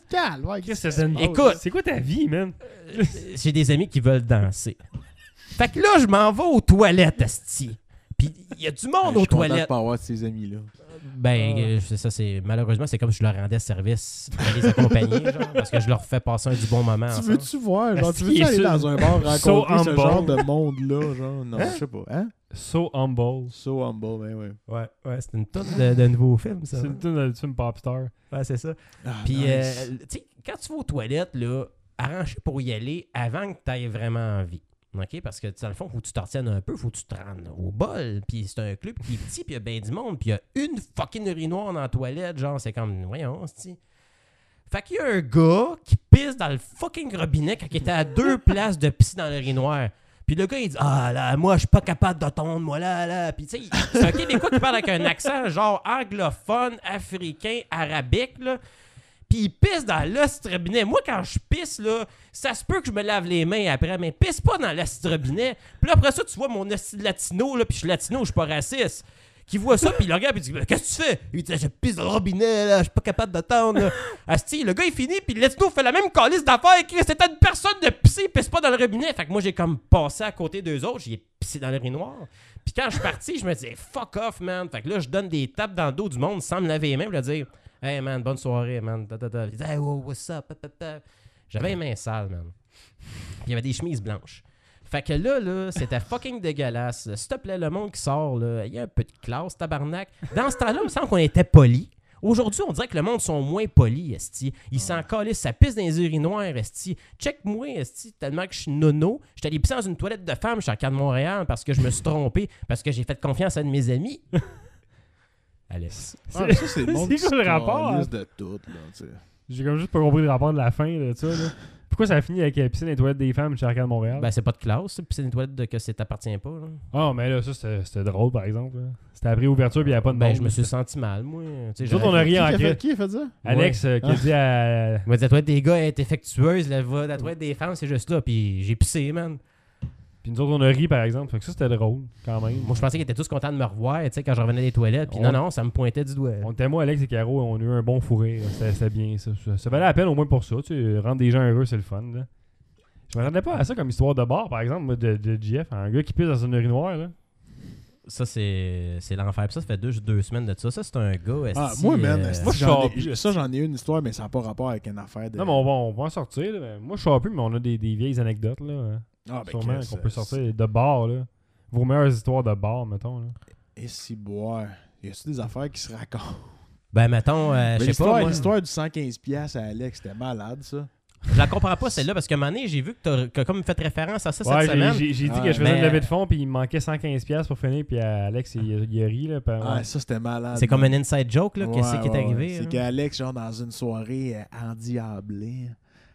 A: Calme, ouais.
B: Qu'est-ce que c'est une-
C: Écoute.
B: C'est quoi ta vie, man?
C: Euh, j'ai des amis qui veulent danser. Fait que là, je m'en vais aux toilettes, asti. Puis il y a du monde
A: Je
C: aux
A: suis content de
C: toilettes.
A: pas avoir ces amis-là.
C: Ben, euh, c'est ça, c'est malheureusement, c'est comme si je leur rendais service à les accompagner, genre, parce que je leur fais passer un du bon moment.
A: Tu
C: ensemble.
A: veux-tu voir? Genre, tu
B: Est-ce
A: veux-tu
B: qu'il est
A: aller
B: sur-
A: dans un bar rencontrer
B: So
A: ce
B: humble.
A: genre de monde-là? Genre, non, je sais pas. Hein?
B: So humble.
A: So humble, ben ouais.
C: Ouais, ouais, c'est une tonne de, de nouveaux films, ça.
B: C'est une tune de film Popstar.
C: Ouais, c'est ça. Puis, euh, tu sais, quand tu vas aux toilettes, là, arrange pour y aller avant que tu aies vraiment envie. OK? Parce que, dans le fond, faut que tu t'en retiennes un peu, faut que tu te rendes au bol. Puis, c'est un club qui est petit, puis il y a bien du monde, puis il y a une fucking urinoir dans la toilette. Genre, c'est comme, voyons, c'est. Fait qu'il y a un gars qui pisse dans le fucking robinet quand il était à deux places de pisser dans l'urinoir. Puis le gars, il dit Ah là, moi, je suis pas capable d'entendre, moi là, là. Puis tu sais, c'est un Québécois qui parle avec un accent genre anglophone, africain, arabique, là. Puis il pisse dans l'ostre robinet. Moi, quand je pisse, là, ça se peut que je me lave les mains après, mais pisse pas dans l'ostre robinet. Puis là, après ça, tu vois mon hostie de latino, là, puis je suis latino, je suis pas raciste. Qui voit ça, puis il le regarde, puis il dit Qu'est-ce que tu fais Il dit Je pisse dans le robinet, là, je suis pas capable d'attendre. là. Asti, le gars, il finit, puis le latino fait la même calice d'affaires. Chris, c'était une personne de pisser, il pisse pas dans le robinet. Fait que moi, j'ai comme passé à côté d'eux autres, j'ai pissé dans le noir. Puis quand je suis parti, je me disais fuck off, man. Fait que là, je donne des tapes dans le dos du monde sans me laver les mains, pour leur dire hey man, bonne soirée, man. Da, da, da. Ils disaient, hey, wow, what's up? Pa, pa, pa. J'avais les mains sales, man. Puis il y avait des chemises blanches. Fait que là, là, c'était fucking dégueulasse. S'il te plaît, le monde qui sort, là, il y a un peu de classe, tabarnak. Dans ce temps-là, il me semble qu'on était poli. Aujourd'hui, on dirait que le monde sont moins polis, esti. Ils s'en calissent, ça pisse dans les urinoirs, esti. Check-moi, esti, tellement que je suis nono. J'étais allé pisser dans une toilette de femme chez Arcade Montréal parce que je me suis trompé, parce que j'ai fait confiance à un de mes amis. Alex.
A: Ah, mais ça, c'est le monde
B: c'est <laughs>
A: qui
B: quoi le
A: se
B: rapport,
A: calisse de tout, là, tu sais.
B: J'ai comme juste pas compris le rapport de la fin de ça. Là. Pourquoi ça a fini avec la piscine et les toilettes des femmes chez Arcade Montréal?
C: Ben, c'est pas de classe, ça, puis c'est une toilette de que ça t'appartient pas. là.
B: Ah, mais là, ça, c'était c'était drôle, par exemple. là. C'était après ouverture, puis il n'y avait pas de
C: Ben,
B: monde.
C: je me suis senti mal, moi. Tu sais,
B: Nous autres,
C: j'aurais-
B: on a
A: Qui
B: ri en
A: a fait-
B: crise.
A: qui a fait ça?
B: Alex, euh,
C: Ah.
B: qui a dit à...
C: Il m'a dit, la toilette des gars est effectueuse, la, vo- la toilette des femmes, c'est juste là, puis j'ai pissé, man.
B: Puis nous autres, on a ri, par exemple. Fait que ça, c'était drôle, quand même.
C: Moi, je pensais qu'ils étaient tous contents de me revoir, tu sais, quand je revenais des toilettes, puis
B: On-
C: non, non, ça me pointait du doigt.
B: On était moi, Alex et Caro, on a eu un bon fourré. C'était c'était bien, ça. ça. ça valait la peine au moins pour ça. Tu sais, rendre des gens heureux, c'est le fun. Là. Je m'attendais pas à ça comme histoire de bar, par exemple, moi, de, de GF. Un gars qui pisse dans une urinoir, là.
C: Ça, c'est c'est l'enfer. Puis ça, ça fait deux, deux semaines de ça. Ça, c'est un gars,
A: Ah,
C: esti,
A: moi, man,
C: euh,
A: esti,
B: moi, je
A: j'en
B: sors
A: ai-
B: plus,
A: ça, j'en ai une histoire, mais ça n'a pas rapport avec une affaire de.
B: Non, mais on va, on va en sortir. là. Mais Moi, je sors plus, mais on a des, des vieilles anecdotes, là. hein.
A: Ah, ben,
B: Sûrement
A: Chris,
B: qu'on peut
A: euh,
B: sortir de bar, là. Vos meilleures histoires de bar, mettons. Là.
A: Et si boire. Y a-tu des affaires qui se racontent?
C: Ben, mettons, euh,
A: Mais
C: je sais
A: l'histoire
C: pas, moi,
A: l'histoire du 115$ piastres à Alex, c'était malade, ça.
C: je la comprends pas, celle-là, parce que Mané, j'ai vu que t'as que comme fait référence à ça
B: Ouais,
C: cette
B: j'ai-
C: semaine.
B: j'ai j'ai dit
A: Ah,
B: que je faisais
C: mais-
B: une levée de fonds, puis il me manquait 115$ pour finir, puis à Alex, il, il a ri, là. puis-
A: Ah, ça, c'était malade.
C: C'est comme un inside joke, là,
A: Ouais,
C: qu'est-ce qui
A: ouais,
C: est arrivé
A: ouais.
C: là?
A: C'est qu'Alex, genre, dans une soirée euh, endiablée,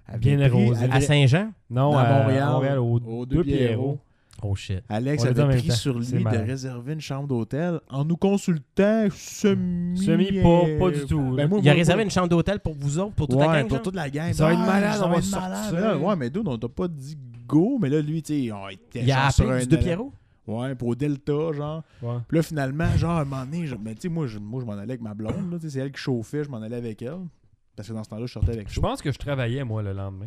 A: avait
B: Bien
A: pris-
B: arrosé.
A: avait-
C: à Saint-Jean.
B: Non,
A: à
B: à
A: Montréal,
B: Montréal, au,
A: aux
B: deux
A: Deux
B: Pierrots.
C: Oh shit.
A: Alex
B: On l'a dit en
A: avait
B: même
A: pris
B: temps.
A: sur
B: C'est
A: lui de
B: malade.
A: réserver une chambre d'hôtel en nous consultant semi.
B: Semi, pas, pas du tout. là.
A: Ben, moi,
C: Il a
A: moi,
C: réservé
A: moi-
C: une chambre d'hôtel pour vous autres, pour toute
A: ouais,
C: la gang.
A: pour
C: genre?
A: toute la gang.
B: Ça va être
A: Ouais,
B: malade,
A: ça
B: on
A: va
B: va
A: être
B: sortir
A: malade,
B: ça.
A: là. Ouais, mais d'où on t'a pas dit go, mais là, lui, tu sais, on était
C: Il a
A: genre sur
C: appelé du
A: un-
C: De Pierrot.
A: Ouais, pour au Delta, genre.
B: Ouais.
A: Puis là, finalement, genre, à un moment donné, je- mais tu sais, moi, je, moi, je m'en allais avec ma blonde, là. tu sais, C'est elle qui chauffait, je m'en allais avec elle. Parce que dans ce temps-là, je sortais avec
B: Je
A: toi.
B: pense que je travaillais, moi, le lendemain.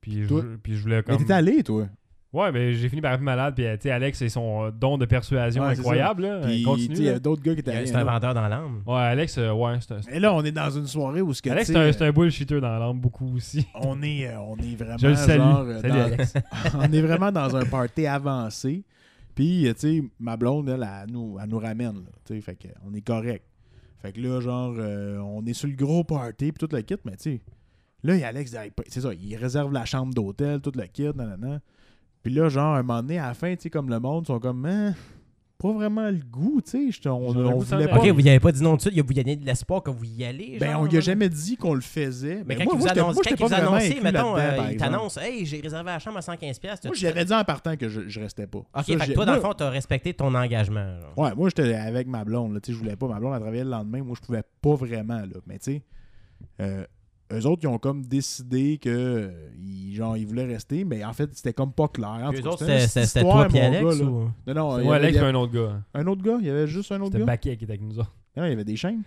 B: Puis
A: Toi-
B: je, puis je voulais
A: Mais
B: comme...
A: t'étais allé, toi.
B: Ouais, mais j'ai fini par arriver malade. Puis, euh, tu sais, Alex et son euh, don de persuasion
A: Ouais, c'est
B: incroyable, là.
A: Puis,
B: Il
A: tu sais,
B: continue.
A: il y
B: là.
A: a d'autres gars qui étaient allés.
C: C'est un
A: là.
C: vendeur dans l'âme.
B: Ouais, Alex, euh, ouais, c'est un...
A: Mais là, on est dans une soirée où ce que.
B: Alex,
A: tu
B: c'est
A: sais,
B: un, c'est un bullshiteux dans l'âme,
A: <laughs>
B: beaucoup aussi.
A: on est, euh, on est vraiment
B: Je le salue.
A: genre, euh,
B: Salut,
A: dans-
B: Alex.
A: <laughs> on est vraiment dans un party avancé. Puis, euh, tu sais, ma blonde, elle, elle nous, elle nous ramène. là, tu sais, fait que, euh, on est correct. Fait que là, genre, euh, on est sur le gros party, puis tout le kit, mais tu sais, là, il y a Alex, il- c'est ça, il réserve la chambre d'hôtel, tout le kit, nanana. Puis là, genre, un moment donné, à la fin, tu sais, comme le monde, ils sont comme, Hein, pas vraiment le goût, tu sais, je- on,
B: J'aurais
A: on
B: goût de s'en
A: voulait
B: aller.
A: pas.
C: Ok, vous n'y avez pas dit non de suite, vous gagnez de l'espoir que vous y allez.
A: Ben,
C: genre,
A: on lui a
C: vraiment?
A: jamais dit qu'on le faisait.
C: Mais
A: Ben, moi,
C: quand ils vous
A: moi, j'étais- moi,
C: annoncent,
A: j'étais
C: quand ils
A: pas
C: vous
A: vraiment
C: annoncent,
A: inclus
C: mettons,
A: là-dedans,
C: euh,
A: par
C: ils
A: exemple.
C: t'annoncent, hey, j'ai réservé la chambre à 115$. piastres.
A: Moi, j'avais dit en partant que je, je restais pas.
C: Ok,
A: Ça,
C: fait que
A: j'ai-
C: toi, dans le
A: moi-
C: fond, t'as respecté ton engagement. genre.
A: Ouais, moi, j'étais avec ma blonde. Là, tu sais, je voulais pas. Ma blonde, elle travaillait le lendemain. Moi, je pouvais pas vraiment. Là. Mais tu sais, euh, eux autres, ils ont comme décidé que euh, ils, genre, ils voulaient rester. Mais en fait, c'était comme pas clair. En tout
C: Eux
A: cas,
C: autres,
A: une
C: c'était c'était- c'était
A: histoire,
C: toi puis
A: mon
C: Alex
A: gars, là.
C: ou...
A: Non, non, il y avait-
B: ouais, Alex,
A: il y
B: c'est
A: avait
B: un autre gars. hein.
A: un autre gars. Il y avait juste un autre
B: C'était
A: gars.
B: Baquet qui était avec nous autres.
A: Non, il y avait des chaînes.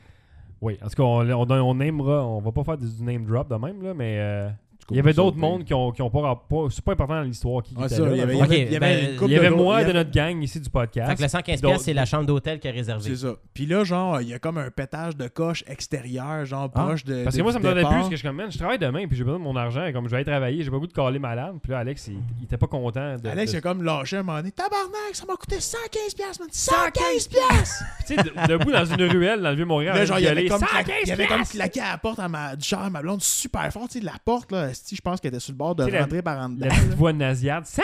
B: Oui, en tout cas, on, on, on namera- on va pas faire du, du name drop de même, là, mais euh, il y avait d'autres mondes qui ont, qui ont pas, rap- pas- C'est pas important dans l'histoire qui qui
A: Ah,
B: était
A: ça,
B: là,
A: il y
B: dans le
A: avait,
B: fond.
A: il y avait-
C: Ok,
A: il y avait
C: ben,
A: une
B: Il
A: couple
B: y avait
A: d'autres-
B: moi
A: il y
B: de
A: avait-
B: notre gang ici du podcast.
C: Fait que le 115$,
B: Donc-
C: piastres, c'est la chambre d'hôtel qui est réservée.
A: C'est ça. Puis là, genre, il y a comme un pétage de coche extérieur, genre
C: Ah,
A: proche de.
B: Parce
A: de-
B: que moi, ça me
A: du
B: donnait plus,
A: départ.
B: parce que je suis comme, man, je travaille demain, puis j'ai besoin de mon argent, comme je vais aller travailler, j'ai pas le goût de caler malade. Puis là, Alex, il, il était pas content. De,
A: Alex, il
B: de-
A: a comme lâché un moment donné. Tabarnak, ça m'a coûté 115$, piastres, man. <laughs> 115$! piastres!
B: Puis tu sais, de- debout dans une ruelle, dans le Vieux-Montréal,
A: Là, genre, il y avait
B: gueuler,
A: comme,
B: 115
A: cla- il y avait comme
B: piastres!
A: claqué à la porte à ma, du char à ma blonde super fort. Tu sais, la porte, là, esti, je pense qu'elle était sur le bord de
B: Tu sais, la-
A: rentrer par en dedans.
B: La petite voix nasillarde, 115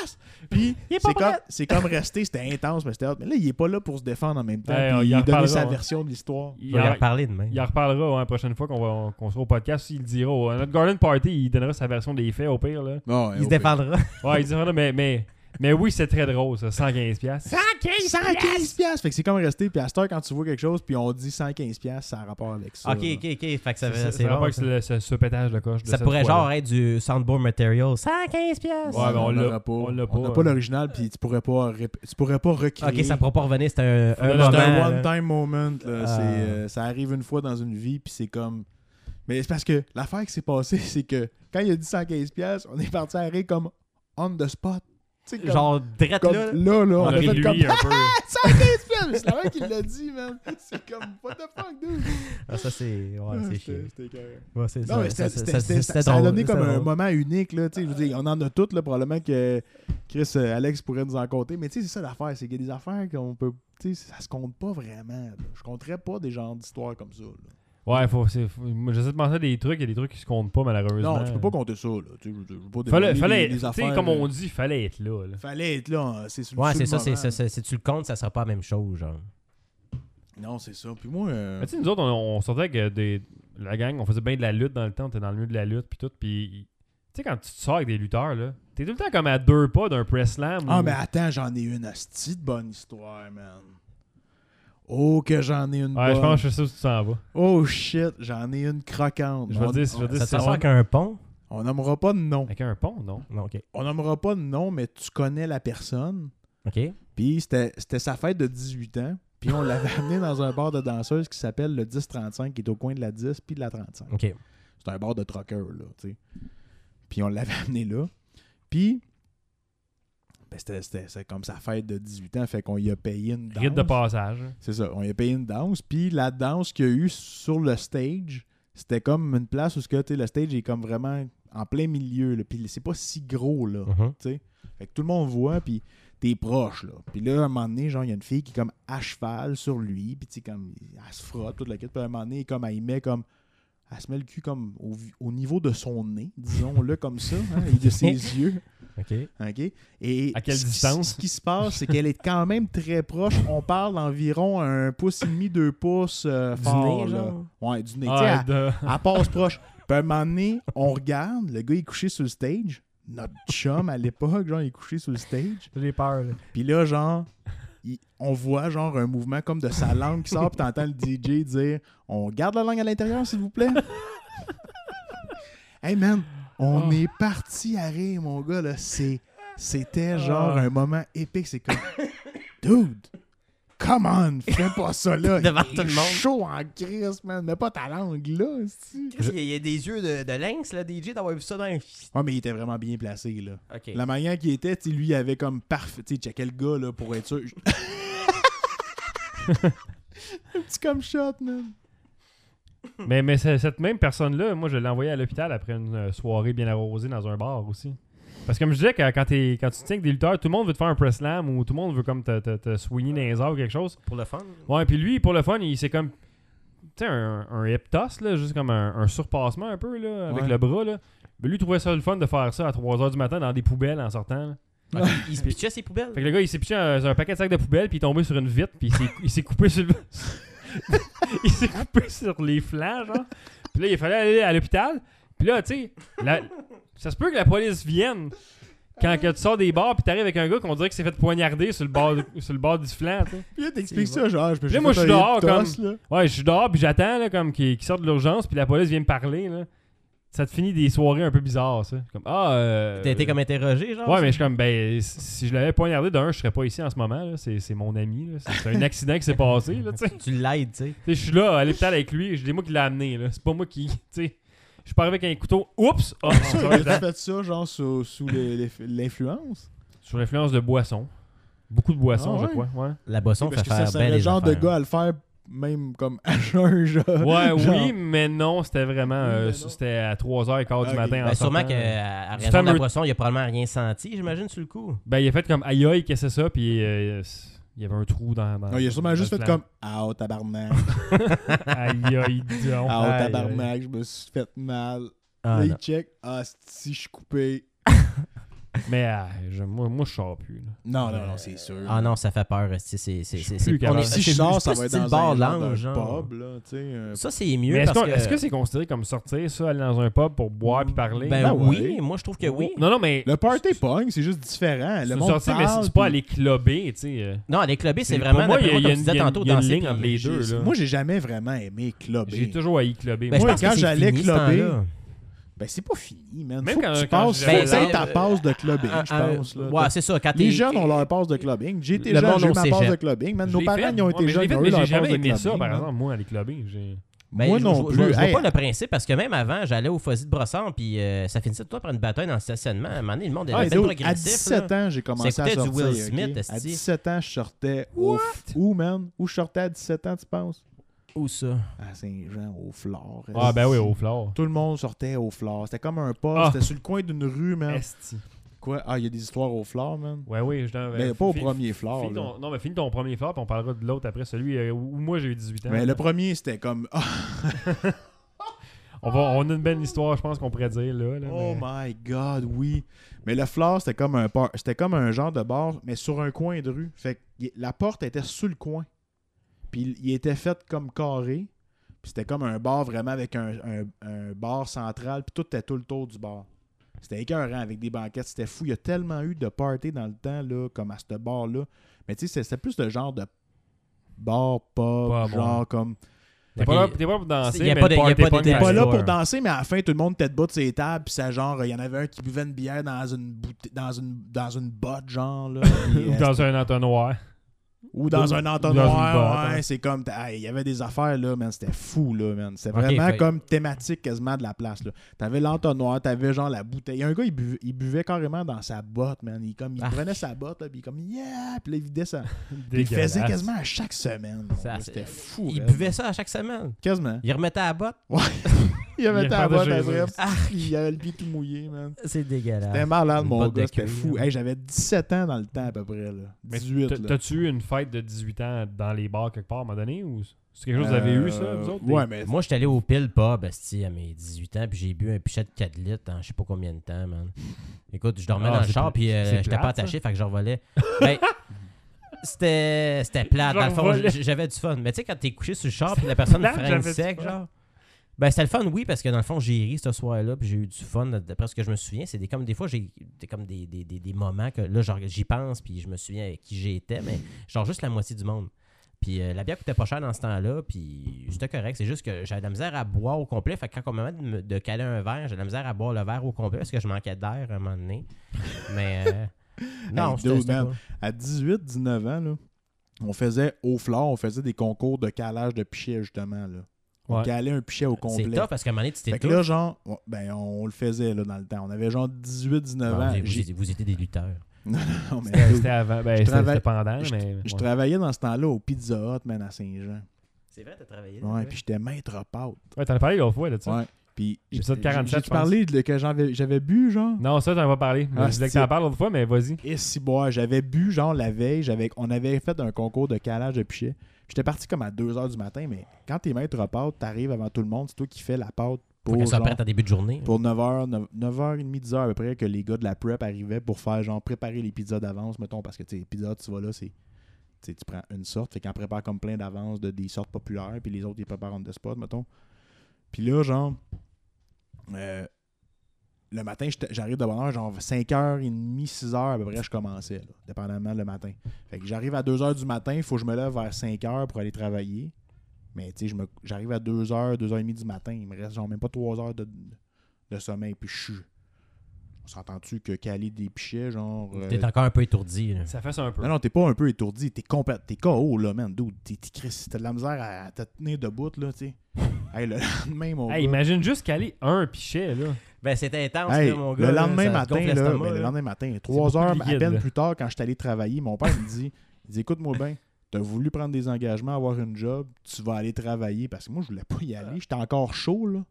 A: Yes! Puis,
B: Il est
A: Ah!
B: pas
A: c'est comme,
B: prêt.
A: c'est comme resté, c'était intense, mais c'était hot. Mais là, il est pas là pour se défendre en même temps.
B: Ouais, on-
A: puis
B: il en
A: il donnait
B: reparlera,
A: sa
B: ouais.
A: version de l'histoire.
C: Je
B: Il
C: vais y
B: en-
C: reparler demain.
B: il en reparlera hein, la prochaine fois qu'on va on- qu'on sera au podcast. Il le dira. Au- À notre Garden Party, il donnera sa version des faits au pire. Là.
C: Il se défendra.
B: Ouais, il dira, non, mais, mais, mais oui, c'est très drôle, ça. 115 piastres.
A: 115 115 piastres! Fait que c'est comme resté, puis à cette heure, quand tu vois quelque chose, puis on dit 115 piastres, ça a rapport avec ça.
C: Ok,
A: là.
C: ok, ok. Fait que
B: Ça,
C: ça,
B: ça,
C: c'est
B: ça
C: bon,
B: rappelle que
C: ça.
B: c'est le- ce, ce pétage de coche. de
C: Ça
B: cette
C: pourrait
B: fois-là.
C: genre être du soundboard material. 115$. piastres.
B: Ouais, mais on
A: On
B: l'a-
A: l'aura pas.
B: on l'a pas,
A: On n'a
B: euh.
A: pas l'original, puis tu pourrais pas, rép- tu pourrais pas recréer.
C: Ok, ça pourra pas revenir. C'était un,
B: Faudrait
C: un
A: C'est
C: moment.
A: un
C: là.
A: one-time moment. là.
C: Ah.
A: C'est, euh, ça arrive une fois dans une vie, puis c'est comme. Mais c'est parce que l'affaire qui s'est passée, <laughs> c'est que quand il a dit 115$, piastres, on est parti à rire comme on the spot. Tu sais, comme-
C: Genre, drette
A: comme
C: là.
A: là, là, on
B: On
A: a
B: rit de
A: fait comme
B: lui un
A: <laughs>
B: peu.
A: 115$, piastres! c'est la même qui l'a dit, man. C'est comme, what the fuck, dude?
C: Ah, ça, c'est. Ouais, c'est chiant.
A: <laughs> C'était- c'était carré.
C: Ouais, c'est
A: Non, mais c'était-
C: ça- ça-
A: c'était-
C: ça-
A: c'était-
C: c'était
A: ça a
C: drôle,
A: donné
C: c'était
A: comme un
C: drôle.
A: moment unique. Là, tu sais, je veux dire, on en a toutes, là, probablement que Chris, euh, Alex pourrait nous en compter. Mais tu sais, c'est ça l'affaire, c'est qu'il y a des affaires qu'on peut. tu sais, Ça se compte pas vraiment. là. Je compterais pas des genres d'histoires comme ça. là.
B: Ouais, faut, c'est- faut- moi, j'essaie de penser à des trucs. Il y a des trucs qui se comptent pas, malheureusement.
A: Non, tu peux pas compter ça. Là. Tu sais, je veux dire, je veux pas
B: Fallait,
A: dévoiler
B: fallait,
A: les- les
B: tu sais,
A: affaires,
B: comme on
A: euh,
B: dit, fallait être là. là.
A: Fallait être là, hein, c'est sur
C: Ouais,
A: sur
C: c'est
A: le
C: ça. c'est-
A: moment,
C: c'est- c'est- Si tu le comptes, ça sera pas la même chose, genre.
A: là. Non, c'est ça. Puis moi, euh,
B: Mais tu sais, nous autres, on, on sortait avec euh, des, la gang, on faisait bien de la lutte dans le temps, on était dans le milieu de la lutte, puis tout. Puis, tu sais, quand tu te sors avec des lutteurs, là, t'es tout le temps comme à deux pas d'un press slam.
A: ah,
B: ou-
A: mais attends, j'en ai une hostie de bonne histoire, man. Oh, que j'en ai une
B: Ouais, je
A: bonne.
B: pense que je sais où tu t'en vas.
A: Oh shit, j'en ai une croquante.
B: Je vais
A: On-
B: dire, je vais dire,
C: Ça
B: c'est
C: te sort avec un pont
A: On nommera pas de nom.
B: Avec un pont, non?
C: Non, ok.
A: On nommera pas de nom, mais tu connais la personne.
C: Ok.
A: Puis c'était c'était sa fête de 18 ans. Puis on
B: <laughs>
A: l'avait amené dans un bar de danseuse qui s'appelle le 1035, qui est au coin de la 10 puis de la 35.
C: Ok.
A: C'est un bar de trucker, là, tu sais. Puis on l'avait amené là. Puis, ben, c'était- c'était c'était comme sa fête de 18 ans, fait qu'on y a payé une danse.
B: Rite de passage.
A: C'est ça, on y a payé une danse. Puis la danse qu'il y a eu sur le stage, c'était comme une place où ce que, tu sais, le stage est comme vraiment en plein milieu. Là. Puis c'est pas si gros, là.
C: Mhm.
A: Fait que tout le monde voit, puis t'es proche, là. Puis là, à un moment donné, genre, il y a une fille qui est comme à cheval sur lui, puis tu sais, comme, elle se frotte toute la quête. Puis à un moment donné, comme, elle y met comme, elle se met le cul comme au, vi- au niveau de son nez, disons-le comme ça, hein, et de ses yeux,
C: Ok.
A: OK? Et
B: À quelle
A: ce qui-
B: distance?
A: Ce qui se passe, c'est qu'elle est quand même très proche. On parle d'environ un pouce et demi, deux pouces euh,
C: Du
A: fort,
C: nez,
A: là.
C: genre?
A: Ouais, du nez. Tu sais, <laughs>
B: Ah,
A: elle-
B: de-
A: elle passe proche. Puis à un moment donné, on regarde, le gars est couché sur le stage, notre chum à l'époque, genre, il est couché sur le stage.
H: J'ai peur. là.
A: Puis là, genre, il- on voit genre un mouvement comme de sa langue qui sort, puis t'entends le DJ dire On garde la langue à l'intérieur, s'il vous plaît. hey man, on
C: Ah.
B: Oh.
A: est parti à rire, mon gars, là. C'est-
C: Ah.
A: C'était genre
B: Oh.
A: un moment épique. C'est comme Dude, come on, fais pas ça là.
C: <laughs> Devant
A: Il
C: tout le
A: est
C: monde.
A: chaud en crise, man. Mets pas ta langue là, aussi.
C: Chris, Il y a- il y a des yeux de, de lynx, là, DJ, d'avoir vu ça dans un.
A: Ouais, mais il était vraiment bien placé, là.
C: Ok.
A: La manière qu'il était, tu sais, lui, il avait comme parfait. Tu sais, checkait le gars, là, pour
B: <laughs>
A: être sûr. Un petit comme shot, man.
B: <laughs> Mais, mais ce- cette même personne-là, moi, je l'ai envoyée à l'hôpital après une euh, soirée bien arrosée dans un bar aussi. Parce que comme je disais, que quand, t'es- quand tu te tiens avec des lutteurs, tout le monde veut te faire un press slam ou tout le monde veut comme te, te, te swinguer dans les airs ou quelque chose.
C: Pour le fun.
B: Ouais, puis lui, pour le fun, il s'est comme. Tu sais, un, un hip toss, là, juste comme un, un surpassement un peu, là, avec
A: Ouais.
B: le bras, là. Mais lui, il trouvait ça le fun de faire ça à 3h du matin dans des poubelles en sortant. là.
C: Il se pitchait ses poubelles.
B: Fait que le gars, il s'est piché un, sur un paquet de sacs de poubelles, puis il est tombé sur une vitre, puis il s'est- il s'est coupé sur le... <laughs> il s'est coupé sur les flancs, genre. Puis là, il fallait aller à l'hôpital. Puis là, tu sais, la- ça se peut que la police vienne quand que tu sors des bars, puis t'arrives avec un gars qu'on dirait qu'il s'est fait poignarder sur le bord, sur le bord du flanc, tu sais.
A: Puis là, t'expliques ça, genre, je peux
B: Puis là,
A: juste
B: moi, je suis
A: faire un
B: dehors,
A: toss,
B: comme-
A: là.
B: Ouais, je suis dehors, puis j'attends, là, comme qu'il qu'il sorte de l'urgence, puis la police vient me parler, là. Ça te finit des soirées un peu bizarres, ça. Comme, ah, euh...
C: T'as été comme ah, interrogé, genre.
B: Ouais, mais je suis comme, ben, si- si je l'avais poignardé d'un, je serais pas ici en ce moment. là. C'est c'est mon ami. là. C'est c'est un accident qui s'est passé. Là, tu sais. Tu
C: Tu l'aides, tu sais.
B: sais, je suis là à l'hôpital avec lui. C'est moi qui l'ai amené. là. C'est pas moi qui. tu sais. Je pars avec un couteau. Oups!
C: <laughs>
B: Ah,
A: Ça,
B: sur-
A: il a fait ça, genre, sous, sous les- les- l'influence.
B: sur l'influence de boissons. Beaucoup de boissons,
A: Ah ouais?
B: je crois. Ouais,
C: La boisson fait
A: Parce que ça
C: faire
A: serait
C: bien
A: le
C: les
A: genre de
C: affaires.
A: gars à le faire, même comme à jeun, genre.
B: ouais
A: Euh, Genre,
B: oui, mais non, c'était vraiment. euh,
A: mais non.
B: C'était à 3h15
A: Ah,
B: du
A: ok.
B: matin.
A: Ben,
B: en
C: Ben, sûrement
B: sortant.
C: qu'à à
B: Du
C: raison de la
B: fameux-
C: boisson, il a probablement rien senti, j'imagine, sur le coup.
B: Ben, il a fait comme aïe aïe, qu'est-ce que c'est ça? Puis euh, c'est- il y avait un trou dans. dans
A: Non, il a sûrement
B: dans
A: juste
B: le
A: fait
B: flanc.
A: comme Ah, oh, tabarnak.
B: <laughs> Aïe aïe, donc.
A: Ah, oh,
B: aïe, aïe.
A: tabarnak, je me suis fait mal.
C: Ah,
A: là,
C: non.
A: il check. Ah, si, je suis coupé.
B: Mais ah, je- moi, moi, je sors plus. là.
A: Non, non, non, c'est sûr.
C: Ah non, ça fait peur. c'est- c'est- c'est-
B: Je suis
C: c'est-
B: plus
C: c'est-
B: capable.
C: on est-
A: Si je
C: c'est-
A: sors,
C: c'est
A: ça
C: plus
A: va être
C: style
A: dans
C: bar
A: un genre
C: lounge,
A: de
C: genre.
A: pub, là, tu sais. euh,
C: Ça, c'est mieux
B: Mais est-ce
C: parce
B: qu'on-
C: que...
B: est-ce que c'est considéré comme sortir ça, aller dans un pub pour boire puis parler?
C: Ben
A: Ben
C: oui,
A: ouais.
C: moi, je trouve que oui.
B: Non, non, mais.
A: Le party punk, c'est juste différent.
B: c'est
A: Le
B: une
A: monde
B: sortie, mais
A: parle,
B: c'est c'est pas
A: puis-
B: aller clubber, tu sais. euh.
C: Non, les clubés, c'est
B: Pour
C: vraiment,
B: moi,
C: d'après
B: il y a-
C: moi,
B: il y a
C: comme tu
B: une-
C: disais
B: il y a
C: tantôt,
B: une- il y a une
C: danser
B: ligne
C: puis-
B: entre les deux, là.
A: Moi, j'ai jamais vraiment aimé clubber.
B: J'ai toujours haï clubber.
C: Ben, je
B: moi.
A: Moi,
C: pense que
A: quand
C: c'est
A: j'allais
C: fini, ce
A: clubber,
C: temps-là.
A: Ben, c'est pas fini, man.
B: Même
A: faut
B: quand-
A: que tu
B: quand
A: passes, faut
B: j'allais-
A: que t'aies
C: Ben,
A: ta
C: euh,
A: passe de clubbing,
C: Ah,
A: je
C: ah,
A: pense. là.
C: Ouais, c'est ça. Quand
A: les
C: t'es-
A: jeunes ont leur passe de clubbing. J'ai été
C: Le
A: jeune,
C: monde
A: j'ai eu
C: au
A: ma passe
C: cégep.
A: de clubbing. Man,
B: Je
A: nos
B: l'ai
A: parents,
B: fait,
A: ils ont
B: moi,
A: été
B: mais je l'ai
A: jeunes, ils
B: fait,
A: ont eu
B: mais
A: leur
B: j'ai
A: passe
B: jamais
A: de
B: aimé ça,
A: clubbing,
B: par
A: man.
B: exemple, moi, aller clubber. j'ai-
C: Ben,
A: Moi
C: je-
A: non
C: je-
A: plus.
C: Je, je vois
A: Hey.
C: pas le principe parce que même avant, j'allais au Fossi de Brossard puis euh, ça finissait tout le temps par une bataille dans le stationnement. À un moment donné, le monde
A: Ah,
C: était
A: dude,
C: bien
A: à
C: progressif.
A: 17 ans, j'ai commencé à
C: J'écoutais du
A: sortir.
C: Will
A: ok?
C: Smith,
A: À
C: esti.
A: 17 ans, je sortais. au- Où, man? Où je sortais à 17 ans, tu penses?
C: Où ça?
A: À Saint-Jean, au Flore.
B: Ah, ben oui,
A: esti.
B: au flore.
A: Tout le monde sortait au Flore. C'était comme un poste.
B: Ah.
A: C'était sur le coin d'une rue, man.
B: Esti.
A: Quoi? Ah, il y a des histoires au Flore, man.
B: Ouais, oui, je t'en-
A: Mais
B: euh,
A: Ben, pas au
B: fi-
A: premier
B: finis
A: Flore. là.
B: ton- Non, mais finis ton premier flore, puis on parlera de l'autre après celui euh, où moi j'ai eu 18 ans.
A: Mais le premier, c'était comme Ah,
B: on, va, on a une belle histoire, je pense qu'on pourrait dire là. là,
A: Oh
B: mais-
A: my god, oui. Mais le floor, c'était comme un par- c'était comme un genre de bar, mais sur un coin de rue. Fait que y- la porte était sous le coin. Puis il- il était fait comme carré. Puis c'était comme un bar vraiment avec un, un- un bar central. Puis tout était tout le tour du bar. C'était écœurant avec des banquettes. C'était fou. Il y a tellement eu de parties dans le temps, là, comme à ce bar-là. Mais tu sais, c'est- c'était plus le genre de bar, pub,
B: Pas
A: genre comme.
B: T'es pas là-
C: Ok.
B: t'es pas là pour
C: C'est-
B: danser,
C: y a
B: mais le
C: pas de- y a
B: party
C: pas de
B: punk,
C: détail.
B: ça
A: pas
C: Ouais.
A: là
C: Ouais.
A: pour danser, mais à la fin, tout le monde était debout de ses tables. Puis ça, genre, il y en avait un qui buvait une bière dans une bouteille, dans une, dans une botte, genre. Là, puis,
B: Ou
A: euh,
B: dans un entonnoir.
A: ou dans
B: ou-
A: un
B: dans une
A: entonnoir.
B: botte,
A: ouais,
B: hein.
A: c'est comme. t'as- hey, Il y avait des affaires, là, man. C'était fou, là, man. C'était
C: Ok,
A: vraiment
C: fait-
A: comme thématique quasiment de la place, là. T'avais l'entonnoir, t'avais genre la bouteille. Un gars, il buvait, il buvait carrément dans sa botte, man. Il, comme, il
C: Ah.
A: prenait sa botte, là, puis il comme, yeah! Puis là, il vidait ça. Puis il le faisait
B: Dégueulasse.
A: quasiment à chaque semaine. mon
C: Ça,
A: gars.
C: c'est-
A: C'était fou.
C: Ils
A: raide.
C: buvaient ça à chaque semaine.
A: Quasiment.
C: Ils remettaient à la botte.
A: Il avait ta
B: repartait
A: botte à
B: chez eux.
A: bref. Il avait le pied tout mouillé, man.
C: C'est dégueulasse.
A: C'était malade,
C: Ah, Une
A: mon
C: botte
A: gars.
C: de hein.
A: C'était
C: cuir.
A: fou. Hey, j'avais 17 ans dans le temps, à peu près. Là.
B: Mais
A: 18.
B: t'as-
A: là.
B: T'as-tu eu une fête de 18 ans dans les bars quelque part à un moment donné ou c'est quelque chose que vous avez
A: Euh,
B: eu ça, vous autres?
A: Ouais, mais
C: Moi, j'étais allé au pile pub esti, à mes 18 ans, puis j'ai bu un pichet de 4 litres en je sais pas combien de temps, man. Écoute, je dormais
B: Ah,
C: dans le
B: c'est
C: char,
B: pla-
C: puis euh,
B: c'est
C: j'étais
B: plate,
C: pas attaché, fait que je revolais. Ben, <laughs> c'était c'était plate. Dans le fond,
B: J'envolais.
C: j- j'avais du fun. Mais tu sais, quand t'es couché sur le char, puis la
B: <laughs>
C: personne
B: plate, j'avais
C: freine
B: du
C: sec,
B: fun.
C: genre. Ben, c'était le fun, oui, parce que dans le fond, j'ai ri ce soir-là, puis j'ai eu du fun. D'après ce que je me souviens, c'est des, comme des fois, j'ai des, comme des, des, des, des moments que là, genre, j'y pense, puis je me souviens avec qui j'étais, mais genre juste la moitié du monde. Puis euh, la bière coûtait pas cher dans ce temps-là, puis c'était correct. C'est juste que j'avais de la misère à boire au complet. Fait que quand on m'a demandé de, me- de caler un verre, j'avais de la misère à boire le verre au complet parce que je manquais d'air à un moment donné. Mais euh,
A: <laughs>
C: non,
A: Hey,
C: c'était
A: dude,
C: c'était
A: man.
C: pas-
A: À 18-19 ans, là, on faisait au flore, on faisait des concours de calage de pichet, justement. Là. On
B: Ouais.
A: calait un pichet au
C: C'est
A: complet.
C: tough parce qu'à un moment donné, tu
A: Fait
C: t'étouffes.
A: que là, genre, on- ben, on le faisait là, dans le temps. On avait genre 18-19
C: Bon,
A: ans.
C: vous- vous,
A: J'ai-
C: étiez- vous étiez des lutteurs.
A: <laughs> Non, mais
B: C'était
A: dude,
B: c'était avant. <laughs> Ben, c'était
A: travaille-
B: c'était pendant, mais.
A: je
B: ouais.
A: travaillais dans ce temps-là au Pizza Hut, man, à Saint-Jean.
C: C'est vrai, t'as travaillé.
A: Ouais, puis j'étais maître pâte.
B: Ouais, t'en as parlé l'autre fois, là, tu sais.
A: Ouais. Puis j'ai
B: Épisode 47,
A: j'ai-tu parlé de- que j'avais j'avais bu, genre.
B: Non, ça, t'en as pas parlé.
A: Ah,
B: je voulais que
A: c'est-
B: t'en parles l'autre fois, mais vas-y.
A: Et si bois, j'avais bu, genre, la veille. j'avais- On avait fait un concours de calage de pichet. J'étais parti comme à 2 heures du matin, mais quand t'es maître pâte, t'arrives avant tout le monde. C'est toi qui fais la pâte
C: Faut
A: pour,
C: qu'elle soit
A: genre,
C: prête en début de journée.
A: pour 9h, 9h30, 10h à peu près que les gars de la prep arrivaient pour faire, genre, préparer les pizzas d'avance, mettons, parce que, tu sais, les pizzas, tu vas là, c'est. tu sais, tu prends une sorte, fait qu'on prépare comme plein d'avance de des sortes populaires, puis les autres, ils préparent on the spot, mettons. Puis là, genre, euh, le matin, j'étais- j'arrive de bonne heure, genre 5h30, 6h à peu près, je commençais, là, dépendamment le matin. Fait que j'arrive à 2h du matin, il faut que je me lève vers 5h pour aller travailler. Mais tu sais, je me- j'arrive à 2h, 2h30 du matin, il me reste genre même pas 3 heures de, de sommeil, puis je suis. On s'entend-tu que caler des pichets, genre. euh,
C: T'es encore un peu étourdi. là.
B: Ça fait ça un peu.
A: non, non, t'es pas un peu étourdi, t'es complète, t'es KO, là, man, dude. T'es, t'es- Chris, t'as de la misère à, à te tenir debout, là, tu sais. hey, le lendemain, mon
B: Hey,
A: gars.
B: imagine juste caler un pichet, là.
C: Ben, c'était intense,
A: Hey,
C: là, mon gars.
A: le
C: là,
A: lendemain
C: ça te
A: matin,
C: gonfle
A: là,
C: l'estomac,
A: ben, le
C: là.
A: lendemain matin, trois
B: beaucoup
A: heures
B: de
A: à
B: liquide,
A: peine
B: là.
A: plus tard, quand je suis allé travailler, mon père me dit, il dit, écoute-moi bien, t'as voulu prendre des engagements, avoir une job, tu vas aller travailler, parce que moi, je voulais pas y aller, j'étais encore chaud, là. Tu sais,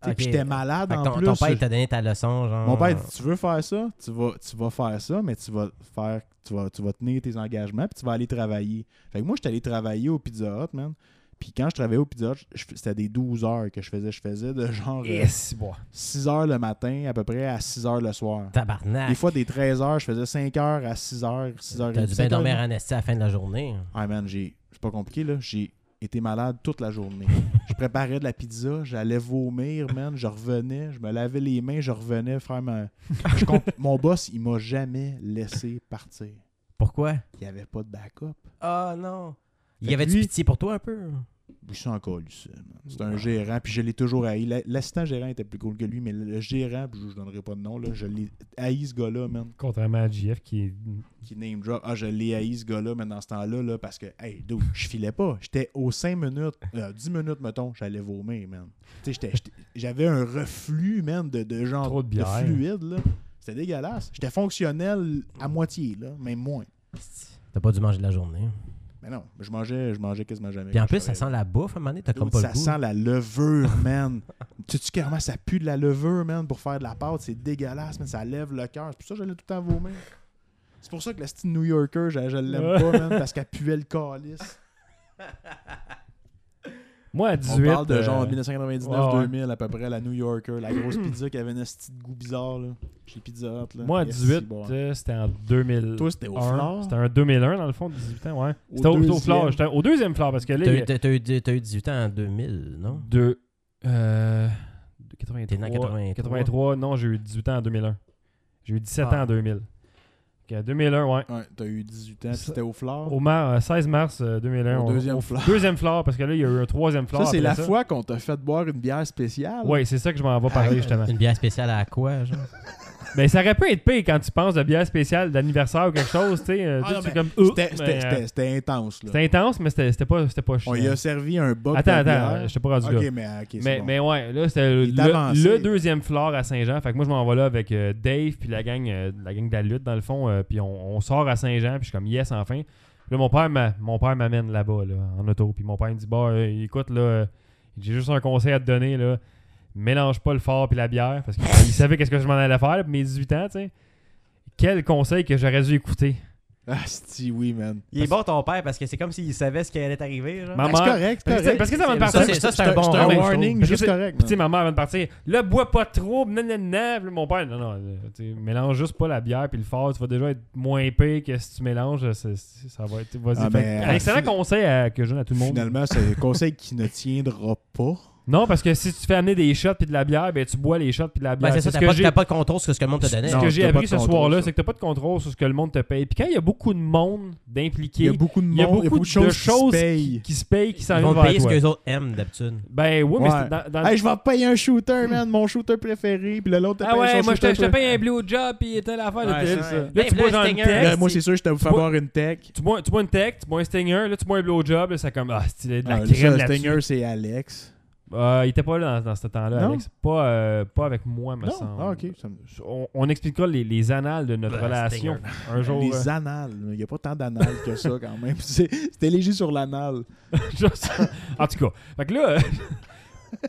C: Ah. Ok.
A: Puis j'étais malade
C: Fait que
A: en
C: ton,
A: plus.
C: ton père, il t'a donné ta leçon, genre. euh,
A: Mon père dit Tu veux faire ça, tu vas, tu vas faire ça, mais tu vas faire tu vas, tu vas tenir tes engagements puis tu vas aller travailler. Fait que moi, j'étais allé travailler au Pizza Hut, man. Puis quand je travaillais au Pizza Hut, je- c'était des 12 heures que je faisais. Je faisais de genre euh,
B: Yes, bon.
A: 6 heures le matin à peu près à 6 heures le soir. Des
C: Tabarnak.
A: fois, des 13 heures, je faisais 5 heures à 6 heures, 6 heures
C: T'as
A: et
C: dû bien dormir en esti à la fin de la journée.
A: Ah man, j'ai. C'est pas compliqué là. J'ai été malade toute la
C: <laughs>
A: journée. je préparais de la pizza, j'allais vomir, man, je revenais, je me lavais les mains, je revenais faire ma. Je
C: <laughs>
A: comp- Mon boss, il m'a jamais laissé partir.
C: Pourquoi?
A: Il n'y avait pas de backup.
C: Ah non. Il
A: Fait
C: y avait
A: que
C: du
A: lui-
C: pitié pour toi un peu?
A: Je suis encore lui, ça, man. C'est un gérant, puis je l'ai toujours haï. La- L'assistant gérant était plus cool que lui, mais le gérant, puis je ne donnerai pas de nom, là, je l'ai haï ce gars-là, man.
B: Contrairement à JF qui est.
A: qui name drop. Ah, je l'ai haï ce gars-là, mais dans ce temps-là, là, parce que, hey, dude, je filais pas. J'étais aux 5 minutes, euh, 10 minutes, mettons, j'allais vomir, man. Tu sais, j'étais- j'étais- j'avais un reflux, man, de, de genre
B: Trop de bière.
A: fluide, là. C'était dégueulasse. J'étais fonctionnel à moitié, là, même moins.
C: T'as pas dû manger de la journée.
A: Mais non, je mangeais, je mangeais quasiment jamais.
C: Puis en
A: quand
C: plus,
A: je
C: ça
A: travaillais.
C: sent la bouffe à un moment donné, t'as
A: Dude,
C: comme pas
A: ça
C: le goût.
A: sent la levure, <laughs> man. tu sais comment ça pue de la levure, man, pour faire de la pâte? C'est dégueulasse, man. Ça lève le cœur. C'est pour ça que j'allais tout le temps vomir. C'est pour ça que la style New Yorker, je, je l'aime pas, man, parce qu'elle puait le
B: <laughs>
A: calice.
C: <laughs>
B: Moi, à 18.
A: On parle de
B: euh,
A: genre 1999-2000
B: ouais,
A: à peu près, la New Yorker, la grosse pizza qui avait un petit goût bizarre, là, chez Pizza Hut. Là.
B: Moi, à
A: Yes,
B: 18,
A: bon.
B: euh, c'était en 2000.
A: Toi, c'était au
B: Un,
A: flore.
B: C'était un 2001 dans le fond, 18 ans, ouais. C'était au,
A: deuxième.
B: au flore, j'étais au deuxième flore parce que là,
C: T'as
B: il y
C: eu,
B: a-
C: t'as- t'as eu- t'as eu 18 ans en 2000, non?
B: de euh, de 83,
C: T'es né en 83.
B: 83, non, j'ai eu 18 ans en 2001. J'ai eu 17
C: Ah.
B: ans en 2000. Ok, 2001, ouais.
A: Ouais, t'as eu 18 ans, puis c'était au flore.
B: Au mar- euh, 16 mars euh, 2001.
A: Au
B: on-
A: deuxième
B: au-
A: flore.
B: Deuxième flore, parce que là, il y a eu un troisième flore.
A: Ça, c'est
B: après
A: la fois qu'on t'a fait boire une bière spéciale.
B: Oui, c'est ça que je m'en vais parler, justement.
C: Ah, Une bière spéciale à quoi, genre?
B: Mais ça aurait pu être pire quand tu penses de bière spéciale d'anniversaire ou quelque chose, tu sais. euh,
A: Ah,
B: tu-
A: non,
B: tu es
A: mais
B: comme. Euh,
A: C'était-
B: mais, euh,
A: C'était c'était- c'était intense, là.
B: c'était intense, mais c'était c'était pas, c'était pas
A: On
B: chiant.
A: lui a servi un bas
B: euh, Attends,
A: de bière.
B: attends, je t'ai pas rendu là.
A: Ok, mais, ok, c'est
B: Mais,
A: bon. <laughs>
B: mais ouais, là, c'était le,
A: Il est avancé,
B: le
A: là.
B: deuxième floor à Saint-Jean. Fait que moi, je m'en vais là avec euh, Dave puis la gang, euh, la gang de la lutte, dans le fond. euh, puis on, on sort à Saint-Jean, puis je suis comme, yes, enfin. Puis là, mon père m'a- mon père m'amène là-bas, là, en auto. Puis mon père me dit, bah, euh, écoute, là, euh, j'ai juste un conseil à te donner, là. Mélange pas le fort puis la bière, parce qu'il
A: <laughs>
B: savait qu'est-ce que je m'en allais faire, puis mes 18 ans, tu sais. Quel conseil que j'aurais dû écouter.
A: Ah, si, oui, man.
C: Il est bon ton père parce que c'est comme s'il savait ce qui allait t'arriver, genre.
B: Ma
A: Ah, c'est
B: mère-
A: correct, c'est
B: Parce que-
A: correct.
B: parce que ça va me
C: Ça,
B: partir.
C: c'est- ça, c'est un bon
A: C'est un
B: Ah, ben,
A: warning,
B: parce que
A: juste
B: c'est-
A: correct.
B: Puis, tu sais,
A: man.
B: ma mère avant de partir, là, bois pas trop, nanana. Puis là, mon père, non, non, euh, tu sais, mélange juste pas la bière puis le fort, tu vas déjà être moins pire que si tu mélanges, euh, c'est- c'est- ça va être. Vas-y.
A: Ah,
B: Fait
A: mais,
B: un excellent
A: euh,
B: conseil à- que je donne à tout le monde. <laughs>
A: Finalement, c'est un conseil qui ne tiendra pas.
B: Non, parce que si tu fais amener des shots puis de la bière, ben tu bois les shots puis de la bière.
C: Ben, c'est ça,
B: ce
C: t'as
B: que
C: pas,
B: j'ai-
C: t'as pas de contrôle sur ce que le monde te donnait.
B: ce que
A: Non,
B: j'ai
A: t'as pas
B: appris
A: de
B: ce
A: contrôle,
B: soir-là,
A: ça.
B: c'est que t'as pas de contrôle sur ce que le monde te paye. Puis quand il y a beaucoup de monde d'impliqués
A: Il y a beaucoup de monde,
B: il y a beaucoup
A: de choses,
B: choses
A: qui se payent.
B: qui se payent, qui s'en
C: Ils
B: viennent
C: vont
B: vers
C: payer ce
B: toi.
C: que les autres aiment d'habitude.
B: Ben oui, mais
A: Ouais.
B: c'est dans, dans-
A: Hey, je vais payer un shooter, man, mon shooter préféré, puis le l'autre te
B: Ah
A: paye
B: ouais,
A: son
B: moi je
A: shooter
B: te je te paye
A: préféré.
B: un blue job puis telle affaire. là,
A: Ouais,
B: telle,
A: c'est
B: ça.
A: vrai.
B: Là,
C: Ben,
B: tu bois
C: là,
B: un
C: Stinger,
B: tech,
A: Là, moi, c'est sûr, je te vous fais
B: Tu bois-
A: boire une tech.
B: tu bois, tu bois une tech, tu bois un stinger, là tu bois un blowjob, là c'est comme ah c'est de la
A: Ah, le seul
B: crème là
A: Stinger, c'est Alex.
B: il était pas là dans, dans ce temps-là,
A: Non?
B: Alex. Pas, euh, pas avec moi, me
A: Non?
B: semble.
A: Ah, ok. ça me-
B: On, on expliquera les, les annales de notre
C: Ben,
B: relation un jour. euh,
A: Les annales. Il n'y a pas tant d'annales que ça, quand même. <laughs> C'est- C'était léger sur l'anal.
B: Genre ça. en tout cas, fait que là, euh, <laughs>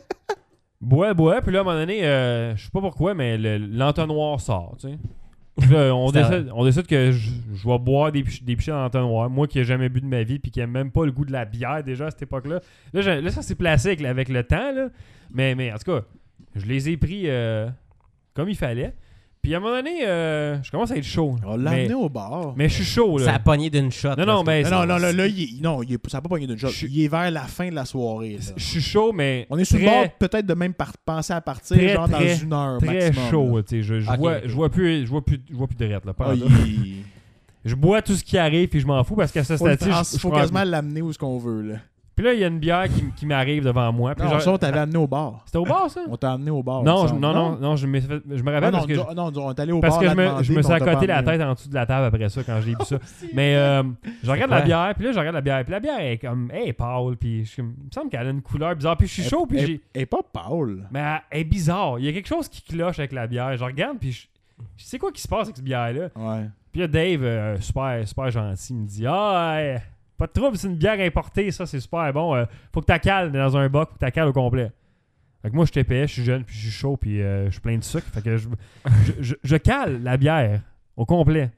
B: bois, bois, puis là, à un moment donné, euh, je sais pas pourquoi, mais le- l'entonnoir sort, tu sais. Puis là, on,
C: C'est
B: décide, on décide que je, je vais boire des, pich- des pichets dans l'entonnoir. Moi qui ai jamais bu de ma vie puis qui aime même pas le goût de la bière déjà à cette époque-là. Là, j'ai- là, ça s'est placé avec, avec le temps. Là. Mais, mais en tout cas, je les ai pris euh, comme il fallait. Puis à un moment donné, euh, je commence à être chaud.
A: On l'a
B: mais,
A: amené au bar.
B: mais je suis chaud. Là.
C: Ça a pogné d'une shot.
B: Non, non, ben,
A: Non, non, non, là, là, il, est- non il est- ça n'a pas pogné d'une shot.
B: Je-
A: Il est vers la fin de la soirée. là.
B: je suis chaud, mais.
A: On est sur le
B: très-
A: bord, peut-être de même par- penser à partir,
B: Très,
A: genre
B: très,
A: dans une heure
B: très
A: maximum.
B: chaud.
A: là.
B: là, tu sais, Je, je
C: Ok,
B: vois,
C: ok.
B: je vois plus, je vois plus, je vois plus de rette, là, pas
A: Ah,
B: en tout.
A: il...
B: Je bois tout ce qui arrive puis je m'en fous parce qu'à ce
A: faut, le
B: stade-ci,
A: trans-
B: je, je
A: faut
B: prends-
A: quasiment l'amener où ce qu'on veut. Là.
B: Puis là, il y a une bière qui, m- qui m'arrive devant moi. Puis
A: Non,
B: genre-
A: ça, on t'avait amené au bar.
B: C'était au bar, ça
A: On t'a amené au bar.
B: Non,
A: il
B: je-
A: me
B: non,
A: semble.
B: non, non, je me, fait- je me
A: Ah,
B: rappelle
A: non,
B: parce que
A: on- non, on est allé au
B: parce
A: bar.
B: que je
A: la
B: me,
A: demander,
B: je me
A: puis
B: suis
A: on Oh, t'a pas
B: accoté la
A: amené.
B: tête en dessous de la table après ça quand j'ai
A: <laughs>
B: bu ça. Mais euh, je regarde la
C: quoi?
B: bière, puis là, je regarde la bière. Puis la bière elle est comme, hey, Paul, puis je suis comme, il me semble qu'elle a une couleur bizarre. Puis je suis
A: Elle-
B: chaud, puis
A: elle-
B: j'ai.
A: Elle est pas pâle.
B: Mais elle- elle est bizarre. Il y a quelque chose qui cloche avec la bière. Je regarde, puis je. Je sais quoi qui se passe avec cette bière-là.
A: Ouais.
B: Puis là, Dave, euh, super, super gentil, il me dit Ah, hey, pas de trouble, c'est une bière importée, ça, c'est super bon. euh, faut que tu cales dans un bac, faut que tu cales au complet. Fait que moi, je t'ai payé, je suis jeune, puis je suis chaud, puis euh, je suis plein de sucre. Fait que je, je, je- je cale la bière au complet.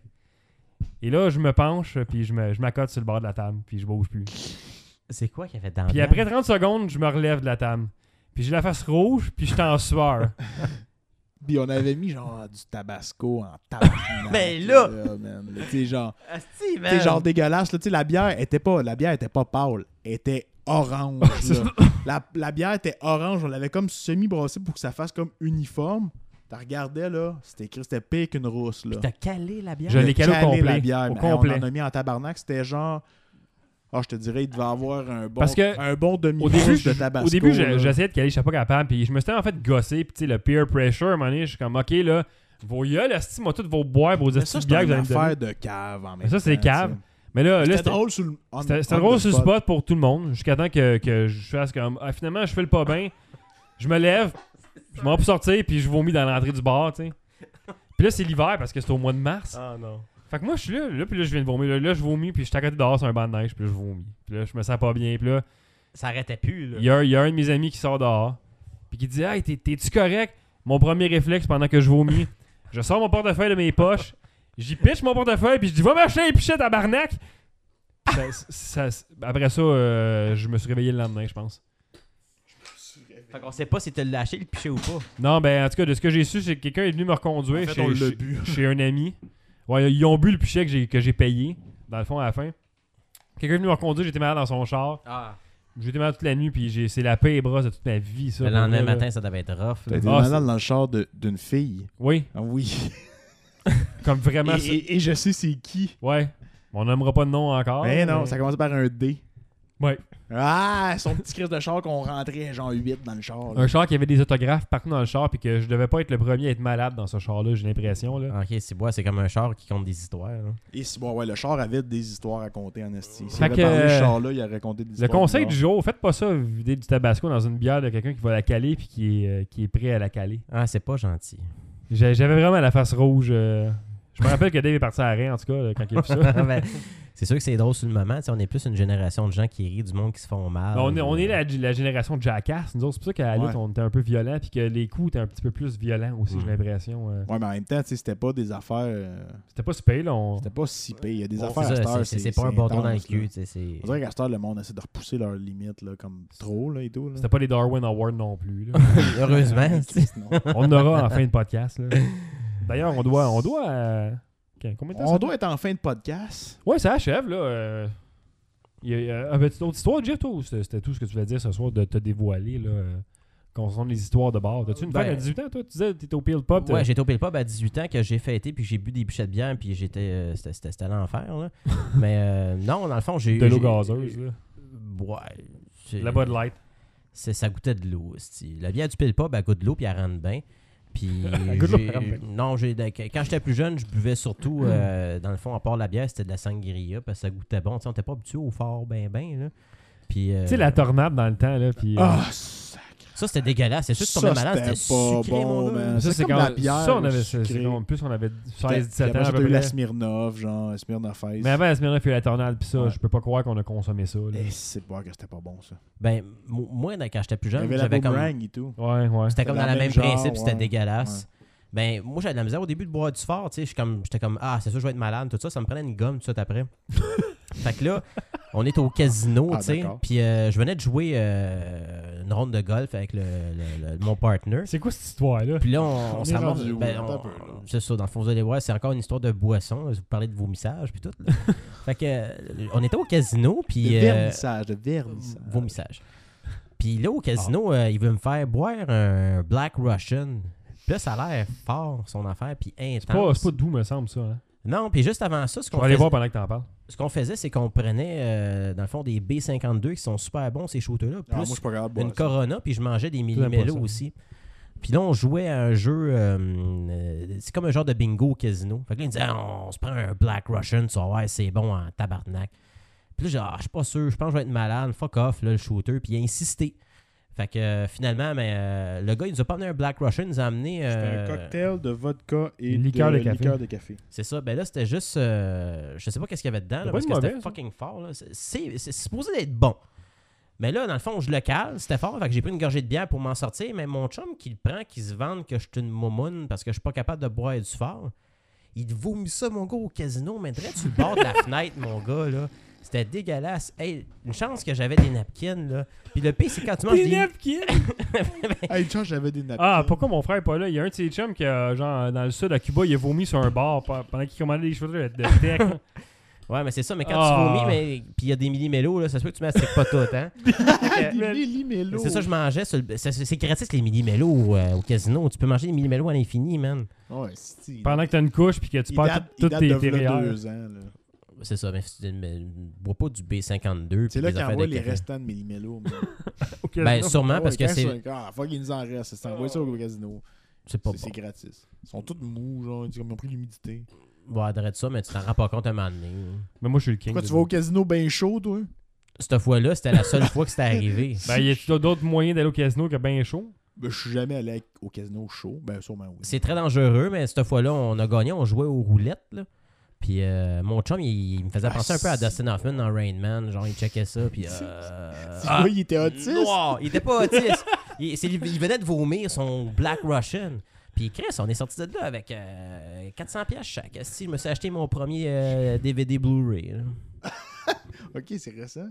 B: Et là, je me penche, puis je me- je m'accote sur le bord de la table, puis je bouge plus.
C: C'est quoi qu'il y avait dans
B: Puis
C: la-
B: après 30 secondes, je me relève de la table. Puis j'ai la face rouge, puis j'étais
A: <laughs>
B: en sueur.
A: Puis on avait mis genre du tabasco en tabarnak.
C: Mais là-
A: man. Tu sais, genre,
C: Asti,
A: tu
C: man.
A: sais, genre
B: Ben.
A: dégueulasse. là. Tu sais, la bière était pas, la bière était pas pâle. Elle était orange. là. la, la bière était orange. On l'avait comme semi-brassée pour que ça fasse comme uniforme. T'as regardé, là. C'était écrit, c'était pire qu'une rousse, là.
C: T'as calé la bière.
B: Je
A: On a
B: l'ai calé au
A: calé
B: complet.
A: La bière,
B: au
A: mais, hey,
B: complet.
A: On en a mis en tabarnak. C'était genre. Ah, je te dirais, il devait avoir un bon,
B: Parce que
A: un bon
B: au
A: demi
B: début,
A: pouce
B: je-
A: de tabasco.
B: au début, je-
A: là.
B: j'essayais de caler, je sais pas capable. Puis je me suis en fait gossé. Puis tu sais, le peer pressure, à un moment donné, je suis comme, ok, là, vos gueules, esti, moi, toutes vos boires, vos
A: Mais
B: estis
A: ça,
B: de
A: c'est
B: bières que
A: une
B: vous allez me donner.
A: affaire de cave en même
B: Mais ça, c'est
A: temps,
B: cave.
A: tu sais.
B: Mais là, là,
A: C'était
B: c'était-
A: drôle sur le on-
B: c'était c'était
A: on
B: drôle
A: the
B: sur le spot pour tout le monde. Jusqu'à temps que, que je fasse comme, ah, finalement, je fais le pas bien. Je me lève, je m'en vais pour sortir, puis je vomis dans l'entrée du bar, tu sais. Puis là, c'est l'hiver parce que c'est au mois de mars.
C: Ah non.
B: Fait que moi, je suis là, là, puis là, je viens de vomir. Là, là, je vomis, puis je suis à côté dehors sur un banc de neige, puis là, je vomis. Puis là, je me sens pas bien, puis là,
C: Ça arrêtait plus, là.
B: Il y, a, il y a un de mes amis qui sort dehors, puis qui dit Hey, t'es- t'es-tu correct Mon premier réflexe pendant que je vomis, je sors mon portefeuille de mes poches, j'y pitch mon portefeuille, puis je dis Va m'acheter un pichet, tabarnak Ça- ça- ça- Après ça, euh, je me suis réveillé le lendemain, je pense.
C: Fait qu'on sait pas si t'as lâché le pichet ou pas.
B: Non, ben, en tout cas, de ce que j'ai su, c'est que quelqu'un est venu me reconduire
A: En fait,
B: chez-
A: on l'a
B: chez,
A: bu. <laughs>
B: chez un ami. Ouais, ils ont bu le pichet que j'ai- que j'ai payé, dans le fond, à la fin. Quelqu'un est venu me reconduire, j'étais malade dans son char.
C: Ah.
B: J'étais malade toute la nuit, puis j'ai- c'est la paix et brosse de toute ma vie, ça.
C: Le
B: pour
C: lendemain
B: vrai, là.
C: matin, ça devait être rough.
A: T'as
C: là.
A: été
B: Ah,
A: malade dans le char de- d'une fille.
B: Oui,
A: Ah oui.
B: comme
A: Et,
B: vraiment. ça-
A: et- et je sais c'est qui.
B: Ouais. On n'aimera pas de nom encore.
A: mais non, ça commence par un D.
B: Ouais.
A: Ah, son petit crise de char qu'on rentrait genre 8 dans le char. là.
B: Un char qui avait des autographes partout dans le char, puis que je devais pas être le premier à être malade dans ce char-là, j'ai l'impression. Là.
C: Ah, Ok, c'est bois, c'est comme un char qui compte des histoires. là.
A: Et si, bon, ouais, le char avait des histoires à conter en esti. S'il
B: Fait
A: avait
B: que-
A: parlé de ce char-là, il aurait raconté des
B: Le
A: histoires.
B: conseil
A: bizarres.
B: du jour, faites pas ça, vider du tabasco dans une bière de quelqu'un qui va la caler puis qui est, euh, qui est prêt à la caler.
C: Ah, c'est
B: <laughs>
C: pas gentil.
B: J'ai- J'avais vraiment la face rouge. euh, Je me rappelle que Dave est parti à rien en tout cas, là, quand il a
A: <laughs>
B: vu ça.
C: Ben, c'est sûr que c'est drôle sur le moment. tu sais, on est plus une génération de gens qui rient du monde qui se font mal.
B: Ben, on est, on est la, la génération de jackass, nous autres. C'est pour ça qu'à la
A: Ah, Ouais.
B: lutte, on était un peu violent, puis que les coups étaient un petit peu plus violents aussi,
C: Mm.
A: Hmm.
B: j'ai l'impression. euh.
A: Ouais, mais en même temps, tu sais, c'était pas des affaires. euh,
B: C'était pas super, là. On...
A: C'était pas si pire. Il y a des
C: Bon,
A: affaires
C: c'est
A: à
C: ça,
A: cette heure,
C: c'est- c'est- C'est pas un bâton dans le
A: intense, là.
C: cul. tu sais, c'est-
A: On
C: <laughs>
A: dirait qu'à cette heure, le monde essaie de repousser leurs limites là, comme trop Oh, là, et tout. Là.
B: C'était pas les Darwin Awards non plus. là.
C: Heureusement.
A: Ah,
C: tu sais.
A: Christ, non.
B: On aura en fin de podcast. là. D'ailleurs, on doit. On doit. euh, ok, combien de temps
A: On
B: ça-
A: doit être en fin de podcast.
B: Ouais, ça achève, là. euh, Il y a, avait-tu d'autres histoires, Jeff, toi, ou c'était c'était tout ce que tu voulais dire ce soir de te dévoiler, là, euh, concernant les histoires de bar? T'as-tu une
C: Ben,
B: vague à 18 ans, toi? Tu disais que t'étais au Peel Pop. t'as-
C: Ouais, j'étais au Pillpop à 18 ans que j'ai fêté, puis j'ai bu des bouchées de bière, puis j'étais. euh, c'était- C'était c'était l'enfer,
B: <laughs>
C: là. Mais euh, non, dans le fond, j'ai eu.
B: de l'eau gazeuse, là.
C: Ouais. j'ai-
B: La Bud Light.
C: c'est- Ça goûtait de l'eau, c'ti. La bière du Pillpop, elle goûte de l'eau, puis elle rentre bien. Puis.
B: <laughs> Elle goûte de l'eau,
C: j'ai-
B: elle rentre bien. Mm.
C: non, j'ai. Quand j'étais plus jeune, je buvais surtout, euh, dans le fond, à part la bière, c'était de la sangria, parce que ça goûtait bon. T'sais, on n'était pas habitué au fort, ben, ben, là. Puis. euh,
B: Tu sais, la tornade dans le temps, là, puis... euh,
A: Ah, ça,
C: Ça, c'était dégueulasse. C'est sûr que tu tombais malade, c'était sucré, mon gars.
A: man. Ça, c'est comme
B: quand-
A: la bière.
B: Ça, on avait... c'est-
A: sucrée.
B: c'est quand- En plus, on avait
A: Puis
B: 16-17 ans,
A: après
B: à
A: ça,
B: peu
A: t'as eu la
B: près.
A: Smirnoff, genre, Smirnoff Ice.
B: Mais avant, la semaine, il y a eu la tornade, puis ça,
A: Ouais.
B: je peux pas croire qu'on a consommé ça, là.
A: Eh, c'est pas que c'était pas bon, ça.
C: Ben, mo- moi, quand j'étais plus
A: Il y
C: jeune,
A: avait la
C: j'avais comme.
A: boomerang et tout.
B: Ouais, ouais.
C: C'était comme
A: C'était dans
C: dans le
A: le
C: même
A: même genre,
C: principe, c'était
A: ouais.
C: dégueulasse. Ben, moi, j'avais de la misère au début de boire du fort, tu sais. j'étais comme- J'étais comme, ah, c'est sûr, je vais être malade, tout ça. Ça me prenait une gomme, tout ça,
A: <laughs>
C: après. fait que là, on est au casino,
A: Ah,
C: tu sais.
A: d'accord.
C: Puis euh, je venais de jouer euh, une ronde de golf avec le, le- le- mon partner.
B: C'est quoi cette histoire-là?
C: Puis là, on, on
A: On est
C: s'amorce.
A: rendu où,
C: ben,
A: là?
C: on-
A: Attends un peu, là.
C: c'est ça, dans le fond, vous allez voir, c'est encore une histoire de boisson. là. Vous parlez de vomissage, puis tout.
A: <laughs>
C: là. fait que, euh, on était au casino,
A: Le
C: puis. euh,
A: vernissage, le
B: Euh,
A: vernissage.
C: Vomissage. Puis là, au
B: Ah.
C: casino, euh, il veut me faire boire un Black Russian. Puis là, ça a l'air fort, son affaire, puis
B: C'est pas,
C: intense.
B: c'est pas doux, me semble, ça. Hein?
C: Non, puis juste avant ça, ce
B: Je
C: qu'on
B: vais aller
C: faisait,
B: voir pendant que t'en parles.
C: ce qu'on faisait, c'est qu'on prenait, euh, dans le fond, des B-52 qui sont super bons, ces shooters-là,
A: Ah, moi, je
C: plus
A: suis pas capable de
C: une
A: boire ça.
C: Corona, puis je mangeais des
B: aimes pas
C: millimélos
B: ça.
C: aussi. Puis là, on jouait à un jeu, euh, euh, c'est comme un genre de bingo au casino. Fait que là, il disait, Ah, on se prend un Black Russian, ça, ouais, c'est bon en tabarnak. Puis là, j'ai dit, Ah, je suis pas sûr, je pense que je vais être malade, fuck off, là, le shooter. Puis il a insisté. Fait que euh, finalement, mais, euh, le gars, il nous a pas amené un Black Russian, il nous a amené.
A: C'était
C: euh,
A: un cocktail de vodka et
B: Liqueur de
A: de,
B: café.
A: liqueur de café.
C: C'est ça, ben là, c'était juste. euh, je sais pas qu'est-ce qu'il y avait dedans, là,
B: pas
C: parce
B: de
C: que c'était
B: mauvais, ça.
C: fucking fort. là. C'est- C'est c'est supposé être bon. Mais là, dans le fond, je le cale, c'était fort, fait que j'ai pris une gorgée de bière pour m'en sortir. Mais mon chum qui le prend, qui se vante que je suis une moumoune parce que je suis pas capable de boire du fort, il vomit ça, mon gars, au casino, mais direct sur le bord de la fenêtre, mon gars, là. C'était dégueulasse. Hey, une chance que j'avais des napkins, là. Puis le pire, c'est quand tu manges des.
A: <laughs> Hey, Josh, j'avais des napkins.
B: Ah, pourquoi mon frère est pas là? Il y a un de ses chums qui, a, genre, dans le sud, à Cuba, il a vomi sur un bar pe- pendant qu'il commandait des cheveux de
A: <laughs>
B: tech.
C: Ouais, mais c'est ça, mais quand
B: Ah.
C: tu vomis, mais... puis il y a des millimélos, là, ça se peut que tu mastiques pas tout, hein.
A: Ah, Des millimélos.
C: C'est ça, je mangeais. sur le- c'est- C'est c'est gratis les millimélos euh, au casino. Tu peux manger des millimélos à l'infini, man.
A: Ouais, c'est
B: pendant que t'as une couche puis que tu
A: il
B: perds
A: date,
B: tout-
A: il
B: toutes
A: date
B: tes
A: de
B: tes
A: v'là
B: rires.
A: deux ans. là.
C: C'est ça, mais, si tu- mais bois pas du B52.
A: C'est
C: puis
A: là
C: des
A: qu'il
C: affaires
A: envoie
C: de
A: les
C: café.
A: restants de millimélos. man.
B: Au
C: Ben,
B: casino.
C: sûrement, parce
A: Ah ouais,
C: que c'est
A: 45, Ah, fuck, il nous en reste. C'est envoyé ça au casino.
C: c'est pas
A: C'est
C: bon.
A: c'est gratis. Ils sont tous mous, genre, ils ont pris l'humidité.
C: Ouais, arrête ça, mais tu t'en rends pas compte un moment donné. hein.
B: Mais moi, je suis le king.
A: Pourquoi
B: de
A: tu vas au
B: ça.
A: casino bien chaud, toi?
C: Cette fois-là, c'était la seule fois que
A: <laughs>
C: c'était arrivé.
B: Ben, y a d'autres moyens d'aller au casino que ben chaud?
A: Ben, je suis jamais allé au casino chaud. Ben, sûrement oui.
C: <laughs> C'est très dangereux, mais cette fois-là, on a gagné. On jouait aux roulettes, là. Puis euh, mon chum, il, il me faisait
A: Ah,
C: penser un peu à
A: c'est-
C: Dustin Hoffman dans Rain Man. Genre, il checkait ça, puis...
A: <laughs>
C: euh,
A: Tu vois, il était autiste.
C: Noir. Il était pas autiste. il, c'est- il venait de vomir son Black Russian. Puis Chris, on est sorti de là avec euh, 400 pièces chaque. Si je me suis acheté mon premier euh, DVD Blu-ray. là.
A: Ok, c'est récent.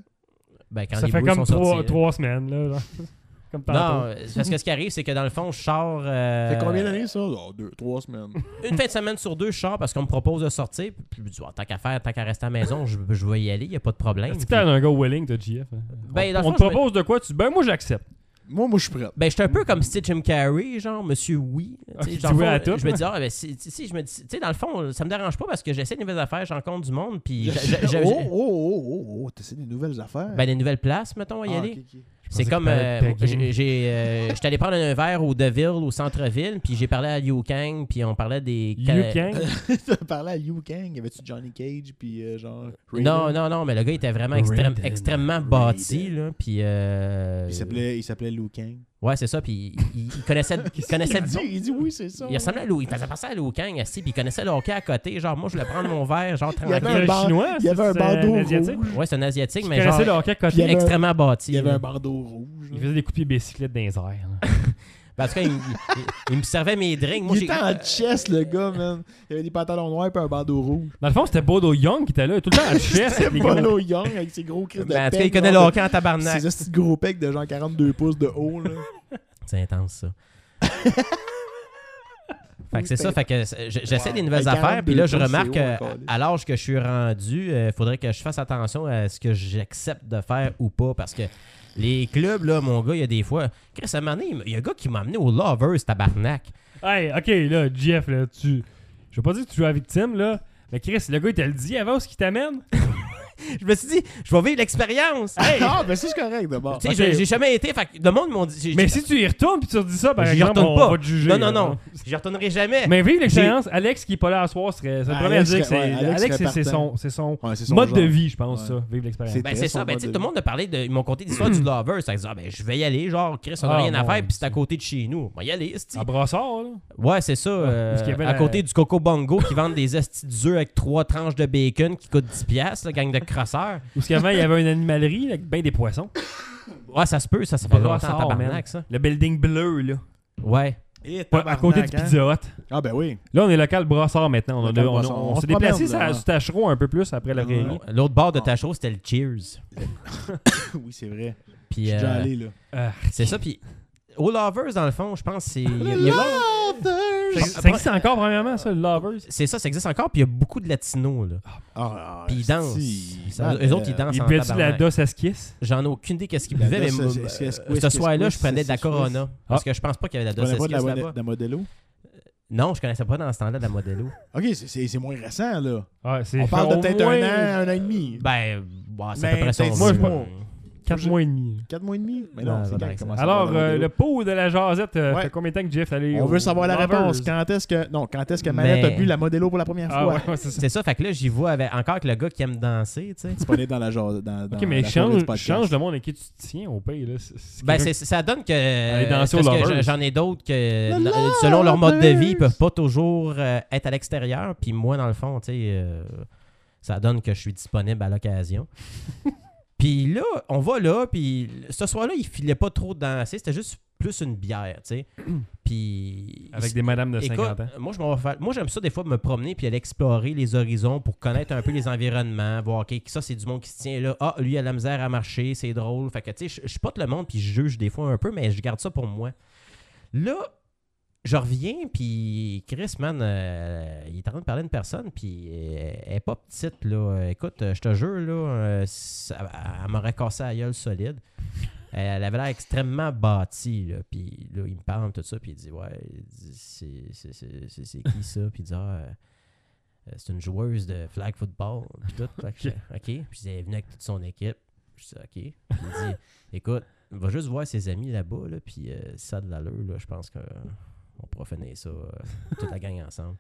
C: Ben, quand
B: Ça
C: les
B: fait
C: Blu-ray
B: comme
C: sont
B: trois,
C: sortis,
B: trois semaines, là. genre. <laughs> comme
C: là.
B: tantôt.
C: Non, euh, parce que ce qui arrive, c'est que dans le fond, je sors. euh,
A: Ça fait combien d'années ça? Oh, deux, trois semaines.
C: Une fin de semaine sur deux, je sors parce qu'on me propose de sortir. Puis je me dis, Ah, tant qu'à faire, tant qu'à rester à la maison, je, je vais y aller, il n'y a pas de problème.
B: Est-ce que t'as un gars willing, de GF? hein?
C: Ben, dans le
B: on
C: fond,
B: te
C: je me-
B: propose de quoi? Tu... Ben, moi, j'accepte.
A: moi, moi, je suis prêt.
C: Ben, j'étais un peu comme si Jim Carrey, genre Monsieur Oui. Tu
B: Mm. Ah,
C: sais,
B: qui
C: dans le
B: dit oui
C: fond,
B: à tout.
C: Je me dis, ah, ben, si, si- si, je me dis, tu sais, dans le fond, ça me dérange pas parce que j'essaie de nouvelles affaires, j'en compte du monde, puis j'a- j'a- j'a-
A: oh, oh, oh, oh, oh, t'essaies des nouvelles affaires.
C: ben, des nouvelles places, mettons, à y
A: Ah,
C: aller.
A: ok, ok. <laughs>
C: C'est
B: pensais
C: comme,
B: que t'allais
C: euh,
B: te
C: j'ai,
B: taguer.
C: j'ai, euh, j'étais allé prendre un verre au Deville, au centre-ville, puis j'ai parlé à Liu Kang, puis on parlait des.
B: You
C: Cana-
B: can.
A: T'as parlé à Liu Kang, y avait-tu Johnny Cage, puis euh, genre.
C: Non,
A: Raiden?
C: non, non, mais le gars était vraiment extrême-
B: Raiden.
C: extrêmement bâti, là, puis. euh,
A: Il s'appelait, il s'appelait Liu Kang.
C: Ouais, c'est ça, puis il, il
A: <laughs>
C: connaissait, il connaissait
A: il, dit, il dit oui, c'est ça.
C: Il ressemblait à Lou, il faisait passer à Lou Kang, assis, puis il connaissait le hockey à côté. Genre, moi, je voulais prendre mon verre, genre
A: <laughs> Il y avait
C: tranquille.
A: un,
B: Le
A: ban-
B: chinois,
A: il y avait un
B: c'est-
A: bandeau
B: c'est
A: rouge.
B: asiatique.
C: Ouais, c'est un Asiatique,
B: Je
C: mais genre
B: connaissais le
A: il
B: hockey
A: y
B: côté.
A: avait un-
C: extrêmement bâti.
A: Il y avait
C: là.
A: un bandeau rouge.
B: Il faisait des coups de pied bicyclette dans les airs. là.
C: Parce que, il, il- il me servait mes drinks. Moi,
A: il
C: j'ai. euh,
A: était en chest, le gars, man. Il avait des pantalons noirs et un bandeau rouge.
B: Dans le fond, c'était Bodo Young qui était là, tout le
A: <laughs>
B: temps à chess avec les gros-
A: Bolo Young avec ses gros cris de
C: Ben, en tout cas,
A: pec,
C: il connaît le
A: genre,
C: hockey en tabarnak.
A: Ces petits gros pecs de <laughs> genre 42 pouces de haut, là.
C: C'est intense, ça. Fait que c'est ça, fait que c'est- j- j'essaie
H: Ouais.
C: des nouvelles
H: Ben,
C: affaires, puis là je
H: 42 pouces,
C: remarque
H: c'est haut
C: euh,
H: encore, là.
C: à l'âge que je suis rendu, il faudrait que je fasse attention à ce que j'accepte de faire ou pas, parce que les clubs, là, mon gars, il y a des fois... Chris, à un moment donné, il y a un gars qui m'a amené au Lovers, tabarnak.
B: Hey, ok, là, Jeff, là, tu. Je veux pas dire que tu joues à la victime, là. Mais Chris, le gars, il te le dit avant ce qu'il t'amène.
C: Je me suis dit, je vais vivre l'expérience. Hey!
A: Ah, ben ça, c'est correct d'abord.
C: Tu sais,
B: Ok.
C: j'ai- j'ai jamais été, fait que le monde m'ont dit... j'ai-
B: Mais si tu y retournes puis tu redis ça, par
C: J'y
B: exemple,
C: retourne
B: on
C: pas.
B: va te juger.
C: Non, non,
B: là.
C: non, j'y retournerai jamais.
B: Mais vive l'expérience. Alex qui est pas là à soir serait. C'est le
A: Ah,
B: premier à
A: Alex
B: dire que c'est.
A: serait- ouais, Alex
B: Alex,
A: serait
B: c'est- c'est
A: partant.
B: son, c'est son
A: Ouais, c'est son
B: mode
A: genre.
B: de vie, je pense,
A: Ouais.
B: ça. Vive l'expérience.
A: C'est-
C: Ben, c'est
A: Très
C: ça.
A: sombre
C: Ben, tu sais,
A: de
C: tout le
A: vie.
C: monde a parlé de. Ils m'ont conté l'histoire du lover. Ça dit, ah, ben, je vais y aller. Genre, Chris, on n'a
B: Mm. Ah,
C: rien à
B: mon Ah
C: faire. Puis c'est à côté de chez nous. On va y aller. esti.
B: À brassard, là.
C: Ouais, c'est ça. euh,
B: parce qu'il y avait
C: à
B: la-
C: côté du Coco Bongo qui vendent des estis d'œufs avec trois tranches de bacon qui coûtent 10$, piastres, la gang de crosseurs.
B: Où ce qu'avant, il y avait une animalerie avec ben des poissons.
C: Ouais, ça se peut. Ça, ça fait longtemps,
B: Brassard, man.
C: tabarnak, ça.
B: Le building bleu, là.
C: Ouais.
B: Pas- à côté du Pizza Hut.
A: Ah, ben oui.
B: Là, on est local brassard maintenant. On, a-
A: Local
B: on- on-
A: brassard.
B: on
A: On
B: s'est
A: se
B: déplacé
A: promène,
B: sur
A: là.
B: sur Tachereau un peu plus après la réunion.
C: L'autre bord de ta chose, c'était le Cheers.
A: oui, c'est vrai.
C: Puis,
A: Je suis
C: euh,
A: déjà allé, là.
C: c'est ça. Puis, au Lovers, dans le fond, je pense, c'est. il y a-
A: <laughs>
C: il y a-
B: Ça ça existe encore, premièrement, ça, le Lovers?
C: C'est ça, ça existe encore. Puis, il y a beaucoup de latinos, là.
A: Ah,
C: Puis ils dansent.
A: si.
C: Ça-
A: Ah,
C: eux autres,
A: ben,
C: ils dansent
B: Il
C: en
B: buvaient-tu de la
C: tabarnak.
B: DOS à skis?
C: J'en ai aucune idée qu'est-ce qu'ils
A: La
C: buvaient, mais
A: Dos,
C: euh,
A: c'est-
C: euh,
A: c'est- c'est-
C: ce
A: c'est-
C: soir-là, je
A: c'est-
C: prenais de la
A: c'est- c'est-
C: Corona.
B: Ah.
C: Parce que je pense pas qu'il y avait de
A: Tu
C: la
A: connais
C: Dos
A: pas de la,
C: Esquisse là-bas.
A: Mode- de la Modelo?
C: Non, je connaissais pas dans ce temps-là de la Modelo.
A: Ok, c'est- c'est c'est moins récent, là.
B: Ouais, c'est
A: On
B: fait
A: parle
B: au
A: de peut-être un
B: moins
A: an, un an et demi.
C: ben, bah, c'est à peu
A: Mais
C: près son
A: peut-être
B: moi, je
C: nom.
A: pense.
B: Quatre mois et demi.
A: Quatre mois et demi? Mais non,
C: Non, ça
A: c'est
C: va
A: quand
C: bien,
A: il
C: ça.
A: commence à
B: Alors,
A: boire la
B: euh,
A: Modelo.
B: le pot de la jasette, euh,
A: Ouais.
B: fait combien de temps que Jeff allait
A: On
B: au
A: veut savoir la
B: Lovers?
A: réponse. Quand est-ce que. Non, quand est-ce que
C: Mais-
A: Manette a bu la Modelo pour la première
B: Ah
A: fois?
B: ouais, ouais, c'est ça.
C: C'est ça, fait que là, j'y vois avec, encore avec le gars qui aime danser, tu sais.
A: <laughs> C'est pas né dans la genre. Dans, dans
B: Ok, mais
A: la soirée
B: change,
A: du podcast.
B: change le monde avec qui tu te tiens au pays. Là. C'est- c'est
C: Ben,
B: quelqu'un-
C: c'est- ça donne que.
B: Aller danser au
C: parce que
B: Lovers.
C: j'en- j'en ai d'autres que, non, selon leur mode de vie, ils peuvent pas toujours euh, être à l'extérieur. Puis moi, dans le fond, tu sais, euh, ça donne que je suis disponible
B: <laughs>
C: à l'occasion. puis là, on va là, puis ce soir-là, il filait pas trop danser, c'était juste plus une bière, tu
B: <clears throat>
C: sais. puis.
B: Avec des madames de 50
C: Écoute,
B: ans.
C: Moi, je m'en vais faire- moi, j'aime ça des fois me promener puis aller explorer les horizons pour connaître un peu les environnements, voir, OK, ça, c'est du monde qui se tient là. Ah, lui, il a de la misère à marcher, c'est drôle. Fait que, tu sais, je- je pote le monde puis je juge des fois un peu, mais je garde ça pour moi. Là, je reviens puis Chris, man, euh, il est en train de parler à une personne puis euh, elle est pas petite, là. Écoute, euh, je te jure, là, euh, ça- elle, m'aurait cassé la gueule solide. Elle avait l'air extrêmement bâtie. Là. Puis là, il me parle tout ça. Puis il dit Ouais, il dit, c'est- c'est c'est- c'est- c'est qui ça Puis il dit Ah, euh, euh, c'est une joueuse de flag football. Puis tout. Fait que, OK. Puis il est venu avec toute son équipe. Je dis OK. Puis il dit Écoute, va juste voir ses amis là-bas. Là, puis euh, si ça a de l'allure, là, je pense qu'on pourra finir ça, euh, toute la gang ensemble.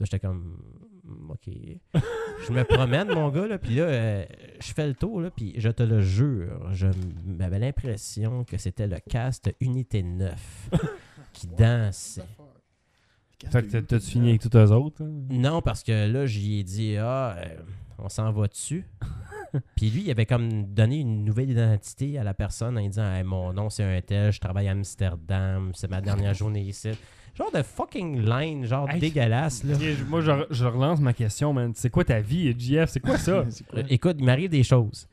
C: Là, j'étais comme Hmm, OK je me promène, mon gars, là, puis là, euh, je fais le tour, là, puis je te le jure, je m'avais l'impression que c'était le cast Unité 9 qui dansait.
B: Fait que t'as- t'as-tu fini avec toutes les autres? hein?
A: Mm.
C: Non, parce que là, j'y ai dit, ah, euh, on s'en va dessus. Puis lui, il avait comme donné une nouvelle identité à la personne en lui disant, Hey, mon nom, c'est un tel, je travaille à Amsterdam, c'est ma dernière journée ici. Genre de fucking line, genre
B: Hey.
C: dégueulasse,
B: <laughs>
C: là.
B: Ok, je- moi, je, re- je relance ma question, man. C'est quoi ta vie, JF? C'est quoi ça?
A: C'est quoi?
C: Euh, Écoute, il m'arrive des choses.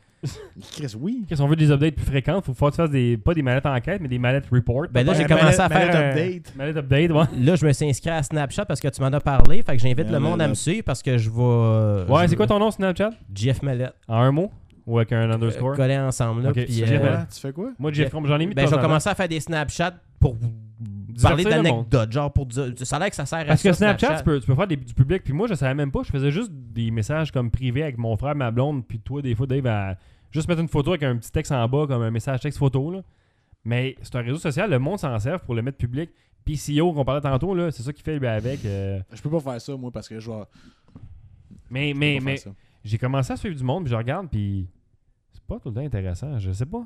A: Chris, oui.
B: Qu'est-ce qu'on veut des updates plus fréquentes? Faut que tu fasses des, pas des mallettes enquête, mais des mallettes report.
C: Ben là, j'ai
A: Ouais,
C: commencé à
A: Manette-
C: faire un... Euh,
A: Manette update.
B: Mallettes update, ouais.
C: Là, je me suis inscrit à Snapchat parce que tu m'en as parlé. Fait que j'invite
A: Euh,
C: le monde à
A: là.
C: me suivre parce que je vais.
B: Ouais,
C: je-
B: c'est quoi ton nom Snapchat?
C: Jeff Mallette.
B: En un mot? Ou avec un
C: euh,
B: underscore?
C: Collé ensemble. Là,
B: Ok,
C: puis,
B: c'est
C: euh,
B: Jeff Mallette.
A: Ouais, tu fais quoi?
B: Moi, Jeff Combe, j'en ai mis
C: ben,
B: de
C: je
B: temps
C: vais
B: en temps.
C: commencer à faire des Snapchats pour
B: Divertir
C: parler
B: le monde.
C: d'anecdotes. Genre pour dire. Ça a l'air que ça sert
B: Parce
C: à ça.
B: que Snapchat, tu peux, tu peux faire des, du public. Puis moi, je savais même pas. Je faisais juste des messages comme privés avec mon frère, ma blonde. Puis toi, des fois, Dave, à juste mettre une photo avec un petit texte en bas, comme un message texte photo. Là. Mais c'est un réseau social. Le monde s'en sert pour le mettre public. PCO qu'on parlait tantôt, là, c'est ça qu'il fait lui, avec. euh,
A: Je peux pas faire ça, moi, parce que je vais.
B: Mais,
A: je peux
B: mais,
A: pas
B: mais
A: faire ça.
B: j'ai commencé à suivre du monde. Puis je regarde. Puis c'est pas tout le temps intéressant. Je sais pas.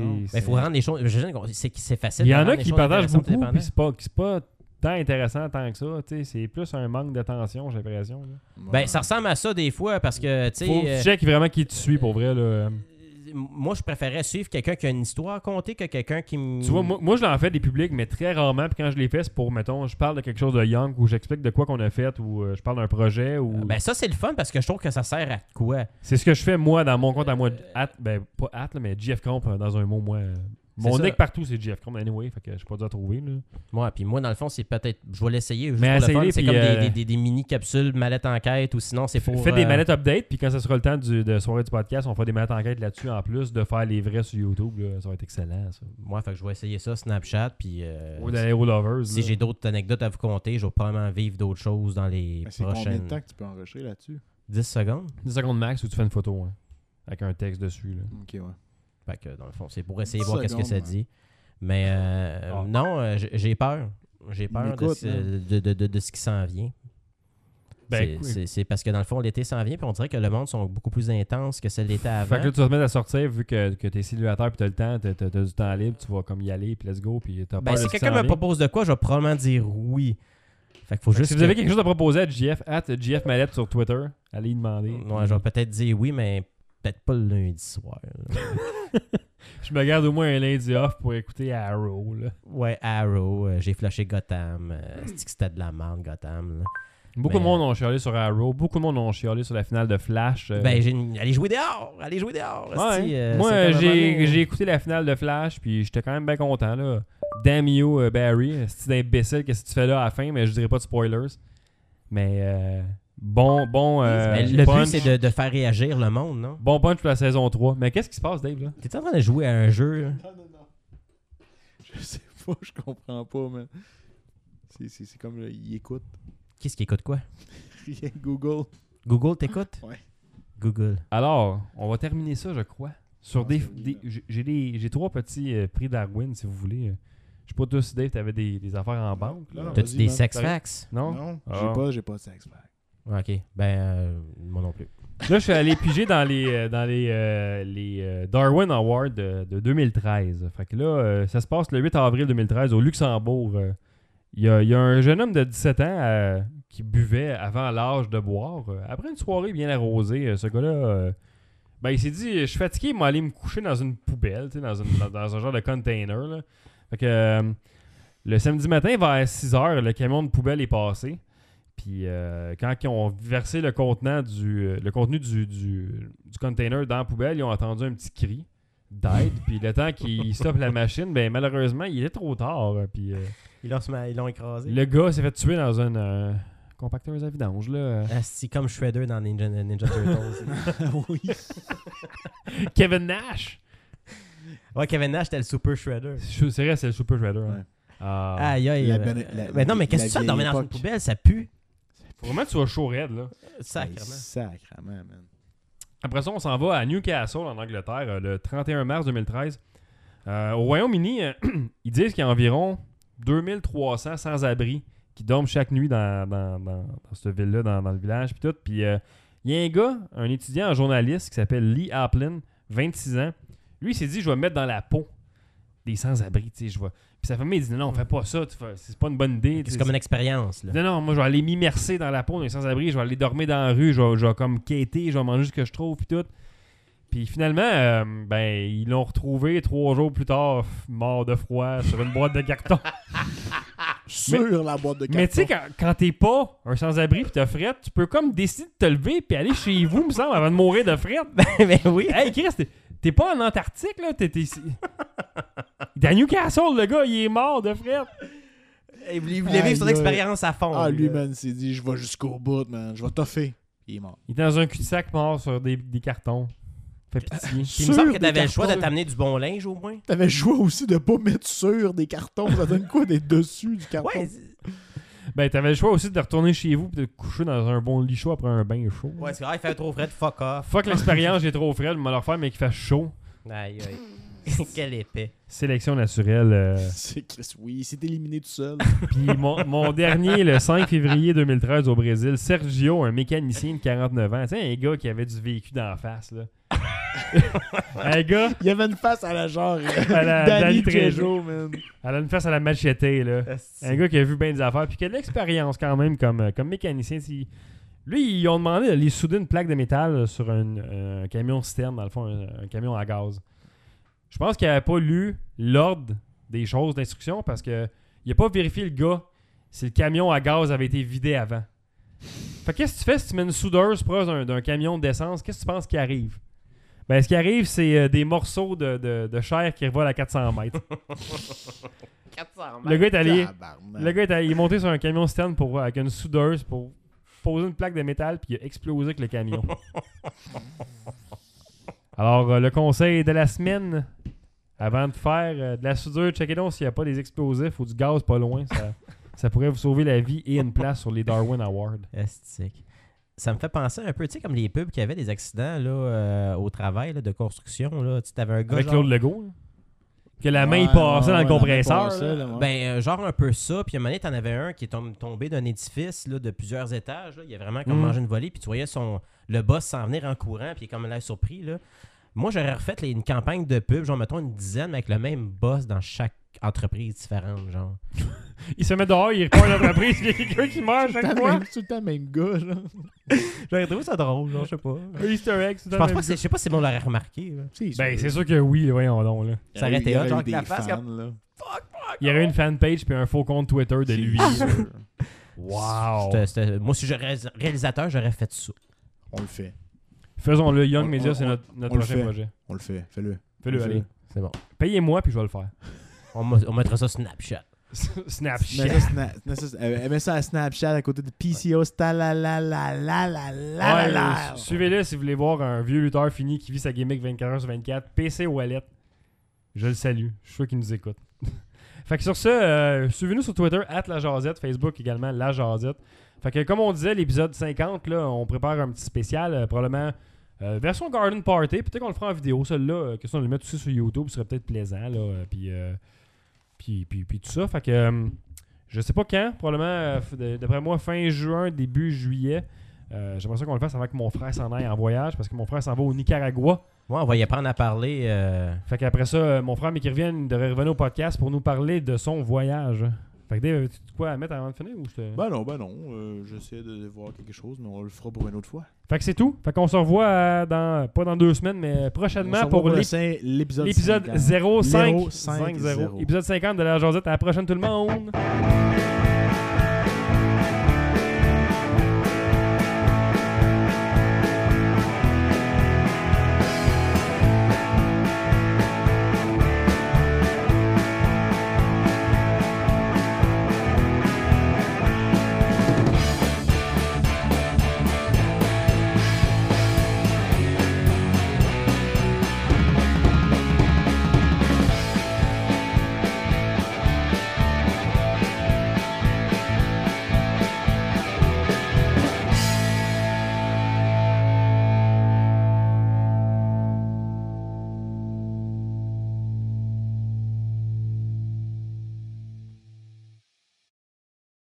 A: Non.
B: c'est-
C: Mais Ben, faut rendre les choses. je sais qu'on- C'est c'est facile.
B: Il y
C: de
B: en
C: rendre
B: a
C: Ben, les
B: qui
C: choses
B: partagent
C: intéressantes
B: beaucoup. Puis
C: indépendantes.
B: c'est pas, c'est pas tant intéressant tant que ça. tu sais, C'est plus un manque d'attention, j'ai l'impression. là.
C: Ben, ça ressemble à ça des fois parce que, tu sais.
B: Faut que
C: euh,
B: tu checkes vraiment qui tu suis pour vrai. Là.
C: Moi, je préférais suivre quelqu'un qui a une histoire à conter que quelqu'un qui me.
B: Tu vois, moi, moi, je l'en fais des publics, mais très rarement. Puis quand je les fais, c'est pour, mettons, je parle de quelque chose de Young ou j'explique de quoi qu'on a fait ou euh, je parle d'un projet ou.
C: Ben, ça, c'est le fun parce que je trouve que ça sert à quoi?
B: c'est ce que je fais moi euh, dans mon compte à moi. At, ben, pas at, là, mais JF Comp euh, dans un mot, moi. euh, Mon
C: ça.
B: deck partout, c'est GF Chrome, anyway, fait que je suis pas dû à trouver. Là.
C: Moi, puis moi, dans le fond, c'est peut-être. Je vais l'essayer. juste
B: Mais
C: pour le fun.
B: essayez,
C: C'est
B: puis,
C: comme des-
B: euh,
C: des, des- des mini-capsules, mallettes enquête, ou sinon, c'est pour.
B: Faites des
C: euh,
B: manettes update, puis quand ce sera le temps du, de soirée du podcast, on fera des manettes enquête là-dessus, en plus de faire les vrais sur YouTube. là. Ça va être excellent, ça.
C: Moi, fait que je vais essayer ça, Snapchat, puis. euh,
B: Ou d'aller aux Lovers.
C: si
B: là.
C: j'ai d'autres anecdotes à vous conter, je vais probablement vivre d'autres choses dans les
A: Mais c'est combien de
C: prochaines
A: temps que tu peux enregistrer là-dessus
C: 10 secondes.
B: 10 secondes max où tu fais une photo, hein, avec un texte dessus. là.
A: Ok, ouais.
C: Fait que, dans le fond, c'est pour essayer de
A: 10
C: voir qu'est-ce que ça
A: secondes,
C: dit. Mais euh,
B: Ah.
C: non, euh, j'ai- j'ai peur. J'ai peur de
A: Écoute,
C: ce-
A: man.
C: de, de- de- de ce qui s'en vient.
B: Ben,
C: C'est-
B: oui.
C: c'est- c'est parce que dans le fond, l'été s'en vient, puis on dirait que le monde sont beaucoup plus intense que celle l'été avant.
B: Fait que là, tu vas te mettre à sortir, vu que, que t'es célibataire, puis t'as le temps, t'as, t'as- t'as du temps libre, tu vas comme y aller, puis let's go, puis t'as
C: Ben,
B: peur de
C: si
B: ce qui
C: quelqu'un
B: s'en
C: me
B: vient.
C: propose de quoi, je vais probablement dire oui. Fait que faut
B: Fait que
C: juste.
B: si vous avez
C: que-
B: quelque chose à proposer à JF, at JF Mallette sur Twitter, allez y demander.
C: Ouais, je vais peut-être dire oui, mais peut-être pas le lundi soir.
B: <laughs> Je me garde au moins un lundi off pour écouter Arrow. Là.
C: ouais, Arrow, euh, j'ai flashé Gotham. euh, c'est que c'était de la merde, Gotham. là.
B: Beaucoup
C: Mais,
B: de monde ont chialé sur Arrow, beaucoup de monde ont chialé sur la finale de Flash. euh,
C: Ben, j'ai une- allez jouer dehors! Allez jouer dehors!
B: Ouais.
C: esti, euh,
B: Moi,
C: c'est
B: euh,
C: comme un moment
B: j'ai
C: donné.
B: j'ai écouté la finale de Flash, puis j'étais quand même bien content. Là. Damn you, euh, Barry. C'est imbécile, qu'est-ce que tu fais là à la fin, mais je dirais pas de spoilers. Mais euh, bon, bon, euh,
C: Mais Ben, le
B: punch,
C: but, c'est de, de faire réagir le monde, non?
B: bon punch pour la saison 3. Mais qu'est-ce qui se passe, Dave? Là?
C: T'es en train de jouer à un jeu? là?
A: Non, non, non. Je sais pas, je comprends pas, mais. C'est- C'est c'est comme, là, il écoute.
C: Qu'est-ce qui écoute quoi?
A: Rien que Google.
C: Google t'écoute?
A: Ouais.
C: Google.
B: Alors, on va terminer ça, je crois. Sur
A: pense
B: des,
A: que oui,
B: des-
A: là.
B: j'ai- j'ai des- j'ai trois petits euh, prix Darwin, si vous voulez. Je sais pas tous, Dave, t'avais des, des affaires en banque. Là.
A: Non, non.
C: T'as-tu
A: Ah, Vas-y,
C: des
A: Matt,
C: sex
B: t'arrives.
C: facts?
B: Non?
A: Non,
B: Ah.
A: j'ai pas, j'ai pas de sex fact.
C: Ah, Ok. Ben, euh, moi non plus.
B: Là, je suis allé piger dans les, euh, dans les, euh, les euh, Darwin Awards de, de 2013. Fait que là, euh, ça se passe le 8 avril 2013 au Luxembourg. Euh, Il y a- il y, a un jeune homme de 17 ans euh, qui buvait avant l'âge de boire. Euh, Après une soirée bien arrosée, euh, ce gars-là, euh, ben, il s'est dit Je suis fatigué, il m'a allé me coucher dans une poubelle, tu sais, dans, une- dans- dans un genre de container. là. Fait que euh, le samedi matin, vers 6 h, le camion de poubelle est passé. Puis euh, quand ils ont versé le, contenant du, euh, le contenu du, du- du container dans la poubelle, ils ont entendu un petit cri d'aide. Puis le temps qu'ils stoppent la machine, ben malheureusement, il est trop tard. Puis euh,
C: Ils l'ont, écrasé.
B: le gars s'est fait tuer dans un euh, compacteur à vidange.
C: <laughs>
B: Là.
C: c'est Euh, comme Shredder dans Ninja, Ninja Turtles.
A: oui.
B: Kevin Nash!
C: ouais, Kevin Nash, c'était le Super Shredder.
B: C'est c'est vrai, c'est le Super Shredder. hein.
A: Ouais.
B: Ah.
C: Aïe, aïe.
A: La
C: euh,
A: bonne- la-
C: mais non, mais
A: la
C: qu'est-ce que tu fais
A: vieille
C: dormir dans une
A: époque.
C: poubelle? Ça pue.
B: Faut vraiment que tu sois chaud raide. Là.
A: Hey,
C: Sacrément.
A: Sacrement, man.
B: Après ça, on s'en va à Newcastle, en Angleterre, euh, le 31 mars 2013. Euh, au Royaume-Uni, euh, <clears throat> ils disent qu'il y a environ 2300 sans-abri qui dorment chaque nuit dans, dans- dans- dans cette ville-là, dans, dans le village, puis tout. Puis euh, il y a un gars, un étudiant, un journaliste qui s'appelle Lee Applin, 26 ans. Lui, il s'est dit, je vais me mettre dans la peau des sans-abri, tu sais, je vais... Puis sa famille, il dit, non, non, fais pas ça, tu fais- c'est pas une bonne idée. tu
C: C'est
B: sais,
C: comme une expérience. Là.
B: non, non, moi, je vais aller m'immerser dans la peau d'un sans-abri, je vais aller dormir dans la rue, je vais, je vais comme quêter, je vais manger ce que je trouve, puis tout. Puis finalement, euh, ben, ils l'ont retrouvé trois jours plus tard, f- mort de froid, sur une boîte de carton.
A: Sur la boîte de carton.
B: Mais tu sais, quand, quand t'es pas un sans-abri puis t'as fret, tu peux comme décider de te lever puis aller chez vous, me semble, avant de mourir de fret.
C: mais oui.
B: Hey Chris, t'es- t'es pas en Antarctique, là, t'es t'es ici. Dans Newcastle, le gars, il est mort de fret.
C: Il voulait il voulait vivre son
A: Aïe, aïe.
C: expérience à fond.
A: Ah, lui,
C: là.
A: man, s'est dit, je vais jusqu'au bout, man. Je vais toffer. Il est mort.
B: Il est dans un cul-de-sac mort sur des, des cartons. Fait pitié.
C: Puis il me semble que
A: Sur
C: t'avais
A: des
C: le choix de
A: cartons.
C: t'amener du bon linge au moins.
A: T'avais joué aussi de pas mettre sur des cartons. Ça donne quoi des dessus du carton?
C: Ouais, c'est-
B: Ben, t'avais le choix aussi de retourner chez vous et de te coucher dans un bon lit chaud après un bain chaud.
C: ouais, c'est ah, il fait trop frais de fuck off.
B: Fuck l'expérience, j'ai trop frais, je vais leur faire, mais qu'il fasse chaud.
C: Aïe, aïe. Quelle épée.
B: Sélection naturelle. euh.
A: C'est Chris, oui, il s'est éliminé tout seul.
B: Puis mon, mon dernier, le 5 février 2013 au Brésil, Sergio, un mécanicien de 49 ans. Tu sais, un gars qui avait du vécu d'en face, là. un gars,
A: <laughs> Il avait une face à la genre euh,
B: à la,
A: Danny
B: Danny Trejo.
A: Trejo, man.
B: Elle a une face à la macheté, là. Un
C: Asti.
B: gars qui a vu bien des affaires, puis qui a de l'expérience quand même comme, euh, comme mécanicien. Si- Lui, ils ont demandé d'aller souder une plaque de métal sur un, euh, un camion citerne, dans le fond, un, un camion à gaz. Je pense qu'il n'avait pas lu l'ordre des choses d'instruction parce que il a pas vérifié le gars si le camion à gaz avait été vidé avant. Fait que qu'est-ce que tu fais si tu mets une soudeuse proche d'un, d'un camion d'essence? Qu'est-ce que tu penses qui arrive? Ben, ce qui arrive, c'est euh, des morceaux de, de- de chair qui revolent à 400 mètres. Le gars est allé.
A: Tabarnak.
B: Le gars est, allé- il est monté sur un camion stand pour, avec une soudeuse pour poser une plaque de métal puis il a explosé avec le camion. Alors, euh, le conseil de la semaine, avant de faire euh, de la soudure, checkez donc s'il n'y a pas des explosifs ou du gaz pas loin. Ça, ça pourrait vous sauver la vie et une place sur les Darwin Awards.
C: Estique. Ça me fait penser un peu, tu sais, comme les pubs qui avaient des accidents là, euh, au travail là, de construction. Là. Tu sais, t'avais un gars.
B: Avec
C: genre-
B: Claude Legault. là. Que la main
A: Ouais,
B: il passait
A: ouais, ouais,
B: dans le
A: la main
B: compresseur.
A: passait,
B: là.
A: là, ouais.
C: Ben, euh, genre un peu ça. Puis à un moment donné, t'en avais un qui est tom- tombé d'un édifice là, de plusieurs étages. là. Il a vraiment comme
B: Mm.
C: mangé une volée. Puis tu voyais son, le boss s'en venir en courant. Puis il est comme l'air surpris. Là. Moi, j'aurais refait les- une campagne de pub, genre mettons une dizaine mais avec le même boss dans chaque entreprise différente. Genre.
B: Il se met dehors, il repart l'entreprise, puis il y a quelqu'un qui meurt à
A: C'est <laughs>
B: chaque
A: le
B: fois.
A: même- c'est le temps le même gars, là.
C: J'aurais trouvé ça drôle, genre, je sais pas.
B: Un Easter egg, c'est
C: Je
B: le
C: pense
B: même
C: pas, que c'est- je sais pas si on l'aurait remarqué. là.
B: Ben, c'est sûr que oui, là, voyons donc.
A: Il
B: Là.
A: y
C: ça
A: aurait-
C: aurait été
A: il y
C: hot,
A: aurait
C: genre,
A: eu
C: avec la
A: des
C: face,
A: fans, là.
B: Il y aurait une fanpage puis un faux compte Twitter de
A: Ah C'est
B: lui.
A: sûr.
B: Wow!
C: C'était- c'était- Moi, si j'étais ré- réalisateur, j'aurais fait ça.
A: On le fait.
B: Faisons-le. Young
A: On-
B: Media,
A: on-
B: c'est
A: on-
B: notre, notre
A: on le
B: prochain
A: fait.
B: projet.
A: On le fait. Fais-le.
B: Fais-le,
A: On le
B: allez.
C: C'est bon.
B: Payez-moi puis je vais le faire. <laughs>
C: On, mo- on mettra ça sur Snapchat.
A: Mets ça,
B: Snapchat.
A: sna- mets ça- euh, mets ça à Snapchat à côté de PCO.
B: Ouais, euh,
A: Stalalalalala.
B: su- Suivez-le si vous voulez voir un vieux lutteur fini qui vit sa gimmick 24h sur 24. PC Wallet. Je le salue. Je suis sûr qu'il nous écoute. <laughs> fait que sur ce, euh, suivez-nous sur Twitter, at la Jazette, Facebook également, la Jazette. Fait que comme on disait, l'épisode 50, là, on prépare un petit spécial, euh, probablement euh, version Garden Party. Peut-être qu'on le fera en vidéo, celui-là. euh, que si on le met aussi sur YouTube, ce serait peut-être plaisant. Là, euh, puis, euh, puis, puis, puis tout ça. Fait que euh, je sais pas quand, probablement, euh, f- de- d'après moi, fin juin, début juillet. Euh, J'aimerais ça qu'on le fasse avant que mon frère s'en aille en voyage parce que mon frère s'en va au Nicaragua.
C: Moi, on va y apprendre à parler. euh,
B: Fait qu'après ça, euh, mon frère, mais qu'il revienne, il devrait revenir au podcast pour nous parler de son voyage. Fait que Dave, avais-tu de quoi à mettre avant de finir ou je te-
A: Ben non, ben non. euh, J'essaie de voir quelque chose, mais on le fera pour une autre fois.
B: Fait que c'est tout. Fait qu'on se revoit euh, dans, pas dans deux semaines, mais
A: On se
B: prochainement
A: revoit
B: pour
A: le
B: l'ép-
A: cin- l'épisode hein.
B: l'épisode
A: 50.
B: 05
A: 05.
B: 50. Épisode 50 de la Josette. À la prochaine, tout le monde!